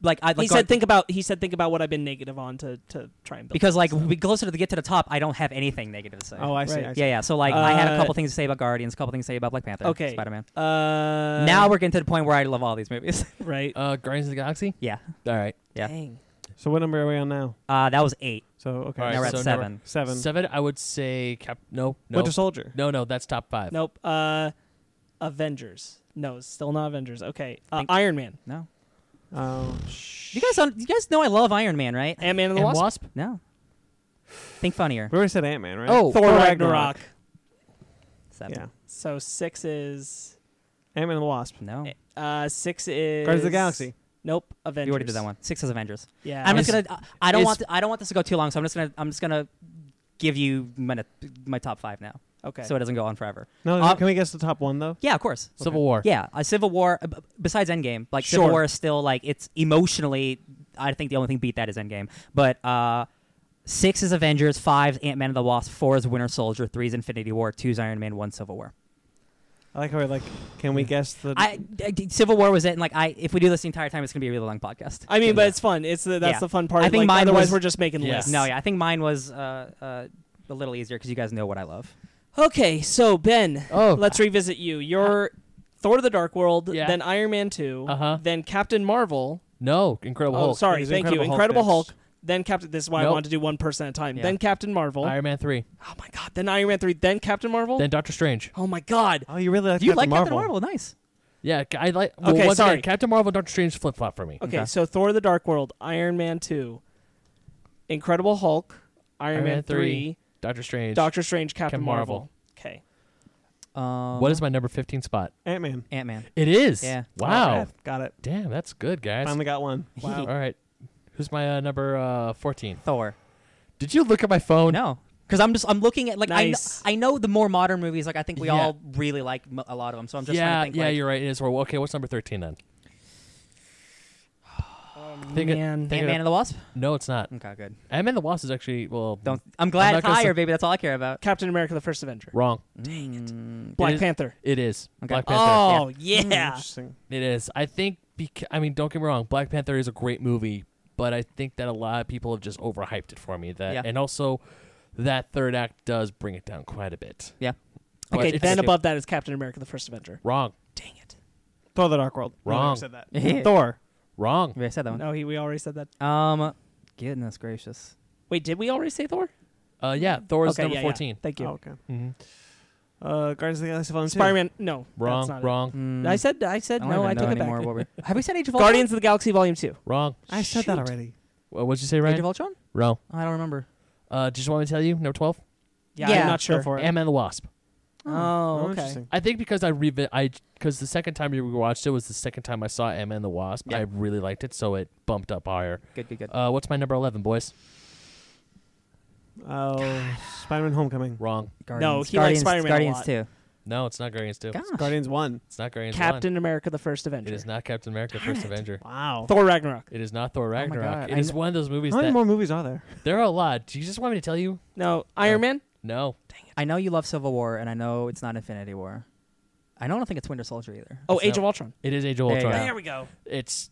Speaker 4: like, I like
Speaker 6: he said, "Think about." He said, "Think about what I've been negative on to to try and build."
Speaker 4: because like we closer to the get to the top, I don't have anything negative to say.
Speaker 5: Oh, I see.
Speaker 6: Right.
Speaker 5: I see.
Speaker 4: yeah, yeah. So like, I had a
Speaker 6: Uh,
Speaker 4: couple things to say about Guardians, a couple things to say about Black Panther,
Speaker 6: Okay.
Speaker 4: Spider Man.
Speaker 6: uh,
Speaker 4: now we're getting to the point where I love all these movies.
Speaker 6: right.
Speaker 3: Uh, Guardians of the Galaxy.
Speaker 4: yeah,
Speaker 3: All right.
Speaker 4: yeah.
Speaker 6: Dang.
Speaker 5: So what number are we on now?
Speaker 4: uh, that was eight.
Speaker 5: So okay,
Speaker 3: All right,
Speaker 4: now we're at
Speaker 3: so now we're-
Speaker 4: seven.
Speaker 5: seven.
Speaker 3: Seven. I would say Cap. No. No.
Speaker 5: Winter Soldier.
Speaker 3: No. No. That's top five.
Speaker 6: Nope. Uh, Avengers. No, it's still not Avengers. Okay. Uh,
Speaker 4: Think-
Speaker 6: Iron Man.
Speaker 4: No,
Speaker 5: Oh,
Speaker 4: you guys, don't, you guys know I love Iron Man, right?
Speaker 6: Ant Man and
Speaker 3: And
Speaker 6: the Wasp.
Speaker 3: Wasp.
Speaker 4: No, think funnier.
Speaker 5: we already said Ant Man, right?
Speaker 3: Oh,
Speaker 6: Thor Ragnarok.
Speaker 4: Seven.
Speaker 5: Yeah.
Speaker 6: So six is.
Speaker 5: Ant Man and the Wasp.
Speaker 4: No,
Speaker 6: Eh, Uh, six is.
Speaker 5: Guardians of the Galaxy.
Speaker 6: Nope.
Speaker 4: Oh.
Speaker 6: Avengers.
Speaker 4: you already did that one. Six is Avengers.
Speaker 6: Yeah.
Speaker 4: I'm just
Speaker 3: Is-
Speaker 4: gonna. uh, I- I don't
Speaker 3: is-
Speaker 4: want. th- I don't want this to go too long, so I'm just gonna. I'm just gonna give you my my top five now,
Speaker 6: okay.
Speaker 4: so it doesn't go on forever.
Speaker 5: No, no,
Speaker 4: Uh,
Speaker 5: can we guess the top one though?
Speaker 4: Yeah, of course.
Speaker 3: Civil War.
Speaker 4: Yeah, uh, Civil War. uh, b- Besides Endgame, like Civil
Speaker 6: Sure.
Speaker 4: War is still like it's emotionally. I think the only thing beat that is Endgame. But uh, six is Avengers, five Ant Man and the Wasp, four is Winter Soldier, three is Infinity War, two is Iron Man, one Civil War.
Speaker 5: I like how we're like. Can we guess the?
Speaker 4: I, I- d- Civil War was it, and like I, if we do this the entire time, it's gonna be a really long podcast.
Speaker 6: I mean, but it's fun. It's the, that's
Speaker 4: Yeah.
Speaker 6: the fun part.
Speaker 4: I think
Speaker 6: Like,
Speaker 4: mine
Speaker 6: otherwise
Speaker 4: was-
Speaker 6: we're just making
Speaker 3: Yeah.
Speaker 6: lists.
Speaker 4: no, yeah, I think mine was uh, uh, a little easier because you guys know what I love.
Speaker 6: Okay, so Ben,
Speaker 3: Oh.
Speaker 6: let's revisit you. You're
Speaker 4: Uh-huh.
Speaker 6: Thor: The Dark World,
Speaker 3: Yeah.
Speaker 6: then Iron Man 2
Speaker 3: Uh-huh.
Speaker 6: then Captain Marvel.
Speaker 3: No. Incredible
Speaker 6: oh,
Speaker 3: Hulk.
Speaker 6: sorry,
Speaker 5: He's
Speaker 6: thank
Speaker 5: Incredible
Speaker 6: you.
Speaker 5: Hulk
Speaker 6: Incredible
Speaker 5: bitch.
Speaker 6: Hulk. Then Captain. This is why I
Speaker 3: Nope.
Speaker 6: wanted to do one person at a time.
Speaker 4: Yeah.
Speaker 6: Then Captain Marvel.
Speaker 3: Iron Man three.
Speaker 6: oh my god. Then Iron Man three. Then Captain Marvel.
Speaker 3: Then Doctor Strange.
Speaker 6: oh my god.
Speaker 5: oh, you really like
Speaker 4: you
Speaker 5: Captain
Speaker 4: like
Speaker 5: Marvel.
Speaker 4: Captain Marvel? Nice.
Speaker 3: Yeah. c- I like. well,
Speaker 6: Okay,
Speaker 3: once
Speaker 6: sorry.
Speaker 3: Again, Captain Marvel, Doctor Strange, flip flop for me.
Speaker 6: Okay,
Speaker 4: Okay.
Speaker 6: so Thor: The Dark World, Iron Man two, Incredible Hulk, Iron, Man, three,
Speaker 3: Doctor Strange.
Speaker 6: Doctor Strange, Captain
Speaker 3: Captain
Speaker 6: Marvel.
Speaker 3: Marvel.
Speaker 6: Okay.
Speaker 4: Um,
Speaker 3: What is my number fifteen spot?
Speaker 5: Ant Man.
Speaker 4: Ant Man?
Speaker 3: It is.
Speaker 4: Yeah.
Speaker 3: Wow.
Speaker 5: Got it.
Speaker 3: Damn. That's good, guys.
Speaker 5: Oh, Finally got one.
Speaker 3: All right. Who's my uh, number uh, 14?
Speaker 4: Thor.
Speaker 3: Did you look at my phone?
Speaker 4: No, because I'm just I'm looking at like
Speaker 6: Nice.
Speaker 4: I, kn- I know the more modern movies. Like I think we
Speaker 3: Yeah.
Speaker 4: all really like m- a lot of them. So I'm just
Speaker 3: yeah,
Speaker 4: trying to think.
Speaker 3: yeah,
Speaker 4: like,
Speaker 3: you're right. It is horrible. Okay, what's number 13 then? Think it-
Speaker 6: Oh, Man.
Speaker 3: think
Speaker 4: Ant
Speaker 3: it-
Speaker 4: Man and the Wasp.
Speaker 3: no, it's not.
Speaker 4: Okay, good.
Speaker 3: Ant Man the Wasp is actually, well,
Speaker 4: Mm. Don't. I'm glad
Speaker 3: not
Speaker 4: it's
Speaker 3: gonna
Speaker 4: higher,
Speaker 3: say-
Speaker 4: baby. That's all I care about. Mm.
Speaker 6: Captain America: The First Avenger,
Speaker 3: wrong.
Speaker 4: Dang it.
Speaker 6: Black
Speaker 3: is-
Speaker 6: Panther.
Speaker 3: It is.
Speaker 4: Okay.
Speaker 3: Black Panther.
Speaker 6: Oh yeah.
Speaker 5: Interesting.
Speaker 3: It is. I think, bec- I mean, don't get me wrong, Black Panther is a great movie, but I think that a lot of people have just overhyped it for me. That
Speaker 4: Yeah.
Speaker 3: And also, that third act does bring it down quite a bit.
Speaker 4: Yeah.
Speaker 3: But
Speaker 6: Okay,
Speaker 3: it's-
Speaker 6: then above that is Captain America: The First Avenger.
Speaker 3: Wrong.
Speaker 6: Dang it!
Speaker 5: Thor: The Dark World. No, I
Speaker 3: Wrong.
Speaker 5: said that. Thor.
Speaker 3: Wrong.
Speaker 4: We said that one.
Speaker 6: No, he, we already said that.
Speaker 4: Um, goodness gracious.
Speaker 6: Wait, did we already say Thor?
Speaker 3: Uh, yeah, Thor is
Speaker 6: okay,
Speaker 3: number
Speaker 6: yeah, yeah.
Speaker 3: 14.
Speaker 6: Thank you.
Speaker 5: Oh, okay.
Speaker 3: Mm-hmm.
Speaker 5: Uh, Guardians of the Galaxy Volume Two.
Speaker 6: Spider-Man. No, that's
Speaker 3: Wrong,
Speaker 6: not
Speaker 3: wrong,
Speaker 6: It.
Speaker 4: Mm,
Speaker 6: I said I said
Speaker 4: don't
Speaker 6: no.
Speaker 4: even
Speaker 6: I
Speaker 4: know
Speaker 6: took it
Speaker 4: anymore
Speaker 6: back.
Speaker 4: what we- Have we said Age of Ultron?
Speaker 6: Guardians of the Galaxy Volume Two.
Speaker 3: wrong.
Speaker 5: I said that
Speaker 6: Shoot.
Speaker 5: already.
Speaker 3: What would you say,
Speaker 4: Age of
Speaker 3: Ryan?
Speaker 4: Ultron?
Speaker 3: Wrong.
Speaker 4: I don't remember.
Speaker 3: Uh, just want me to tell you, number twelve,
Speaker 6: Yeah,
Speaker 4: Yeah.
Speaker 6: I'm not
Speaker 5: Go
Speaker 6: sure.
Speaker 5: for it.
Speaker 3: Ant Man the Wasp.
Speaker 5: Oh,
Speaker 6: Oh, okay.
Speaker 5: interesting.
Speaker 3: I think because I revi- I because the second time we watched it was the second time I saw Ant Man the Wasp.
Speaker 4: Yeah.
Speaker 3: I really liked it, so it bumped up higher.
Speaker 4: Good, good, good.
Speaker 3: Uh, what's my number eleven, boys?
Speaker 5: Oh, Spider-Man: Homecoming.
Speaker 3: Wrong.
Speaker 4: Guardians.
Speaker 6: he likes
Speaker 4: Guardians,
Speaker 6: Spider-Man a
Speaker 4: Guardians
Speaker 6: lot.
Speaker 4: too.
Speaker 3: No, it's not Guardians two.
Speaker 4: Gosh.
Speaker 5: Guardians One.
Speaker 3: It's not Guardians
Speaker 6: Captain America: The First
Speaker 3: One.
Speaker 6: Avenger.
Speaker 3: It is not Captain America:
Speaker 6: Darn
Speaker 3: First
Speaker 6: it.
Speaker 3: Avenger.
Speaker 5: Wow.
Speaker 6: Thor Ragnarok.
Speaker 3: It is not Thor
Speaker 4: Oh my
Speaker 3: Ragnarok.
Speaker 4: God,
Speaker 3: It
Speaker 4: I
Speaker 3: is
Speaker 4: kn-
Speaker 3: one of those movies
Speaker 5: How many
Speaker 3: that
Speaker 5: more movies are there?
Speaker 3: there are a lot. Do you just want me to tell you?
Speaker 6: No, Iron
Speaker 3: Uh,
Speaker 6: Man.
Speaker 3: No.
Speaker 4: I know you love Civil War, and I know it's not Infinity War. I don't think it's Winter Soldier either.
Speaker 6: Oh,
Speaker 3: it's
Speaker 6: Age
Speaker 3: not-
Speaker 6: of Ultron.
Speaker 3: It is Age of
Speaker 4: There you
Speaker 3: Ultron.
Speaker 4: go.
Speaker 6: There we go.
Speaker 3: It's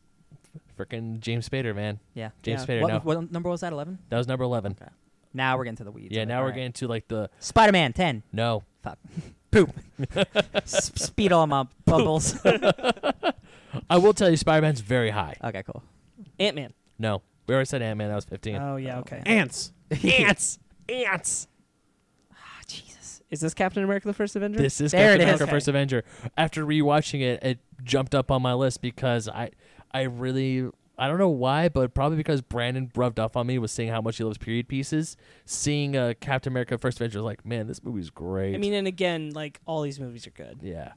Speaker 3: freaking James Spader, man.
Speaker 4: Yeah.
Speaker 3: James
Speaker 6: Yeah.
Speaker 3: Spader.
Speaker 4: What,
Speaker 3: no,
Speaker 4: what number was that? Eleven.
Speaker 3: that was number eleven.
Speaker 4: Now we're getting to the weeds.
Speaker 3: Yeah.
Speaker 4: of it.
Speaker 3: Now we're
Speaker 4: Alright.
Speaker 3: getting to like the
Speaker 4: Spider-Man ten.
Speaker 3: no.
Speaker 4: Fuck. Poop. S- speed all my bubbles.
Speaker 3: I will tell you, Spider Man's very high.
Speaker 4: okay, cool.
Speaker 6: Ant Man.
Speaker 3: No, we already said Ant Man. That was fifteen.
Speaker 6: Oh yeah, okay.
Speaker 5: Ants.
Speaker 6: Ants. Ants.
Speaker 4: Ah, Jesus.
Speaker 6: Is this Captain America: The First Avenger?
Speaker 3: This is
Speaker 4: There it
Speaker 3: Captain
Speaker 4: is.
Speaker 3: America:
Speaker 6: Okay.
Speaker 3: First Avenger. After rewatching it, it jumped up on my list because I, I really, I don't know why, but probably because Brandon rubbed off on me with seeing how much he loves period pieces. Seeing uh, Captain America: First Avenger, I was like, man, this movie's great.
Speaker 6: I mean, and again, like all these movies are good.
Speaker 3: yeah,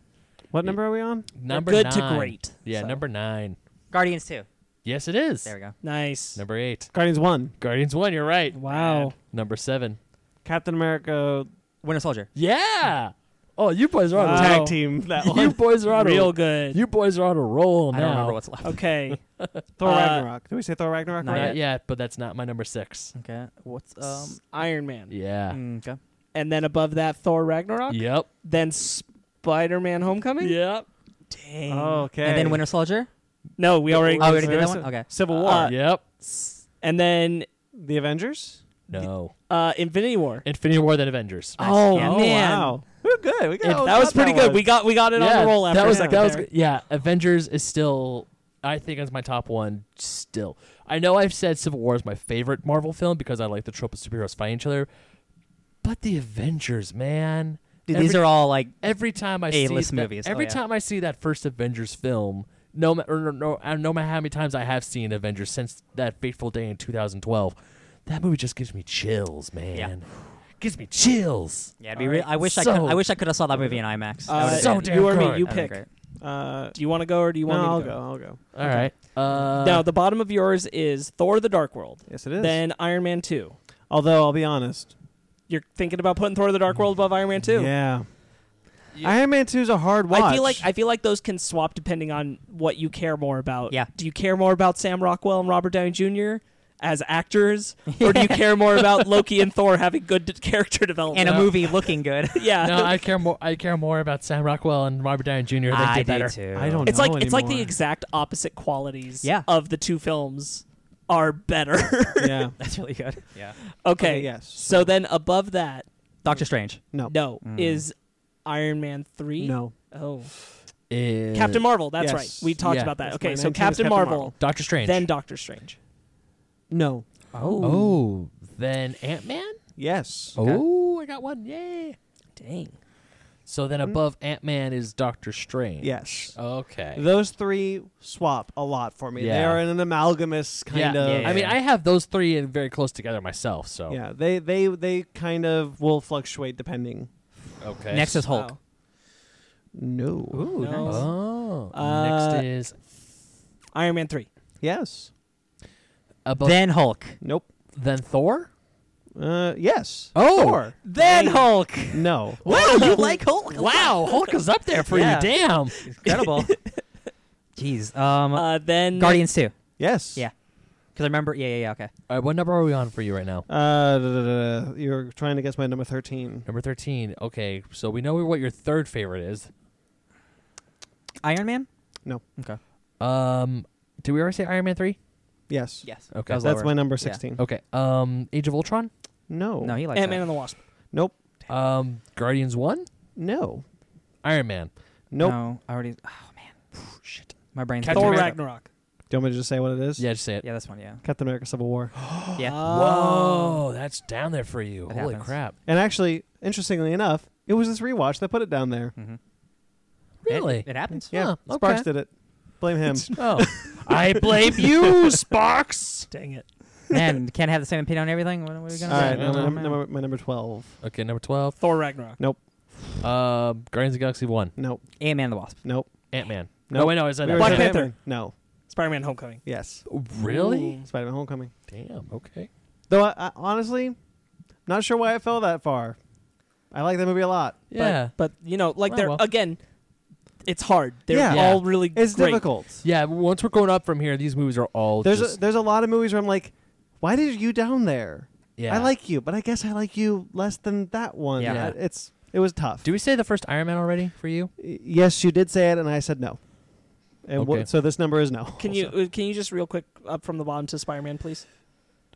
Speaker 5: What number are we on?
Speaker 3: number
Speaker 6: good to
Speaker 3: nine.
Speaker 6: great,
Speaker 3: Yeah,
Speaker 6: so.
Speaker 3: number nine.
Speaker 4: Guardians 2.
Speaker 3: Yes, it is.
Speaker 4: There we go.
Speaker 6: Nice.
Speaker 3: Number eight.
Speaker 5: Guardians One.
Speaker 3: Guardians one. You're right.
Speaker 6: Wow.
Speaker 3: Number seven.
Speaker 5: Captain America uh,
Speaker 4: Winter Soldier.
Speaker 3: Yeah. Oh, you boys are on a
Speaker 5: tag
Speaker 6: Wow.
Speaker 5: team. That one.
Speaker 3: You boys are on
Speaker 6: Real
Speaker 3: a
Speaker 6: good.
Speaker 3: You boys are on a roll now.
Speaker 4: I don't remember what's left.
Speaker 6: okay.
Speaker 5: Thor
Speaker 6: Uh,
Speaker 5: Ragnarok. Did we say Thor Ragnarok?
Speaker 4: Not
Speaker 3: Not
Speaker 5: already?
Speaker 3: yet. but that's not my number six.
Speaker 4: Okay. What's um?
Speaker 6: S- Iron Man.
Speaker 3: Yeah.
Speaker 4: Okay.
Speaker 6: And then above that, Thor Ragnarok.
Speaker 3: Yep.
Speaker 6: Then Spider Man Homecoming.
Speaker 3: Yep.
Speaker 6: Dang.
Speaker 5: Okay.
Speaker 4: And then Winter Soldier.
Speaker 6: No, we already.
Speaker 4: Oh, we already
Speaker 5: so
Speaker 4: did that
Speaker 5: there's
Speaker 4: one. Okay.
Speaker 5: Civil War.
Speaker 6: Uh,
Speaker 3: yep.
Speaker 6: and then
Speaker 5: the Avengers.
Speaker 3: No.
Speaker 6: uh, Infinity War.
Speaker 3: Infinity War then Avengers.
Speaker 6: Oh
Speaker 4: Yeah.
Speaker 5: Oh
Speaker 6: man,
Speaker 5: wow, Oh, we were good. We got
Speaker 6: that was pretty good. We got we got it on
Speaker 3: yeah,
Speaker 6: the roll after
Speaker 3: that was
Speaker 6: that.
Speaker 3: that was
Speaker 6: there.
Speaker 3: good. yeah. Avengers is still I think it's my top one still. I know I've said Civil War is my favorite Marvel film because I like the trope of superheroes fighting each other, but the Avengers, man.
Speaker 4: Dude,
Speaker 3: Every-
Speaker 4: these are all like
Speaker 3: every time I
Speaker 4: A-list
Speaker 3: see that-
Speaker 4: movies. Oh,
Speaker 3: every
Speaker 4: yeah.
Speaker 3: time I see that first Avengers film, no, ma- or no, no, I- no matter how many times I have seen Avengers since that fateful day in 2012, that movie just gives me chills, man. Gives me chills.
Speaker 4: yeah. It'd be real. I wish I
Speaker 3: So-
Speaker 4: could. I wish I could have saw that movie in IMAX. That
Speaker 6: Uh,
Speaker 4: would've
Speaker 3: so
Speaker 4: been-
Speaker 3: damn
Speaker 6: you or
Speaker 3: good.
Speaker 6: me, you
Speaker 4: that'd been
Speaker 6: pick.
Speaker 4: great.
Speaker 5: Uh,
Speaker 6: Do you want to go or do you
Speaker 5: no,
Speaker 6: want me to
Speaker 5: I'll
Speaker 6: go?
Speaker 5: go. I'll go.
Speaker 3: All right. Uh,
Speaker 6: now the bottom of yours is Thor: The Dark World.
Speaker 5: Yes, it is.
Speaker 6: Then Iron Man Two.
Speaker 5: although I'll be honest,
Speaker 6: You're thinking about putting Thor: The Dark World above Iron Man Two.
Speaker 5: Yeah.
Speaker 3: Yeah.
Speaker 5: Iron Man Two is a hard watch.
Speaker 6: I feel like I feel like those can swap depending on what you care more about.
Speaker 4: Yeah.
Speaker 6: Do you care more about Sam Rockwell and Robert Downey Jr. as actors, or do you care more about Loki and Thor having good d- character development?
Speaker 4: And a movie looking good.
Speaker 6: yeah.
Speaker 3: no, I care more. I care more about Sam Rockwell and Robert Downey Jr. They
Speaker 4: I
Speaker 3: did better.
Speaker 4: do too.
Speaker 5: I don't.
Speaker 6: it's
Speaker 5: know
Speaker 6: like it's like the
Speaker 5: anymore.
Speaker 6: exact opposite qualities
Speaker 4: Yeah.
Speaker 6: of the two films are better.
Speaker 5: yeah. Oh,
Speaker 4: That's really good. Yeah.
Speaker 6: okay.
Speaker 5: Okay, yes.
Speaker 6: So then above that,
Speaker 4: Doctor Strange.
Speaker 5: No.
Speaker 6: no,
Speaker 4: Mm.
Speaker 6: is Iron Man 3.
Speaker 5: Oh. No.
Speaker 6: Oh.
Speaker 3: Uh,
Speaker 6: Captain Marvel, that's
Speaker 5: Yes.
Speaker 6: right. We talked
Speaker 3: Yeah.
Speaker 6: about that.
Speaker 5: Yes,
Speaker 6: Okay,
Speaker 5: my 19
Speaker 6: so
Speaker 5: is
Speaker 6: Captain,
Speaker 5: Captain
Speaker 6: Marvel,
Speaker 5: Marvel.
Speaker 3: Doctor Strange.
Speaker 6: then Doctor Strange.
Speaker 5: No.
Speaker 3: oh, then Ant Man.
Speaker 5: Yes.
Speaker 3: Oh, I got one. Yay.
Speaker 6: Dang.
Speaker 3: So
Speaker 6: Mm.
Speaker 3: then above Ant Man is Doctor Strange.
Speaker 5: Yes.
Speaker 3: Okay.
Speaker 5: Those three swap a lot for me. They
Speaker 3: Yeah.
Speaker 5: are in an amalgamous
Speaker 3: yeah.
Speaker 5: kind of.
Speaker 4: Yeah,
Speaker 3: I mean, I have those three in very close together myself. So
Speaker 5: Yeah, they they they kind of will fluctuate depending.
Speaker 3: okay.
Speaker 4: Next is Hulk.
Speaker 6: Wow.
Speaker 5: No.
Speaker 4: Ooh.
Speaker 6: No.
Speaker 4: nice.
Speaker 3: oh,
Speaker 6: Uh,
Speaker 3: next is
Speaker 6: Iron Man 3.
Speaker 5: Yes.
Speaker 3: above then,
Speaker 4: Then Hulk.
Speaker 5: Nope.
Speaker 3: Thor.
Speaker 5: Uh, yes.
Speaker 3: Oh.
Speaker 5: Thor.
Speaker 4: Then Hulk.
Speaker 5: No.
Speaker 4: Wow, you like Hulk?
Speaker 3: Wow, Hulk is up there for
Speaker 5: Yeah.
Speaker 3: you. Damn.
Speaker 4: Incredible. Jeez. Um,
Speaker 6: Uh, then
Speaker 4: Guardians too.
Speaker 5: Yes.
Speaker 4: Yeah. Because I remember. Yeah, yeah, yeah. Okay.
Speaker 3: All right, what number are we on for you right now?
Speaker 5: Uh, da- da- da- da. you're trying to guess my number thirteen.
Speaker 3: Number thirteen. Okay, so we know what your third favorite is.
Speaker 4: Iron Man.
Speaker 5: No.
Speaker 4: Okay.
Speaker 3: Um, did we already say Iron Man three?
Speaker 5: Yes.
Speaker 4: Yes.
Speaker 3: Okay.
Speaker 4: That was
Speaker 5: That's
Speaker 4: lower.
Speaker 5: my number
Speaker 4: Yeah.
Speaker 5: sixteen.
Speaker 3: Okay. Um, Age of Ultron.
Speaker 5: No.
Speaker 4: No, he likes
Speaker 6: Ant Man
Speaker 4: that.
Speaker 6: and the Wasp.
Speaker 5: Nope.
Speaker 3: Um, Guardians one.
Speaker 5: No.
Speaker 3: Iron Man.
Speaker 5: Nope.
Speaker 4: No, I already. Oh man. Shit. My brain's.
Speaker 3: Captain
Speaker 6: Thor
Speaker 3: America.
Speaker 6: Ragnarok.
Speaker 5: Do you want me to just say what it is?
Speaker 3: Yeah, Uh, just say it.
Speaker 4: Yeah, this one. Yeah.
Speaker 5: Captain America: Civil War.
Speaker 4: yeah.
Speaker 3: Whoa, that's down there for you.
Speaker 4: That
Speaker 3: Holy
Speaker 4: happens.
Speaker 3: crap!
Speaker 5: And actually, interestingly enough, it was this rewatch that put it down there.
Speaker 3: Really?
Speaker 4: Mm-hmm. It, it happens.
Speaker 5: Yeah.
Speaker 3: Huh, okay.
Speaker 5: Sparks did it. Blame him.
Speaker 3: Oh, I blame you, Sparks.
Speaker 6: Dang it.
Speaker 4: Man, can't have the same opinion on everything. What, what are we
Speaker 5: All
Speaker 4: gonna
Speaker 5: right.
Speaker 4: do?
Speaker 5: now my,
Speaker 4: Oh,
Speaker 5: num-
Speaker 4: man.
Speaker 5: number, my number twelve.
Speaker 3: Okay, number twelve.
Speaker 6: Thor Ragnarok.
Speaker 3: Uh, Guardians of the Galaxy one.
Speaker 5: Nope.
Speaker 4: Ant Man and the Wasp.
Speaker 5: Nope.
Speaker 3: Ant Man.
Speaker 5: Nope.
Speaker 3: No, Oh, wait, no, is that
Speaker 5: We were
Speaker 6: Black
Speaker 5: saying
Speaker 6: Panther.
Speaker 5: Ant-Man. No.
Speaker 6: Spider Man Homecoming.
Speaker 5: Yes.
Speaker 3: Oh, Really?
Speaker 5: Spider-Man: Homecoming.
Speaker 3: Damn. Okay.
Speaker 5: Though I, I, honestly, not sure why it fell that far. I like that movie a lot.
Speaker 6: But- But, you know, like
Speaker 3: Oh,
Speaker 6: they're
Speaker 3: well.
Speaker 6: again it's hard. They're
Speaker 5: Yeah.
Speaker 3: Yeah.
Speaker 6: all really
Speaker 5: It's
Speaker 6: great.
Speaker 5: difficult.
Speaker 3: yeah. Once we're going up from here, these movies are all
Speaker 5: There's
Speaker 3: just.
Speaker 5: a, there's a lot of movies where I'm like, why did you down there?
Speaker 3: yeah.
Speaker 5: I like you, but I guess I like you less than that one.
Speaker 4: Yeah.
Speaker 5: I- it's it was tough.
Speaker 3: Do we say the first Iron Man already for you?
Speaker 5: Y- yes, you did say it, and I said no. And wha-
Speaker 3: Okay.
Speaker 5: so this number is no.
Speaker 6: Can you uh, can you just real quick up from the bottom to Spider Man, please?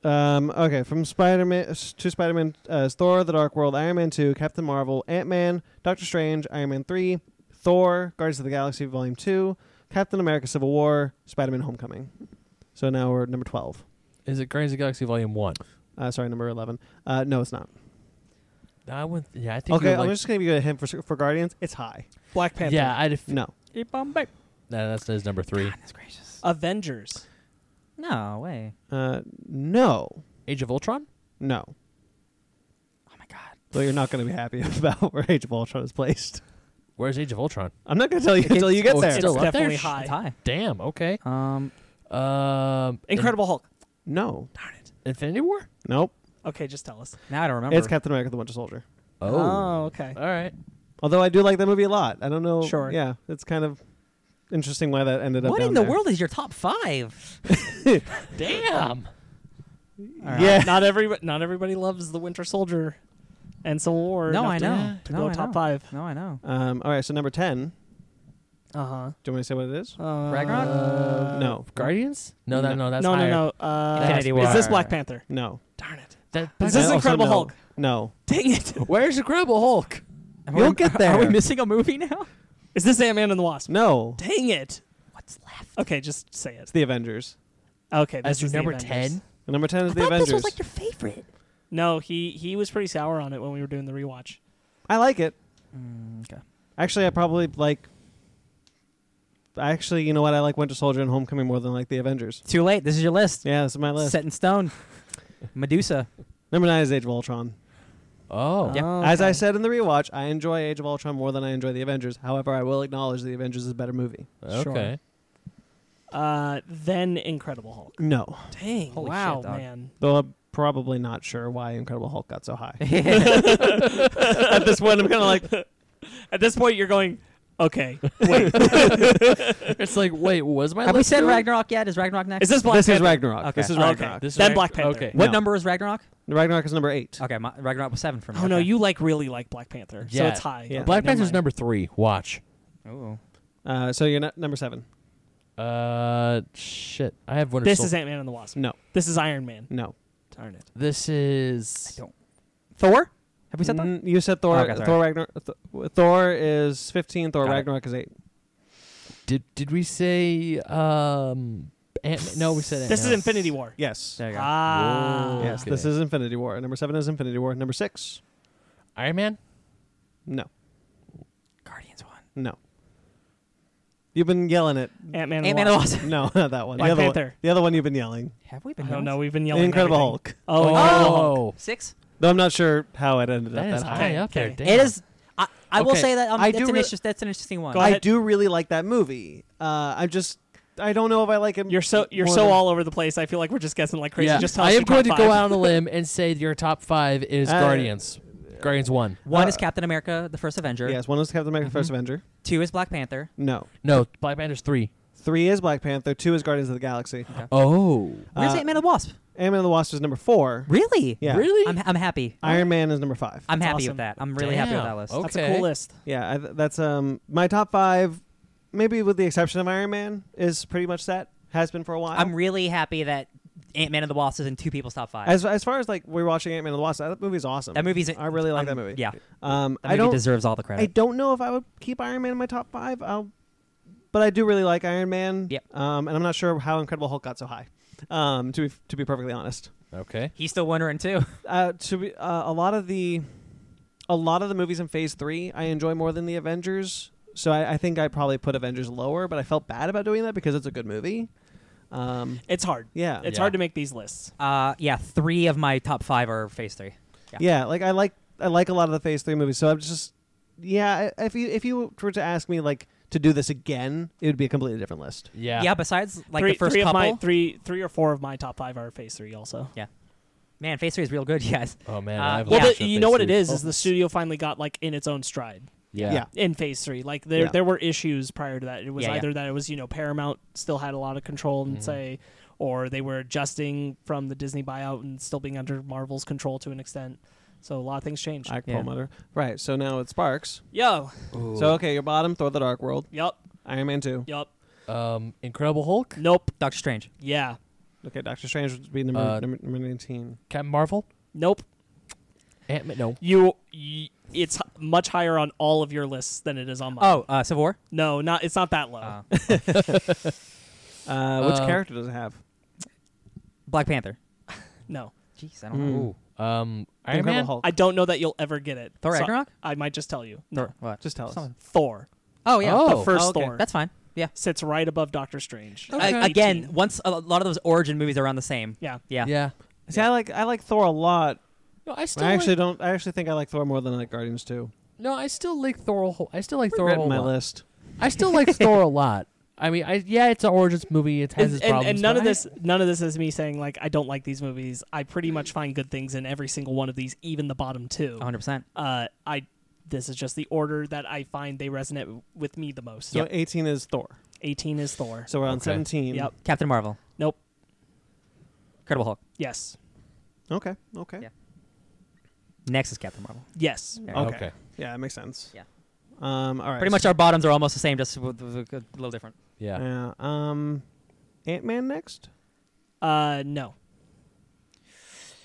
Speaker 5: Um, okay, from Spider Man to Spider Man, uh, Thor, The Dark World, Iron Man 2, Captain Marvel, Ant Man, Doctor Strange, Iron Man 3, Thor, Guardians of the Galaxy Volume 2, Captain America Civil War, Spider Man Homecoming. So now we're at number 12.
Speaker 3: Is it Guardians of the Galaxy Volume One?
Speaker 5: Uh, sorry, number 11. Uh, no, it's not.
Speaker 3: I would. Yeah, I think.
Speaker 5: Okay,
Speaker 3: we would
Speaker 5: I'm
Speaker 3: like-
Speaker 5: just going to give you a hint for, for Guardians. It's high.
Speaker 6: Black Panther.
Speaker 3: yeah, I'd. F-
Speaker 5: No.
Speaker 6: Eh, Bombay.
Speaker 3: Nah, that's, that's number three.
Speaker 4: That's gracious.
Speaker 6: Avengers.
Speaker 4: No way.
Speaker 5: Uh, no.
Speaker 3: Age of Ultron.
Speaker 5: No.
Speaker 4: Oh my god.
Speaker 5: So you're not going to be happy about where Age of Ultron is placed.
Speaker 3: Where's Age of Ultron?
Speaker 5: I'm not going to tell you until you get
Speaker 3: oh,
Speaker 5: there.
Speaker 3: Still
Speaker 6: it's
Speaker 3: up there?
Speaker 6: definitely
Speaker 3: Sh-
Speaker 6: high.
Speaker 4: It's high.
Speaker 3: Damn. Okay.
Speaker 4: Um,
Speaker 3: Um.
Speaker 6: Incredible Hulk.
Speaker 5: No.
Speaker 6: Darn it.
Speaker 3: In- Infinity War.
Speaker 5: Nope.
Speaker 6: Okay, just tell us.
Speaker 4: now I don't remember.
Speaker 5: It's Captain America the Winter Soldier.
Speaker 6: Oh, okay.
Speaker 3: All right.
Speaker 5: Although I do like that movie a lot. I don't know.
Speaker 6: Sure.
Speaker 5: Yeah, it's kind of interesting why that ended up.
Speaker 4: what
Speaker 5: down
Speaker 4: in the
Speaker 5: there.
Speaker 4: world is your top five?
Speaker 3: Damn.
Speaker 4: All right.
Speaker 5: Yeah.
Speaker 6: Not every not everybody loves the Winter Soldier and Civil War.
Speaker 4: No,
Speaker 6: enough
Speaker 4: I
Speaker 6: to-
Speaker 4: know.
Speaker 6: To
Speaker 4: No,
Speaker 6: go
Speaker 4: I
Speaker 6: top
Speaker 4: know.
Speaker 6: five.
Speaker 4: No, I know.
Speaker 5: Um, all right, so number ten.
Speaker 6: Uh-huh.
Speaker 5: Do you want me to say what it is?
Speaker 6: Uh
Speaker 4: Ragnarok?
Speaker 6: Uh,
Speaker 5: no,
Speaker 3: Guardians? No, that no, that's
Speaker 6: no,
Speaker 3: higher.
Speaker 6: no, no. Uh,
Speaker 4: Infinity
Speaker 6: Is this
Speaker 4: War.
Speaker 6: Black Panther?
Speaker 5: no.
Speaker 6: Darn it!
Speaker 3: That,
Speaker 6: Is this
Speaker 5: And also
Speaker 6: Incredible
Speaker 5: no.
Speaker 6: Hulk?
Speaker 5: No,
Speaker 6: Dang it!
Speaker 3: Where's Incredible Hulk?
Speaker 4: Are
Speaker 5: You'll
Speaker 4: we-
Speaker 5: get
Speaker 4: Are we
Speaker 5: there.
Speaker 4: missing a movie now?
Speaker 6: Is this Ant Man and the Wasp?
Speaker 5: no.
Speaker 6: Dang it!
Speaker 4: What's left?
Speaker 6: Okay, just say it.
Speaker 5: It's the Avengers.
Speaker 6: Okay, this
Speaker 3: As your
Speaker 6: is the
Speaker 3: number
Speaker 6: Avengers.
Speaker 3: ten.
Speaker 5: And number ten is the
Speaker 4: I thought
Speaker 5: Avengers.
Speaker 4: this was like your favorite.
Speaker 6: No, he he was pretty sour on it when we were doing the rewatch.
Speaker 5: I like it.
Speaker 4: Mm, okay.
Speaker 5: Actually, I probably like. Actually, you know what? I like Winter Soldier and Homecoming more than I like the Avengers.
Speaker 4: Too late. This is your list.
Speaker 5: Yeah, this is my list.
Speaker 4: Set in stone. Medusa.
Speaker 5: Number nine is Age of Ultron.
Speaker 3: Oh.
Speaker 4: Yeah.
Speaker 6: Oh,
Speaker 5: As I
Speaker 6: okay.
Speaker 5: said in the rewatch, I enjoy Age of Ultron more than I enjoy the Avengers. However, I will acknowledge the Avengers is a better movie.
Speaker 3: Okay.
Speaker 4: Sure.
Speaker 6: uh, then Incredible Hulk.
Speaker 5: No,
Speaker 6: Dang!
Speaker 4: Holy
Speaker 6: wow,
Speaker 4: shit, dog.
Speaker 6: man.
Speaker 5: though I'm probably not sure why Incredible Hulk got so high. At this point, I'm kind of like,
Speaker 6: At this point, you're going. Okay,
Speaker 3: It's like, wait, was my
Speaker 4: Have we
Speaker 3: list
Speaker 4: said
Speaker 3: good?
Speaker 4: Ragnarok yet? Is Ragnarok next?
Speaker 6: is this Black
Speaker 5: this is
Speaker 6: Panther?
Speaker 5: Ragnarok.
Speaker 4: Okay.
Speaker 5: This is
Speaker 6: Okay.
Speaker 5: Ragnarag.
Speaker 3: This is
Speaker 6: Then
Speaker 3: Ragn-
Speaker 6: Black Panther.
Speaker 3: Okay.
Speaker 4: What
Speaker 5: No.
Speaker 4: number is Ragnarok?
Speaker 5: Ragnarok is number eight.
Speaker 4: Okay, my, Ragnarok was seven for me.
Speaker 6: Oh no,
Speaker 4: okay.
Speaker 6: you like really like Black Panther, so
Speaker 3: Yeah.
Speaker 6: it's high.
Speaker 5: Yeah.
Speaker 3: Black
Speaker 6: Never
Speaker 3: Panther's
Speaker 6: mind.
Speaker 3: number three. Watch.
Speaker 4: Ooh.
Speaker 5: Uh, so you're not number seven.
Speaker 3: Uh, shit. I have Winter
Speaker 6: This
Speaker 3: Sol-
Speaker 6: is Ant Man and the Wasp.
Speaker 5: No,
Speaker 6: This is Iron Man.
Speaker 5: no.
Speaker 6: Darn it!
Speaker 3: This is.
Speaker 4: don't- Thor? Have we said that?
Speaker 5: Mm, you said Thor.
Speaker 4: Oh, okay, sorry.
Speaker 5: Thor Ragnar. Th- Thor is fifteen. Thor
Speaker 4: Got it.
Speaker 5: Ragnarok is eight.
Speaker 3: Did did we say um? Ant- no, we said
Speaker 6: This is
Speaker 3: Ant-Man.
Speaker 6: Infinity War.
Speaker 5: Yes.
Speaker 4: There you go.
Speaker 6: Ah,
Speaker 3: Whoa.
Speaker 5: Yes.
Speaker 3: Okay.
Speaker 5: This is Infinity War. Number seven is Infinity War. Number six.
Speaker 3: Iron Man.
Speaker 5: No.
Speaker 4: Guardians one.
Speaker 5: No. You've been yelling it.
Speaker 6: Ant Man.
Speaker 4: Ant Man and the Wasp.
Speaker 5: No, not that one.
Speaker 6: Black
Speaker 5: the other One,
Speaker 6: Panther.
Speaker 5: the other one you've been yelling.
Speaker 4: Have we
Speaker 6: I
Speaker 4: been?
Speaker 6: don't
Speaker 4: yelling?
Speaker 6: know. We've been yelling.
Speaker 5: Incredible Hulk.
Speaker 6: everything. Oh, Incredible Hulk.
Speaker 3: Oh,
Speaker 4: Six.
Speaker 5: Though I'm not sure how it ended
Speaker 3: that
Speaker 5: up
Speaker 3: is
Speaker 5: that
Speaker 3: high up there.
Speaker 6: Okay.
Speaker 3: Damn.
Speaker 4: It is. I, I will
Speaker 5: Okay,
Speaker 4: say that um,
Speaker 5: I
Speaker 4: that's,
Speaker 5: do
Speaker 4: an
Speaker 5: re-
Speaker 4: interest- that's an interesting one.
Speaker 6: Go
Speaker 5: I
Speaker 6: ahead.
Speaker 5: do really like that movie. Uh, I'm just I don't know if I like it.
Speaker 6: You're so you're
Speaker 5: more
Speaker 6: so
Speaker 5: than-
Speaker 6: all over the place. I feel like we're just guessing like crazy.
Speaker 3: Yeah.
Speaker 6: Just tell
Speaker 3: I
Speaker 6: us
Speaker 3: am
Speaker 6: your top
Speaker 3: going to
Speaker 6: five.
Speaker 3: go out on a limb and say your top five is
Speaker 5: Uh,
Speaker 3: Guardians. Guardians one.
Speaker 4: One
Speaker 5: Uh,
Speaker 4: is Captain America: The First Avenger.
Speaker 5: Yes, one is Captain America: First
Speaker 4: Mm-hmm.
Speaker 5: Avenger.
Speaker 4: Two is Black Panther.
Speaker 5: No,
Speaker 3: No, Black Panther's three.
Speaker 5: three is Black Panther. Two is Guardians of the Galaxy.
Speaker 3: Oh,
Speaker 4: Where's
Speaker 5: Uh,
Speaker 4: Ant Man and the Wasp?
Speaker 5: Ant-Man and the Wasp is number four.
Speaker 4: Really?
Speaker 5: Yeah.
Speaker 3: really?
Speaker 4: I'm, I'm happy.
Speaker 5: Iron Man is number five.
Speaker 4: I'm
Speaker 6: That's
Speaker 4: happy
Speaker 6: awesome.
Speaker 4: with that. I'm really happy with that
Speaker 3: Damn.
Speaker 4: list.
Speaker 3: Okay.
Speaker 6: That's a cool list.
Speaker 5: Yeah, I, th- that's um my top five, maybe with the exception of Iron Man, is pretty much set. Has been for a while.
Speaker 4: I'm really happy that Ant Man and the Wasp is in two people's top five.
Speaker 5: as as far as like we're watching Ant Man and the Wasp, that movie's awesome.
Speaker 4: that movie's.
Speaker 5: I really like
Speaker 4: um,
Speaker 5: that movie.
Speaker 4: Yeah,
Speaker 5: Um,
Speaker 4: that
Speaker 5: I
Speaker 4: movie
Speaker 5: don't
Speaker 4: deserves all the credit.
Speaker 5: I don't know if I would keep Iron Man in my top five. I'll, but I do really like Iron Man.
Speaker 4: Yep.
Speaker 5: Um, and I'm not sure how Incredible Hulk got so high. Um, to be to be perfectly honest,
Speaker 3: Okay.
Speaker 4: He's still wondering too.
Speaker 5: uh, to be uh, a lot of the, a lot of the movies in Phase Three I enjoy more than the Avengers. So I, I think I probably put Avengers lower, but I felt bad about doing that because it's a good movie. Um,
Speaker 6: It's hard.
Speaker 5: yeah.
Speaker 6: It's
Speaker 3: Yeah.
Speaker 6: hard to make these lists.
Speaker 4: Uh, yeah, three of my top five are Phase Three.
Speaker 5: yeah like i like i like a lot of the phase three movies so i'm just yeah I- if you if you were to ask me like to do this again it would be a completely different list
Speaker 3: Yeah.
Speaker 4: Yeah, besides like
Speaker 6: three,
Speaker 4: the first
Speaker 6: three
Speaker 4: couple.
Speaker 6: Of my, three, three or four of my top five are Phase Three. Also,
Speaker 4: Man, Phase Three is real good, you guys.
Speaker 3: Oh man.
Speaker 4: Uh,
Speaker 3: I've
Speaker 4: Yeah.
Speaker 6: well,
Speaker 3: watched
Speaker 6: the,
Speaker 3: that
Speaker 6: you
Speaker 3: Phase
Speaker 6: know what it
Speaker 3: three. Oh.
Speaker 6: is? Is the studio finally got like in its own stride
Speaker 3: Yeah.
Speaker 5: Yeah.
Speaker 6: in Phase Three? Like there,
Speaker 5: Yeah.
Speaker 6: there were issues prior to that. It was
Speaker 4: Yeah, Mm-hmm. yeah.
Speaker 6: either that it was you know Paramount still had a lot of control and
Speaker 3: Mhm.
Speaker 6: say, or they were adjusting from the Disney buyout and still being under Marvel's control to an extent. So a lot of things changed.
Speaker 5: Ike
Speaker 4: Yeah.
Speaker 5: Perlmutter. right so now it's sparks
Speaker 6: Yo,
Speaker 5: so okay your bottom thor the dark world
Speaker 6: yup,
Speaker 5: iron man 2
Speaker 6: yup,
Speaker 3: Um, Incredible Hulk.
Speaker 6: nope,
Speaker 4: Doctor Strange.
Speaker 6: yeah,
Speaker 5: Okay, Doctor Strange would be number
Speaker 3: Uh,
Speaker 5: number, number nineteen.
Speaker 3: Captain Marvel,
Speaker 6: Nope.
Speaker 3: Ant Man. No,
Speaker 6: You, y it's h- much higher on all of your lists than it is on mine.
Speaker 4: Oh, uh, Civil War.
Speaker 6: no, not it's not that low.
Speaker 4: Uh,
Speaker 5: Uh, which
Speaker 3: Uh,
Speaker 5: character does it have?
Speaker 4: Black Panther.
Speaker 6: no,
Speaker 4: Jeez, I don't know.
Speaker 6: Hmm.
Speaker 5: Mm.
Speaker 3: Ooh. Um,
Speaker 5: The
Speaker 3: Iron
Speaker 5: Incredible
Speaker 3: Man.
Speaker 5: Hulk.
Speaker 6: I don't know that you'll ever get it.
Speaker 4: Thor
Speaker 6: So-
Speaker 4: Ragnarok.
Speaker 6: I might just tell you. No,
Speaker 4: Thor. What?
Speaker 5: Just tell us.
Speaker 4: Something.
Speaker 6: Thor
Speaker 4: Oh yeah.
Speaker 3: Oh.
Speaker 6: The first
Speaker 5: oh, okay.
Speaker 6: Thor.
Speaker 4: That's fine. Yeah.
Speaker 6: sits right above Doctor Strange.
Speaker 3: Okay.
Speaker 4: A- again, once a lot of those origin movies are around the same.
Speaker 6: Yeah.
Speaker 4: Yeah.
Speaker 3: Yeah.
Speaker 5: See, I like I like Thor a lot.
Speaker 3: No, I still
Speaker 5: I actually
Speaker 3: like,
Speaker 5: don't. I actually think I like Thor more than I like Guardians too.
Speaker 3: no, I still like Thor. a whole- I still like Thor. a
Speaker 5: Regret
Speaker 3: whole
Speaker 5: my
Speaker 3: lot.
Speaker 5: list.
Speaker 3: I still like Thor a lot. I mean, I yeah, it's an origins movie. It has
Speaker 6: And,
Speaker 3: its
Speaker 6: and-
Speaker 3: problems.
Speaker 6: and none
Speaker 3: but
Speaker 6: of
Speaker 3: I-
Speaker 6: this, none of this is me saying like I don't like these movies. I pretty much find good things in every single one of these, even the bottom two.
Speaker 4: 100. percent
Speaker 6: Uh, I this is just the order that I find they resonate w- with me the most.
Speaker 5: So eighteen is Thor.
Speaker 6: Eighteen is Thor.
Speaker 5: So we're on
Speaker 3: Okay.
Speaker 5: seventeen.
Speaker 6: Yep.
Speaker 4: Captain Marvel.
Speaker 6: Nope.
Speaker 4: Incredible Hulk.
Speaker 6: Yes.
Speaker 5: Okay. Okay.
Speaker 4: Yeah. Next is Captain Marvel.
Speaker 6: Yes.
Speaker 4: Yeah.
Speaker 5: Okay.
Speaker 3: Okay.
Speaker 5: Yeah, that makes sense.
Speaker 4: Yeah.
Speaker 5: Um. All right.
Speaker 4: Pretty much our bottoms are almost the same, just with, with a little different.
Speaker 3: Yeah.
Speaker 5: Yeah. Um. Ant Man next.
Speaker 6: Uh, no.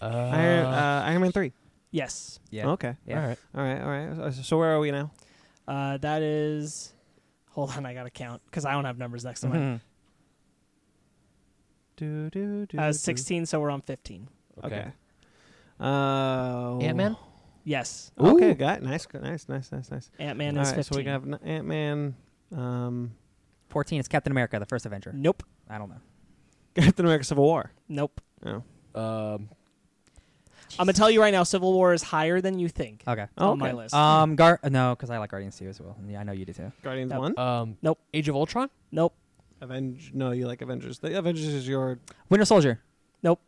Speaker 3: Uh,
Speaker 5: Iron, uh, Iron Man three.
Speaker 6: Yes.
Speaker 4: Yeah.
Speaker 5: Okay.
Speaker 4: Yeah.
Speaker 3: All right.
Speaker 5: All right. All right. So- So where are we now?
Speaker 6: Uh, that is. Hold on, I gotta count because I don't have numbers next to mine.
Speaker 5: Mm-hmm.
Speaker 6: Uh,
Speaker 4: Mhm.
Speaker 5: Do do do.
Speaker 6: I was
Speaker 5: do.
Speaker 6: 16, so we're on 15.
Speaker 5: Okay.
Speaker 3: Okay.
Speaker 5: Uh.
Speaker 3: Ant Man.
Speaker 6: Yes,
Speaker 5: Okay.
Speaker 3: Ooh.
Speaker 5: Got nice. good- Nice. Nice. Nice. Nice.
Speaker 6: Ant Man
Speaker 5: All
Speaker 6: is
Speaker 5: right,
Speaker 6: 15.
Speaker 5: so we can have n- Ant Man. Um.
Speaker 4: 14 is Captain America, the first Avenger.
Speaker 6: nope,
Speaker 4: I don't know.
Speaker 5: Captain America: Civil War.
Speaker 6: nope.
Speaker 5: Oh.
Speaker 3: Um,
Speaker 6: I'm gonna tell you right now, Civil War is higher than you think
Speaker 4: Okay.
Speaker 5: Oh,
Speaker 6: on my
Speaker 5: okay.
Speaker 6: list.
Speaker 4: Um, Gar. No, because I like Guardians too as well. And Yeah, I know you do too.
Speaker 5: Guardians
Speaker 6: Yep.
Speaker 5: one.
Speaker 3: um,
Speaker 6: Nope.
Speaker 3: Age of Ultron.
Speaker 6: nope,
Speaker 5: Avenge. No, you like Avengers. The Avengers is your.
Speaker 4: Winter Soldier.
Speaker 6: Nope.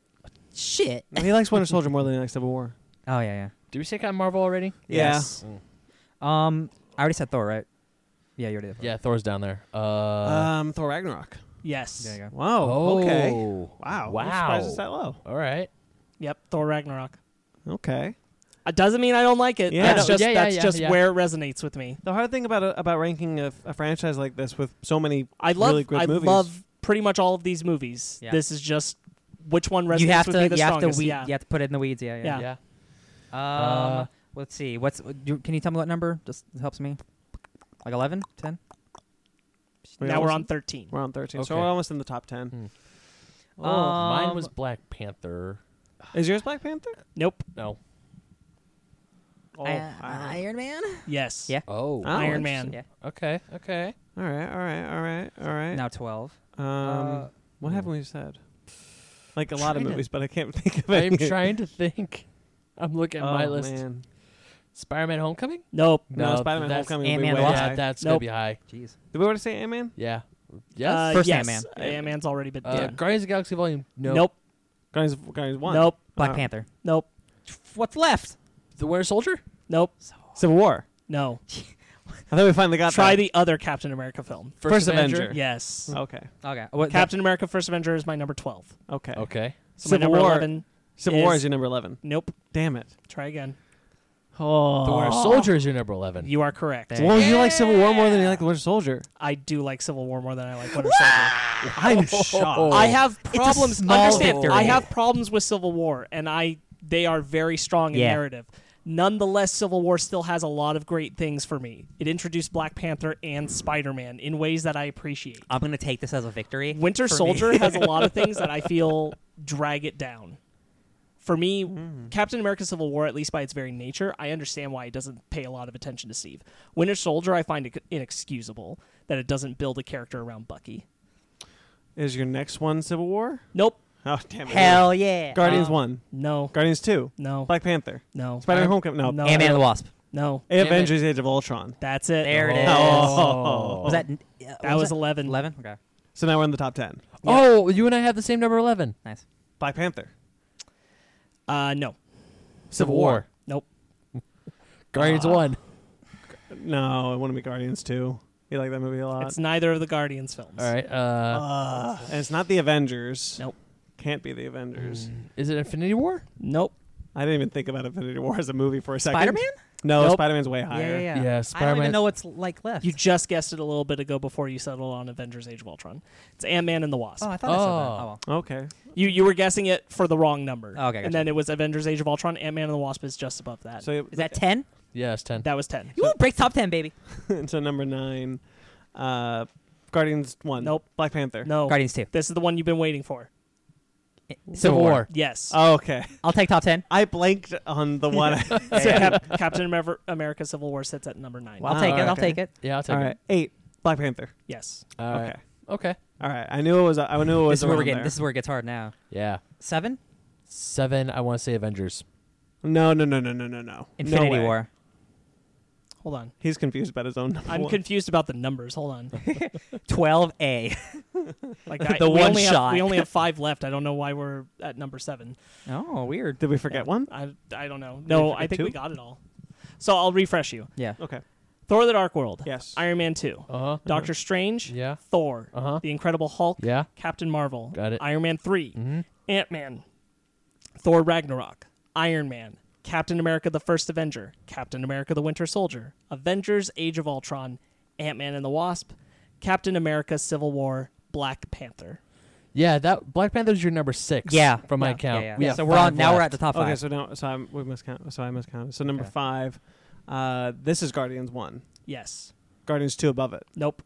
Speaker 4: Shit.
Speaker 5: he likes Winter Soldier more than he likes Civil War.
Speaker 4: Oh yeah,
Speaker 3: Do we say Captain Marvel already?
Speaker 6: Yes.
Speaker 4: yeah. Um, I already said Thor, right? Yeah, you already did. Thor.
Speaker 3: Yeah, Thor's down there. Uh,
Speaker 5: Yeah. Um. Thor Ragnarok.
Speaker 6: yes.
Speaker 4: There you go.
Speaker 5: Wow. Okay.
Speaker 3: oh,
Speaker 5: Wow. I'm
Speaker 3: Wow.
Speaker 5: surprised it's that low.
Speaker 3: All right.
Speaker 6: Yep, Thor Ragnarok.
Speaker 5: Okay.
Speaker 6: It doesn't mean I don't like it.
Speaker 5: Yeah.
Speaker 6: That's
Speaker 5: No,
Speaker 6: just
Speaker 3: yeah, yeah,
Speaker 6: that's
Speaker 3: yeah,
Speaker 6: just
Speaker 3: yeah.
Speaker 6: where it resonates with me.
Speaker 5: The hard thing about a, about ranking a, f- a franchise like this with so many
Speaker 6: I love
Speaker 5: really good
Speaker 6: I
Speaker 5: movies.
Speaker 6: love pretty much all of these movies.
Speaker 4: Yeah.
Speaker 6: This is just which one resonates
Speaker 4: you have
Speaker 6: with
Speaker 4: to.
Speaker 6: me the
Speaker 4: you have to.
Speaker 6: strongest.
Speaker 4: Weed,
Speaker 6: yeah.
Speaker 4: You have to put it in the weeds. Yeah.
Speaker 6: Yeah.
Speaker 4: Yeah.
Speaker 3: Yeah.
Speaker 4: Um,
Speaker 3: Uh,
Speaker 4: let's see. What's? Do, can you tell me what number? Just it helps me. Like 11? 10?
Speaker 6: Now we're
Speaker 5: almost-
Speaker 6: on 13.
Speaker 5: We're on thirteen, so
Speaker 3: Okay.
Speaker 5: we're almost in the top ten.
Speaker 4: Oh,
Speaker 3: Mine
Speaker 5: Um,
Speaker 3: was Black Panther.
Speaker 5: Is yours Black Panther?
Speaker 6: Nope.
Speaker 3: No.
Speaker 5: Oh,
Speaker 4: Um, uh, Iron Man.
Speaker 6: Yes.
Speaker 4: Yeah.
Speaker 3: Oh.
Speaker 5: Ah.
Speaker 6: Iron Man.
Speaker 4: Yeah.
Speaker 3: Okay. Okay.
Speaker 5: all right, all right, all right, all right.
Speaker 4: Now 12.
Speaker 5: um,
Speaker 4: uh,
Speaker 5: what haven't we said? Like a lot of
Speaker 3: trying to-
Speaker 5: movies, but I can't think of
Speaker 3: I'm
Speaker 5: any.
Speaker 3: trying to think. I'm looking at
Speaker 5: oh,
Speaker 3: my list.
Speaker 5: Man.
Speaker 3: Spider-Man: Homecoming.
Speaker 6: Nope.
Speaker 5: No,
Speaker 3: No,
Speaker 5: Spider-Man:
Speaker 3: that's
Speaker 5: Homecoming would be
Speaker 4: Ant-Man
Speaker 5: way
Speaker 4: Lost.
Speaker 5: high.
Speaker 3: Yeah, that's gonna
Speaker 6: Nope.
Speaker 3: be high.
Speaker 4: Jeez.
Speaker 5: Did we already say Ant-Man?
Speaker 3: Yeah. Yes.
Speaker 6: Uh,
Speaker 4: First
Speaker 6: yes.
Speaker 4: Ant-Man.
Speaker 6: Uh, Ant-Man's already been
Speaker 3: Uh,
Speaker 6: done.
Speaker 3: Guardians of the Galaxy Volume. No.
Speaker 6: Nope.
Speaker 5: Guardians, of- Guardians one.
Speaker 6: Nope.
Speaker 4: Black
Speaker 5: Uh,
Speaker 4: Panther.
Speaker 6: Nope.
Speaker 4: What's left?
Speaker 3: The Winter Soldier.
Speaker 6: Nope.
Speaker 5: Civil War.
Speaker 6: No.
Speaker 5: I thought we finally got
Speaker 6: Try
Speaker 5: that. Oh.
Speaker 6: the other Captain America film.
Speaker 5: First Avenger. Uh,
Speaker 6: Yes.
Speaker 5: Okay.
Speaker 4: Okay. What,
Speaker 6: Captain America First Avenger is my number 12.
Speaker 5: Okay.
Speaker 3: Okay.
Speaker 6: So
Speaker 5: Civil
Speaker 6: my number
Speaker 5: War.
Speaker 6: 11.
Speaker 5: Civil War
Speaker 6: Is-
Speaker 5: is your number eleven.
Speaker 6: Nope.
Speaker 5: Damn it.
Speaker 6: Try again.
Speaker 5: Oh.
Speaker 3: The Winter Soldier is your number eleven.
Speaker 6: You are correct.
Speaker 4: Dang.
Speaker 5: Well, you like Civil War more than you like The Winter Soldier.
Speaker 6: I do like Civil War more than I like Winter Soldier.
Speaker 5: I'm shocked.
Speaker 6: I have
Speaker 4: a
Speaker 6: problems.
Speaker 4: small
Speaker 6: understand,
Speaker 4: victory.
Speaker 6: I have problems with Civil War, and I they are very strong in
Speaker 4: Yeah.
Speaker 6: narrative. Nonetheless, Civil War still has a lot of great things for me. It introduced Black Panther and Spider Man in ways that I appreciate.
Speaker 4: I'm going to take this as a victory.
Speaker 6: Winter
Speaker 4: for me.
Speaker 6: Soldier has a lot of things that I feel drag it down. For me,
Speaker 4: Hmm.
Speaker 6: Captain America Civil War, at least by its very nature, I understand why it doesn't pay a lot of attention to Steve. Winter Soldier, I find it inexcusable that it doesn't build a character around Bucky.
Speaker 5: Is your next one Civil War?
Speaker 6: Nope.
Speaker 5: Oh damn it!
Speaker 4: Hell yeah.
Speaker 5: Guardians
Speaker 6: Um,
Speaker 5: one,
Speaker 6: No.
Speaker 5: Guardians two,
Speaker 6: No.
Speaker 5: Black Panther,
Speaker 6: No.
Speaker 5: Spider-Man: Homecoming. No,
Speaker 6: No.
Speaker 4: Ant-Man and the Wasp.
Speaker 6: No.
Speaker 5: Avengers: Age of Ultron.
Speaker 6: That's it.
Speaker 4: There it is.
Speaker 5: Oh.
Speaker 4: Was that? n- uh,
Speaker 6: That was 11.
Speaker 4: 11? Okay.
Speaker 5: So now we're in the top ten.
Speaker 3: Oh, you and I have the same number eleven.
Speaker 4: Nice.
Speaker 5: Black Panther,
Speaker 6: Uh, no.
Speaker 3: Civil War.
Speaker 6: Nope.
Speaker 3: Guardians
Speaker 5: Ah.
Speaker 3: one.
Speaker 5: No, I want to be Guardians two. You like that movie a lot.
Speaker 6: It's
Speaker 4: Uh,
Speaker 6: neither of the Guardians films.
Speaker 3: All right. Uh,
Speaker 5: and it's not the Avengers.
Speaker 6: Nope. Mm.
Speaker 5: Can't be the Avengers.
Speaker 3: is it Infinity War?
Speaker 6: Nope.
Speaker 5: I didn't even think about Infinity War as a movie for a second.
Speaker 4: Spider Man?
Speaker 5: No,
Speaker 6: Nope.
Speaker 5: Spider Man's way higher.
Speaker 4: Yeah, yeah, yeah.
Speaker 3: Yeah,
Speaker 4: I don't
Speaker 3: Spider-Man-
Speaker 4: even know what's like left.
Speaker 6: You just guessed it a little bit ago before you settled on Avengers: Age of Ultron. It's Ant Man and the Wasp.
Speaker 4: oh, I thought I said
Speaker 3: Oh.
Speaker 4: that. Oh, well.
Speaker 5: Okay.
Speaker 6: You you were guessing it for the wrong number.
Speaker 4: Oh, okay, gotcha.
Speaker 6: And then it was Avengers: Age of Ultron. Ant Man and the Wasp is just above that.
Speaker 5: So
Speaker 4: Is that ten?
Speaker 3: Yeah, it's ten.
Speaker 6: that was ten.
Speaker 4: You won't break top ten, baby.
Speaker 5: so number nine, uh, Guardians one.
Speaker 6: Nope.
Speaker 5: Black Panther.
Speaker 6: No,
Speaker 4: Oh. Guardians two.
Speaker 6: This is the one you've been waiting for.
Speaker 3: Civil War.
Speaker 6: Yes,
Speaker 5: Oh, okay.
Speaker 4: Eh, I'll take top ten.
Speaker 5: I blanked on the one.
Speaker 6: So
Speaker 4: Oh.
Speaker 6: Cap- Captain Amer- America: Civil War sits at number nine.
Speaker 4: I'll take it. I'll
Speaker 5: okay.
Speaker 4: take it.
Speaker 3: Yeah, I'll take
Speaker 5: All
Speaker 3: it.
Speaker 5: right. Eight. Black Panther.
Speaker 6: Yes,
Speaker 3: All right.
Speaker 5: Okay.
Speaker 3: Okay.
Speaker 5: All right. I knew it was. I knew it was.
Speaker 4: This is where we're
Speaker 5: around
Speaker 4: getting.
Speaker 5: there.
Speaker 4: This is where it gets hard now.
Speaker 3: Yeah.
Speaker 4: Seven.
Speaker 3: Seven. I want to say Avengers.
Speaker 5: No, no, no, no, no, no, no.
Speaker 4: Infinity
Speaker 5: no way.
Speaker 4: War.
Speaker 6: hold on.
Speaker 5: He's confused about his own number.
Speaker 6: I'm
Speaker 5: one.
Speaker 6: confused about the numbers. Hold on.
Speaker 4: Twelve A.
Speaker 6: Like I,
Speaker 4: The
Speaker 6: we
Speaker 4: one
Speaker 6: only Have,
Speaker 4: shot.
Speaker 6: we only have five left. I don't know why we're at number seven.
Speaker 4: Oh, weird.
Speaker 5: Did we forget one?
Speaker 6: I I don't know.
Speaker 5: we
Speaker 6: No,
Speaker 5: forget
Speaker 6: I think we
Speaker 5: two?
Speaker 6: got it all. So I'll refresh you.
Speaker 4: Yeah.
Speaker 5: Okay.
Speaker 6: Thor: The Dark World.
Speaker 5: Yes.
Speaker 6: Iron Man Two.
Speaker 3: Uh huh.
Speaker 6: Doctor Strange.
Speaker 3: Yeah.
Speaker 6: Thor.
Speaker 3: Uh-huh.
Speaker 6: The Incredible Hulk.
Speaker 3: Yeah.
Speaker 6: Captain Marvel.
Speaker 3: Got it. Mm-hmm.
Speaker 6: Iron Man 3. Ant Man. Thor Ragnarok. Iron Man. Captain America the First Avenger. Captain America the Winter Soldier. Avengers Age of Ultron. Ant Man and the Wasp. Captain America Civil War. Black Panther.
Speaker 3: Yeah, that Black Panther's your number six.
Speaker 4: Yeah.
Speaker 3: From my
Speaker 6: Yeah.
Speaker 3: count.
Speaker 4: Yeah, yeah.
Speaker 3: We have
Speaker 4: so we're on.
Speaker 3: five
Speaker 4: Now we're at
Speaker 3: left.
Speaker 4: the top five.
Speaker 5: Okay. So now, so I'm, we must count. So I must count. So number
Speaker 4: Okay.
Speaker 5: five. Uh, this is Guardians one.
Speaker 6: Yes.
Speaker 5: Guardians two above it.
Speaker 6: Nope.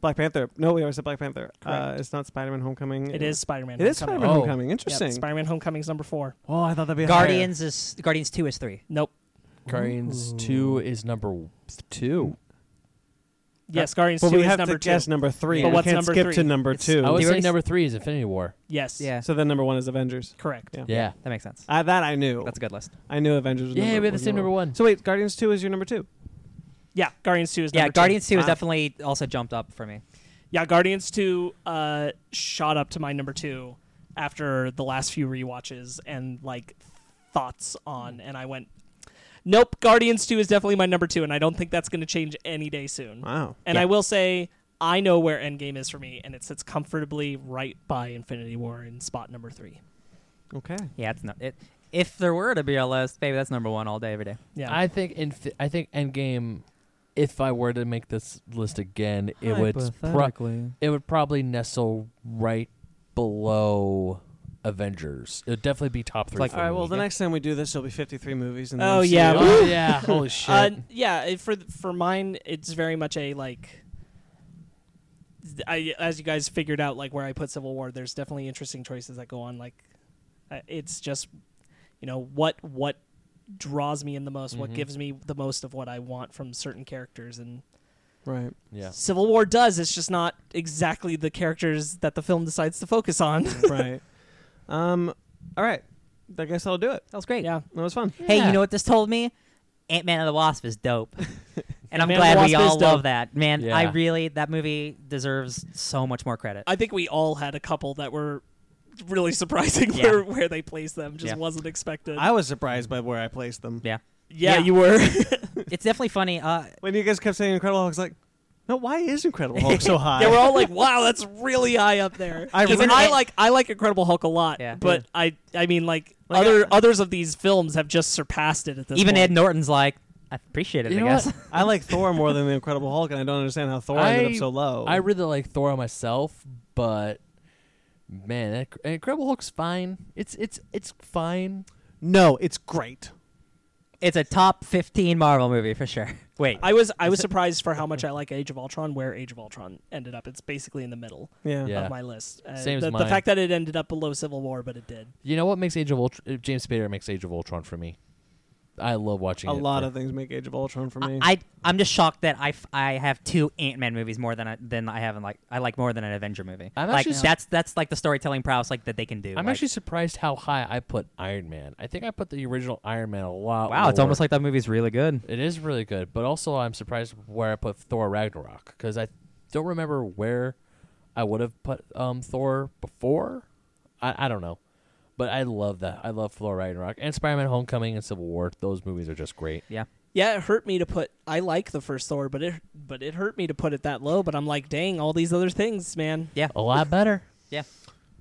Speaker 5: Black Panther. No, we always said Black Panther. Uh,
Speaker 6: Correct.
Speaker 5: it's not Spider Man Homecoming.
Speaker 6: It is Spider Man.
Speaker 5: It is Spider Man
Speaker 3: Oh.
Speaker 5: Homecoming. Interesting.
Speaker 6: Spider Man Homecoming's number four.
Speaker 5: oh, I thought that'd be
Speaker 4: Guardians is Guardians two is three.
Speaker 6: Nope.
Speaker 3: Guardians two is number w- two.
Speaker 6: Yes, Guardians
Speaker 5: But
Speaker 6: 2
Speaker 5: we
Speaker 6: is
Speaker 5: have
Speaker 6: number
Speaker 5: to
Speaker 6: two.
Speaker 5: guess number three.
Speaker 6: But
Speaker 5: we
Speaker 6: what's
Speaker 5: can't
Speaker 6: number
Speaker 5: skip
Speaker 6: three?
Speaker 5: to number two.
Speaker 3: I would
Speaker 4: Did we
Speaker 3: say
Speaker 4: already s-
Speaker 3: number three is Infinity War.
Speaker 6: Yes.
Speaker 4: Yeah.
Speaker 5: so then number one is Avengers.
Speaker 6: Correct.
Speaker 5: Yeah.
Speaker 3: Yeah.
Speaker 4: That makes sense.
Speaker 5: Uh, that I knew.
Speaker 4: That's a good list.
Speaker 5: I knew Avengers. Was
Speaker 3: Yeah,
Speaker 5: number,
Speaker 3: we had the
Speaker 5: was
Speaker 3: same number one.
Speaker 5: So wait, Guardians two is your number two.
Speaker 6: Yeah. Guardians 2 is
Speaker 4: Yeah,
Speaker 6: number two.
Speaker 4: Guardians two is
Speaker 5: Wow.
Speaker 4: definitely also jumped up for me.
Speaker 6: Yeah, Guardians 2 uh, shot up to my number 2 after the last few rewatches and like thoughts on and I went Nope, Guardians 2 is definitely my number 2 and I don't think that's going to change any day soon.
Speaker 5: Wow.
Speaker 6: And
Speaker 4: Yeah.
Speaker 6: I will say I know where Endgame is for me and it sits comfortably right by Infinity War in spot number 3.
Speaker 5: Okay.
Speaker 4: Yeah, it's not it. If there were to be a list, baby, that's number one all day, every day.
Speaker 6: Yeah.
Speaker 3: I think inf- I think Endgame. If I were to make this list again, it would pro- it would probably nestle right below Avengers. It would definitely be top three.
Speaker 4: Like-
Speaker 3: for
Speaker 5: All right. Well,
Speaker 3: me.
Speaker 5: the next time we do this, there'll be fifty-three movies. In the
Speaker 6: Oh,
Speaker 5: MCU.
Speaker 6: yeah.
Speaker 3: Oh, yeah, holy shit.
Speaker 6: Uh, yeah, it- for th- for mine, it's very much a like. I as you guys figured out, like where I put Civil War, there's definitely interesting choices that go on. Like, uh, it's just, you know, what what draws me in the most, what
Speaker 3: Mhm.
Speaker 6: gives me the most of what I want from certain characters, and
Speaker 5: Right.
Speaker 3: yeah.
Speaker 6: Civil War does. It's just not exactly the characters that the film decides to focus on.
Speaker 5: right. Um. All right. I guess I'll do it.
Speaker 4: That was great.
Speaker 6: yeah,
Speaker 5: That was fun.
Speaker 4: Hey,
Speaker 3: Yeah.
Speaker 4: you know what this told me? Ant Man and the Wasp is dope. and I'm
Speaker 6: Ant-Man and the
Speaker 4: glad we
Speaker 6: Wasp is
Speaker 4: all love
Speaker 6: dope.
Speaker 4: that. Man, I
Speaker 3: Yeah.
Speaker 4: really, that movie deserves so much more credit.
Speaker 6: I think we all had a couple that were really surprising
Speaker 4: Yeah.
Speaker 6: where where they placed them. Just
Speaker 4: Yeah.
Speaker 6: wasn't expected.
Speaker 5: I was surprised by where I placed them.
Speaker 4: yeah.
Speaker 6: yeah,
Speaker 4: Yeah.
Speaker 6: you were.
Speaker 4: It's definitely funny. Uh,
Speaker 5: When you guys kept saying Incredible Hulk, I was like, no, why is Incredible Hulk so high?
Speaker 6: They were all like, "Wow, that's really high up there."
Speaker 5: I
Speaker 6: 'Cause
Speaker 5: really-
Speaker 6: I like I like Incredible Hulk a lot,
Speaker 4: Yeah.
Speaker 6: but I I mean like, other others of these films have just surpassed it at this
Speaker 4: even
Speaker 6: point.
Speaker 4: Ed Norton's like, I appreciate it,
Speaker 3: You
Speaker 4: I
Speaker 3: know
Speaker 4: guess.
Speaker 3: what?
Speaker 5: I like Thor more than the Incredible Hulk, and I don't understand how Thor ended up so low.
Speaker 3: I really like Thor myself, but man, that, Incredible Hulk's fine. It's it's it's fine.
Speaker 5: no, it's great.
Speaker 4: It's a top 15 Marvel movie for sure. Wait.
Speaker 6: I was I was surprised for how much I like Age of Ultron. Where Age of Ultron ended up, it's basically in the middle
Speaker 5: Yeah.
Speaker 3: Yeah.
Speaker 6: of my list. Uh,
Speaker 3: Same as
Speaker 6: the, the
Speaker 3: mine.
Speaker 6: fact that it ended up below Civil War, but it did.
Speaker 3: You know what makes Age of Ultron? James Spader makes Age of Ultron for me. I love watching
Speaker 5: A
Speaker 3: it
Speaker 5: lot
Speaker 3: for-
Speaker 5: of things make Age of Ultron for me.
Speaker 4: I, I am just shocked that I, f- I have two Ant Man movies more than I, than I have in like I like more than an Avenger movie.
Speaker 3: I'm
Speaker 4: like
Speaker 3: actually s-
Speaker 4: that's that's like the storytelling prowess like that they can do.
Speaker 3: I'm
Speaker 4: Like,
Speaker 3: actually surprised how high I put Iron Man. I think I put the original Iron Man a lot.
Speaker 4: wow, it's
Speaker 3: lower.
Speaker 4: almost like that movie's really good.
Speaker 3: it is really good, but also I'm surprised where I put Thor Ragnarok because I don't remember where I would have put um, Thor before. I, I don't know, but I love that. I love Thor Ragnarok and Spider-Man: Homecoming and Civil War. Those movies are just great.
Speaker 4: Yeah.
Speaker 6: Yeah, it hurt me to put. I like the first Thor, but it but it hurt me to put it that low. But I'm like, dang, all these other things, man.
Speaker 4: Yeah.
Speaker 3: A lot better.
Speaker 4: Yeah.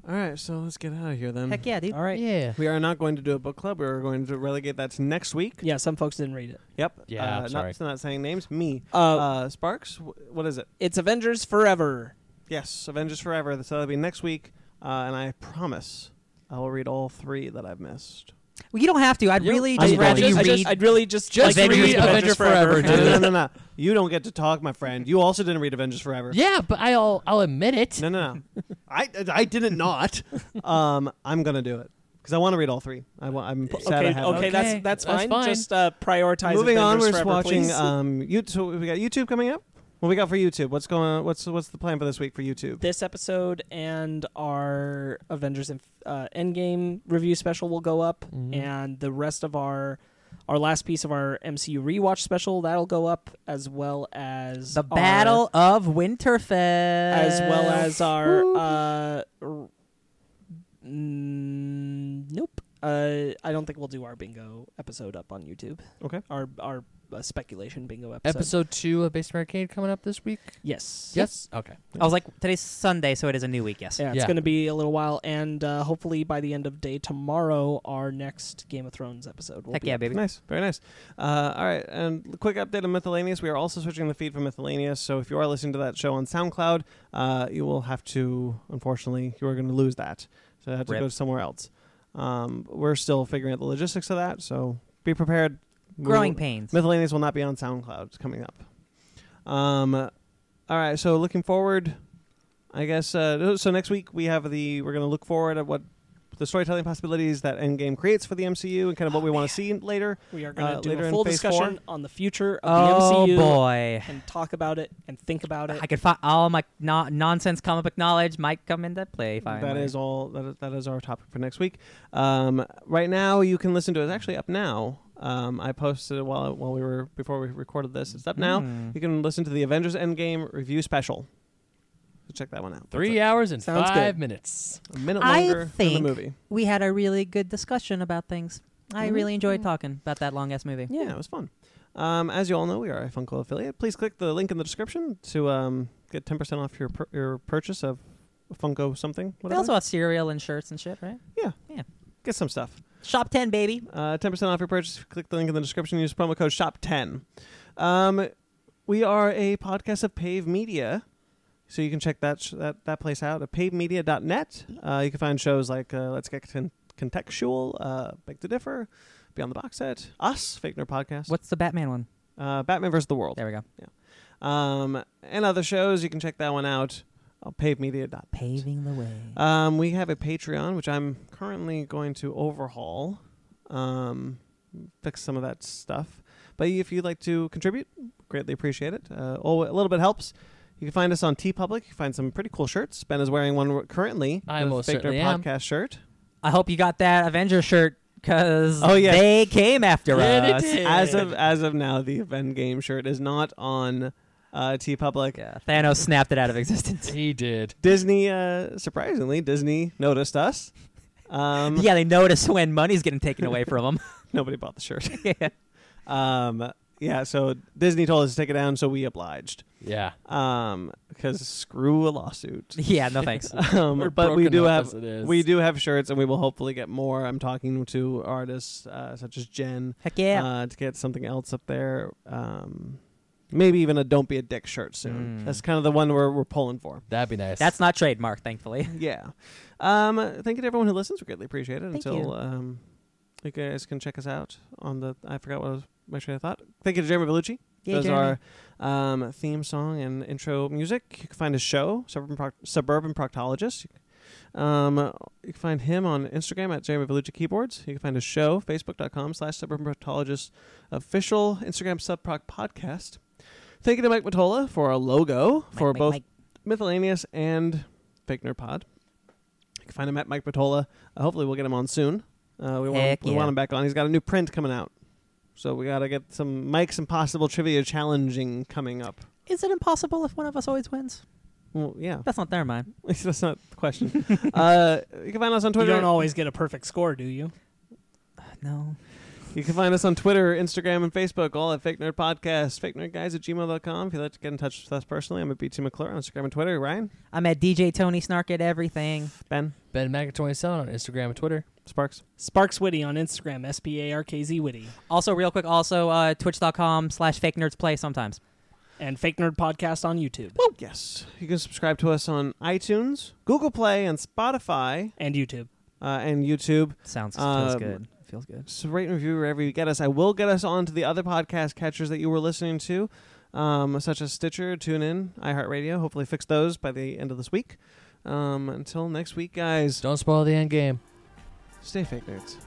Speaker 5: All right, so let's get out of here then.
Speaker 4: Heck yeah, dude.
Speaker 6: All right.
Speaker 3: Yeah.
Speaker 5: We are not going to do a book club. We are going to relegate that to next week.
Speaker 6: Yeah, some folks didn't read it.
Speaker 5: Yep.
Speaker 3: Yeah,
Speaker 5: Uh,
Speaker 3: I'm
Speaker 5: not-
Speaker 3: sorry.
Speaker 5: Not, saying names. Me.
Speaker 6: Uh,
Speaker 5: Uh, Sparks. wh- What is it?
Speaker 6: it's Avengers Forever.
Speaker 5: Yes, Avengers Forever. So that'll be next week, uh, and I promise I will read all three that I've missed.
Speaker 4: Well, you don't have to. I'd
Speaker 3: You-
Speaker 4: really
Speaker 3: I'm
Speaker 4: just rather
Speaker 3: going
Speaker 4: you
Speaker 3: to.
Speaker 6: I
Speaker 4: read.
Speaker 6: just, I'd really just
Speaker 3: Just
Speaker 6: like,
Speaker 3: read Avengers Forever,
Speaker 5: no, no, no, no. You don't get to talk, my friend. You also didn't read Avengers Forever.
Speaker 3: Yeah, but I'll I'll admit it.
Speaker 5: No, no, no. I, I didn't not. Um, I'm gonna do it because I want to read all three. I wa- I'm p- sad I
Speaker 6: Okay,
Speaker 5: haven't.
Speaker 6: okay,
Speaker 3: Okay,
Speaker 6: that's that's
Speaker 3: that's
Speaker 6: fine.
Speaker 3: fine.
Speaker 6: Just uh, prioritize.
Speaker 5: Moving on,
Speaker 6: Avengers
Speaker 5: we're
Speaker 6: Forever,
Speaker 5: watching
Speaker 6: please.
Speaker 5: um YouTube. We got YouTube coming up. What we got for YouTube? What's going? on? What's what's the plan for this week for YouTube?
Speaker 6: this episode and our Avengers Inf- uh, Endgame review special will go up,
Speaker 3: Mm-hmm.
Speaker 6: and the rest of our our last piece of our MCU rewatch special that'll go up, as well as
Speaker 4: the
Speaker 6: our-
Speaker 4: Battle of Winterfell.
Speaker 6: as well as our uh, r- mm, nope. Uh, I don't think we'll do our bingo episode up on YouTube.
Speaker 5: Okay.
Speaker 6: Our our uh, speculation bingo episode.
Speaker 3: Episode two of Basement Arcade coming up this week.
Speaker 6: Yes.
Speaker 3: Yes. Okay.
Speaker 4: I was like, today's Sunday, so it is a new week. Yes.
Speaker 6: Yeah, it's
Speaker 3: Yeah.
Speaker 6: going to be a little while, and uh, hopefully by the end of day tomorrow, our next Game of Thrones episode will
Speaker 4: Heck
Speaker 6: be.
Speaker 4: yeah,
Speaker 6: up.
Speaker 4: baby.
Speaker 5: Nice, very nice. Uh, all right, and l- quick update on Miscellaneous. We are also switching the feed for Miscellaneous, so if you are listening to that show on SoundCloud, uh, you will have to, unfortunately, you are going to lose that. So you have to
Speaker 4: Rip.
Speaker 5: go somewhere else. Um, we're still figuring out the logistics of that, so be prepared. We
Speaker 4: Growing
Speaker 5: will-
Speaker 4: pains.
Speaker 5: Miscellaneous will not be on SoundCloud. It's coming up. Um, all right. So looking forward, I guess. Uh, so next week we have the we're going to look forward at what the storytelling possibilities that Endgame creates for the MCU and kind
Speaker 4: Oh,
Speaker 5: of what we want to see later.
Speaker 6: We are going to
Speaker 5: Uh,
Speaker 6: do
Speaker 5: later
Speaker 6: a
Speaker 5: in
Speaker 6: full
Speaker 5: phase four?
Speaker 6: discussion on the future of
Speaker 4: Oh
Speaker 6: the MCU
Speaker 4: boy.
Speaker 6: and talk about it and think about it.
Speaker 4: I could find all my no- nonsense comic book knowledge might come into play. Finally.
Speaker 5: That is all. That is, that is our topic for next week. Um, right now, you can listen to it. It's actually up now. Um, I posted it while while we were before we recorded this. It's up now.
Speaker 4: Mm.
Speaker 5: You can listen to the Avengers Endgame review special. So check that one out.
Speaker 3: Three
Speaker 5: That's
Speaker 3: hours and
Speaker 6: Sounds good.
Speaker 3: five minutes.
Speaker 5: a, a minute
Speaker 4: I
Speaker 5: longer than
Speaker 4: think-
Speaker 5: the movie.
Speaker 4: We had a really good discussion about things. I really enjoyed talking about that long ass movie.
Speaker 5: Yeah, it was fun. Um, as you all know, we are a Funko affiliate. Please click the link in the description to um, get ten percent off your pur- your purchase of Funko something.
Speaker 4: They
Speaker 5: Whatever.
Speaker 4: also have cereal and shirts and shit, right?
Speaker 5: get some stuff.
Speaker 4: Shop 10, baby.
Speaker 5: Uh, 10% off your purchase. Click the link in the description. Use promo code SHOP10. Um, we are a podcast of Pave Media. So you can check that sh- that, that place out at pavemedia.net. Uh, you can find shows like uh, Let's Get Con- Contextual, uh, Beg to Differ, Beyond the Box Set, Us, Fake Nerd Podcast,
Speaker 4: What's the Batman one?
Speaker 5: Uh, Batman vs. the World,
Speaker 4: There we go.
Speaker 5: um, and other shows. You can check that one out Oh, on pavemedia.net.
Speaker 4: Paving the way.
Speaker 5: Um, we have a Patreon, which I'm currently going to overhaul, um, fix some of that stuff. But if you'd like to contribute, greatly appreciate it. Uh, oh, a little bit helps. You can find us on T Public. You can find some pretty cool shirts. Ben is wearing one currently.
Speaker 3: I
Speaker 5: the
Speaker 3: most
Speaker 5: Fake Nerd
Speaker 3: certainly am.
Speaker 5: podcast shirt.
Speaker 4: I hope you got that Avenger shirt because
Speaker 5: Oh, yeah.
Speaker 4: they came after
Speaker 3: Yeah, they
Speaker 4: us.
Speaker 3: did.
Speaker 5: As of as of now, the event game shirt is not on uh, T Public.
Speaker 4: Yeah, Thanos snapped it out of existence.
Speaker 3: He did.
Speaker 5: Disney, uh, surprisingly, Disney noticed us. Um,
Speaker 4: yeah, they notice when money's getting taken away from them.
Speaker 5: Nobody bought the shirt.
Speaker 4: Yeah.
Speaker 5: Um, yeah, so Disney told us to take it down, so we obliged.
Speaker 3: Yeah.
Speaker 5: Um, because screw a lawsuit.
Speaker 4: yeah, no thanks.
Speaker 5: Um,
Speaker 3: We're
Speaker 5: but we
Speaker 3: broken
Speaker 5: do
Speaker 3: up
Speaker 5: have
Speaker 3: as it is.
Speaker 5: we do have shirts, and we will hopefully get more. I'm talking to artists uh, such as Jen
Speaker 4: Heck yeah.
Speaker 5: uh, to get something else up there. Um, maybe even a "Don't Be a Dick" shirt soon.
Speaker 4: Mm.
Speaker 5: That's kind of the one we're we're pulling for.
Speaker 3: That'd be nice.
Speaker 4: That's not trademark, thankfully.
Speaker 5: Yeah. Um, thank you to everyone who listens. We greatly appreciate it.
Speaker 4: Thank
Speaker 5: Until
Speaker 4: you.
Speaker 5: um, you guys can check us out on the. I forgot what I was, my train of thought. Thank you to Jeremy Bellucci.
Speaker 4: Yay,
Speaker 5: Those
Speaker 4: Jeremy.
Speaker 5: are um, theme song and intro music. You can find his show, Suburban, Proc- Suburban Proctologist. Um, you can find him on Instagram at Jeremy Bellucci Keyboards. You can find his show, facebook.com slash Suburban Proctologist Official, Instagram Subproc Podcast. Thank you to Mike Matola for our logo for
Speaker 4: Mike, Mike,
Speaker 5: both
Speaker 4: Mike.
Speaker 5: Miscellaneous and Fake Nerd Pod. You can find him at Mike Patola. Uh, hopefully, we'll get him on soon. Uh, we want, him,
Speaker 4: Heck
Speaker 5: we
Speaker 4: yeah.
Speaker 5: want him back on. He's got a new print coming out. So we got to get some Mike's Impossible Trivia Challenging coming up.
Speaker 4: Is it impossible if one of us always wins?
Speaker 5: Well, yeah.
Speaker 4: That's not their mind.
Speaker 5: That's not the question. uh, you can find us on
Speaker 6: you
Speaker 5: Twitter.
Speaker 6: don't always get a perfect score, do you?
Speaker 4: Uh, No.
Speaker 5: You can find us on Twitter, Instagram, and Facebook, all at Fake Nerd Podcast. Fake Nerd Guys at gmail.com. If you'd like to get in touch with us personally, I'm at BT McClure on Instagram and Twitter. Ryan,
Speaker 4: I'm at DJ Tony Snark at everything.
Speaker 5: Ben,
Speaker 3: Ben Maggot 27 on Instagram and Twitter.
Speaker 5: Sparks.
Speaker 6: Sparks Witty on Instagram, S P A R K Z Witty,
Speaker 4: Also, real quick, also uh, twitch.com slash fake nerds play sometimes.
Speaker 6: and Fake Nerd Podcast on YouTube
Speaker 5: Well, yes. You can subscribe to us on iTunes, Google Play, and Spotify,
Speaker 6: and YouTube.
Speaker 5: uh, and YouTube.
Speaker 4: Sounds feels
Speaker 5: Um,
Speaker 4: good. Feels good.
Speaker 5: So rate and review wherever you get us. I will get us onto the other podcast catchers that you were listening to, um, such as Stitcher, TuneIn, iHeartRadio. Hopefully, fix those by the end of this week. Um, until next week, guys,
Speaker 3: Don't spoil the end game.
Speaker 5: stay fake nerds.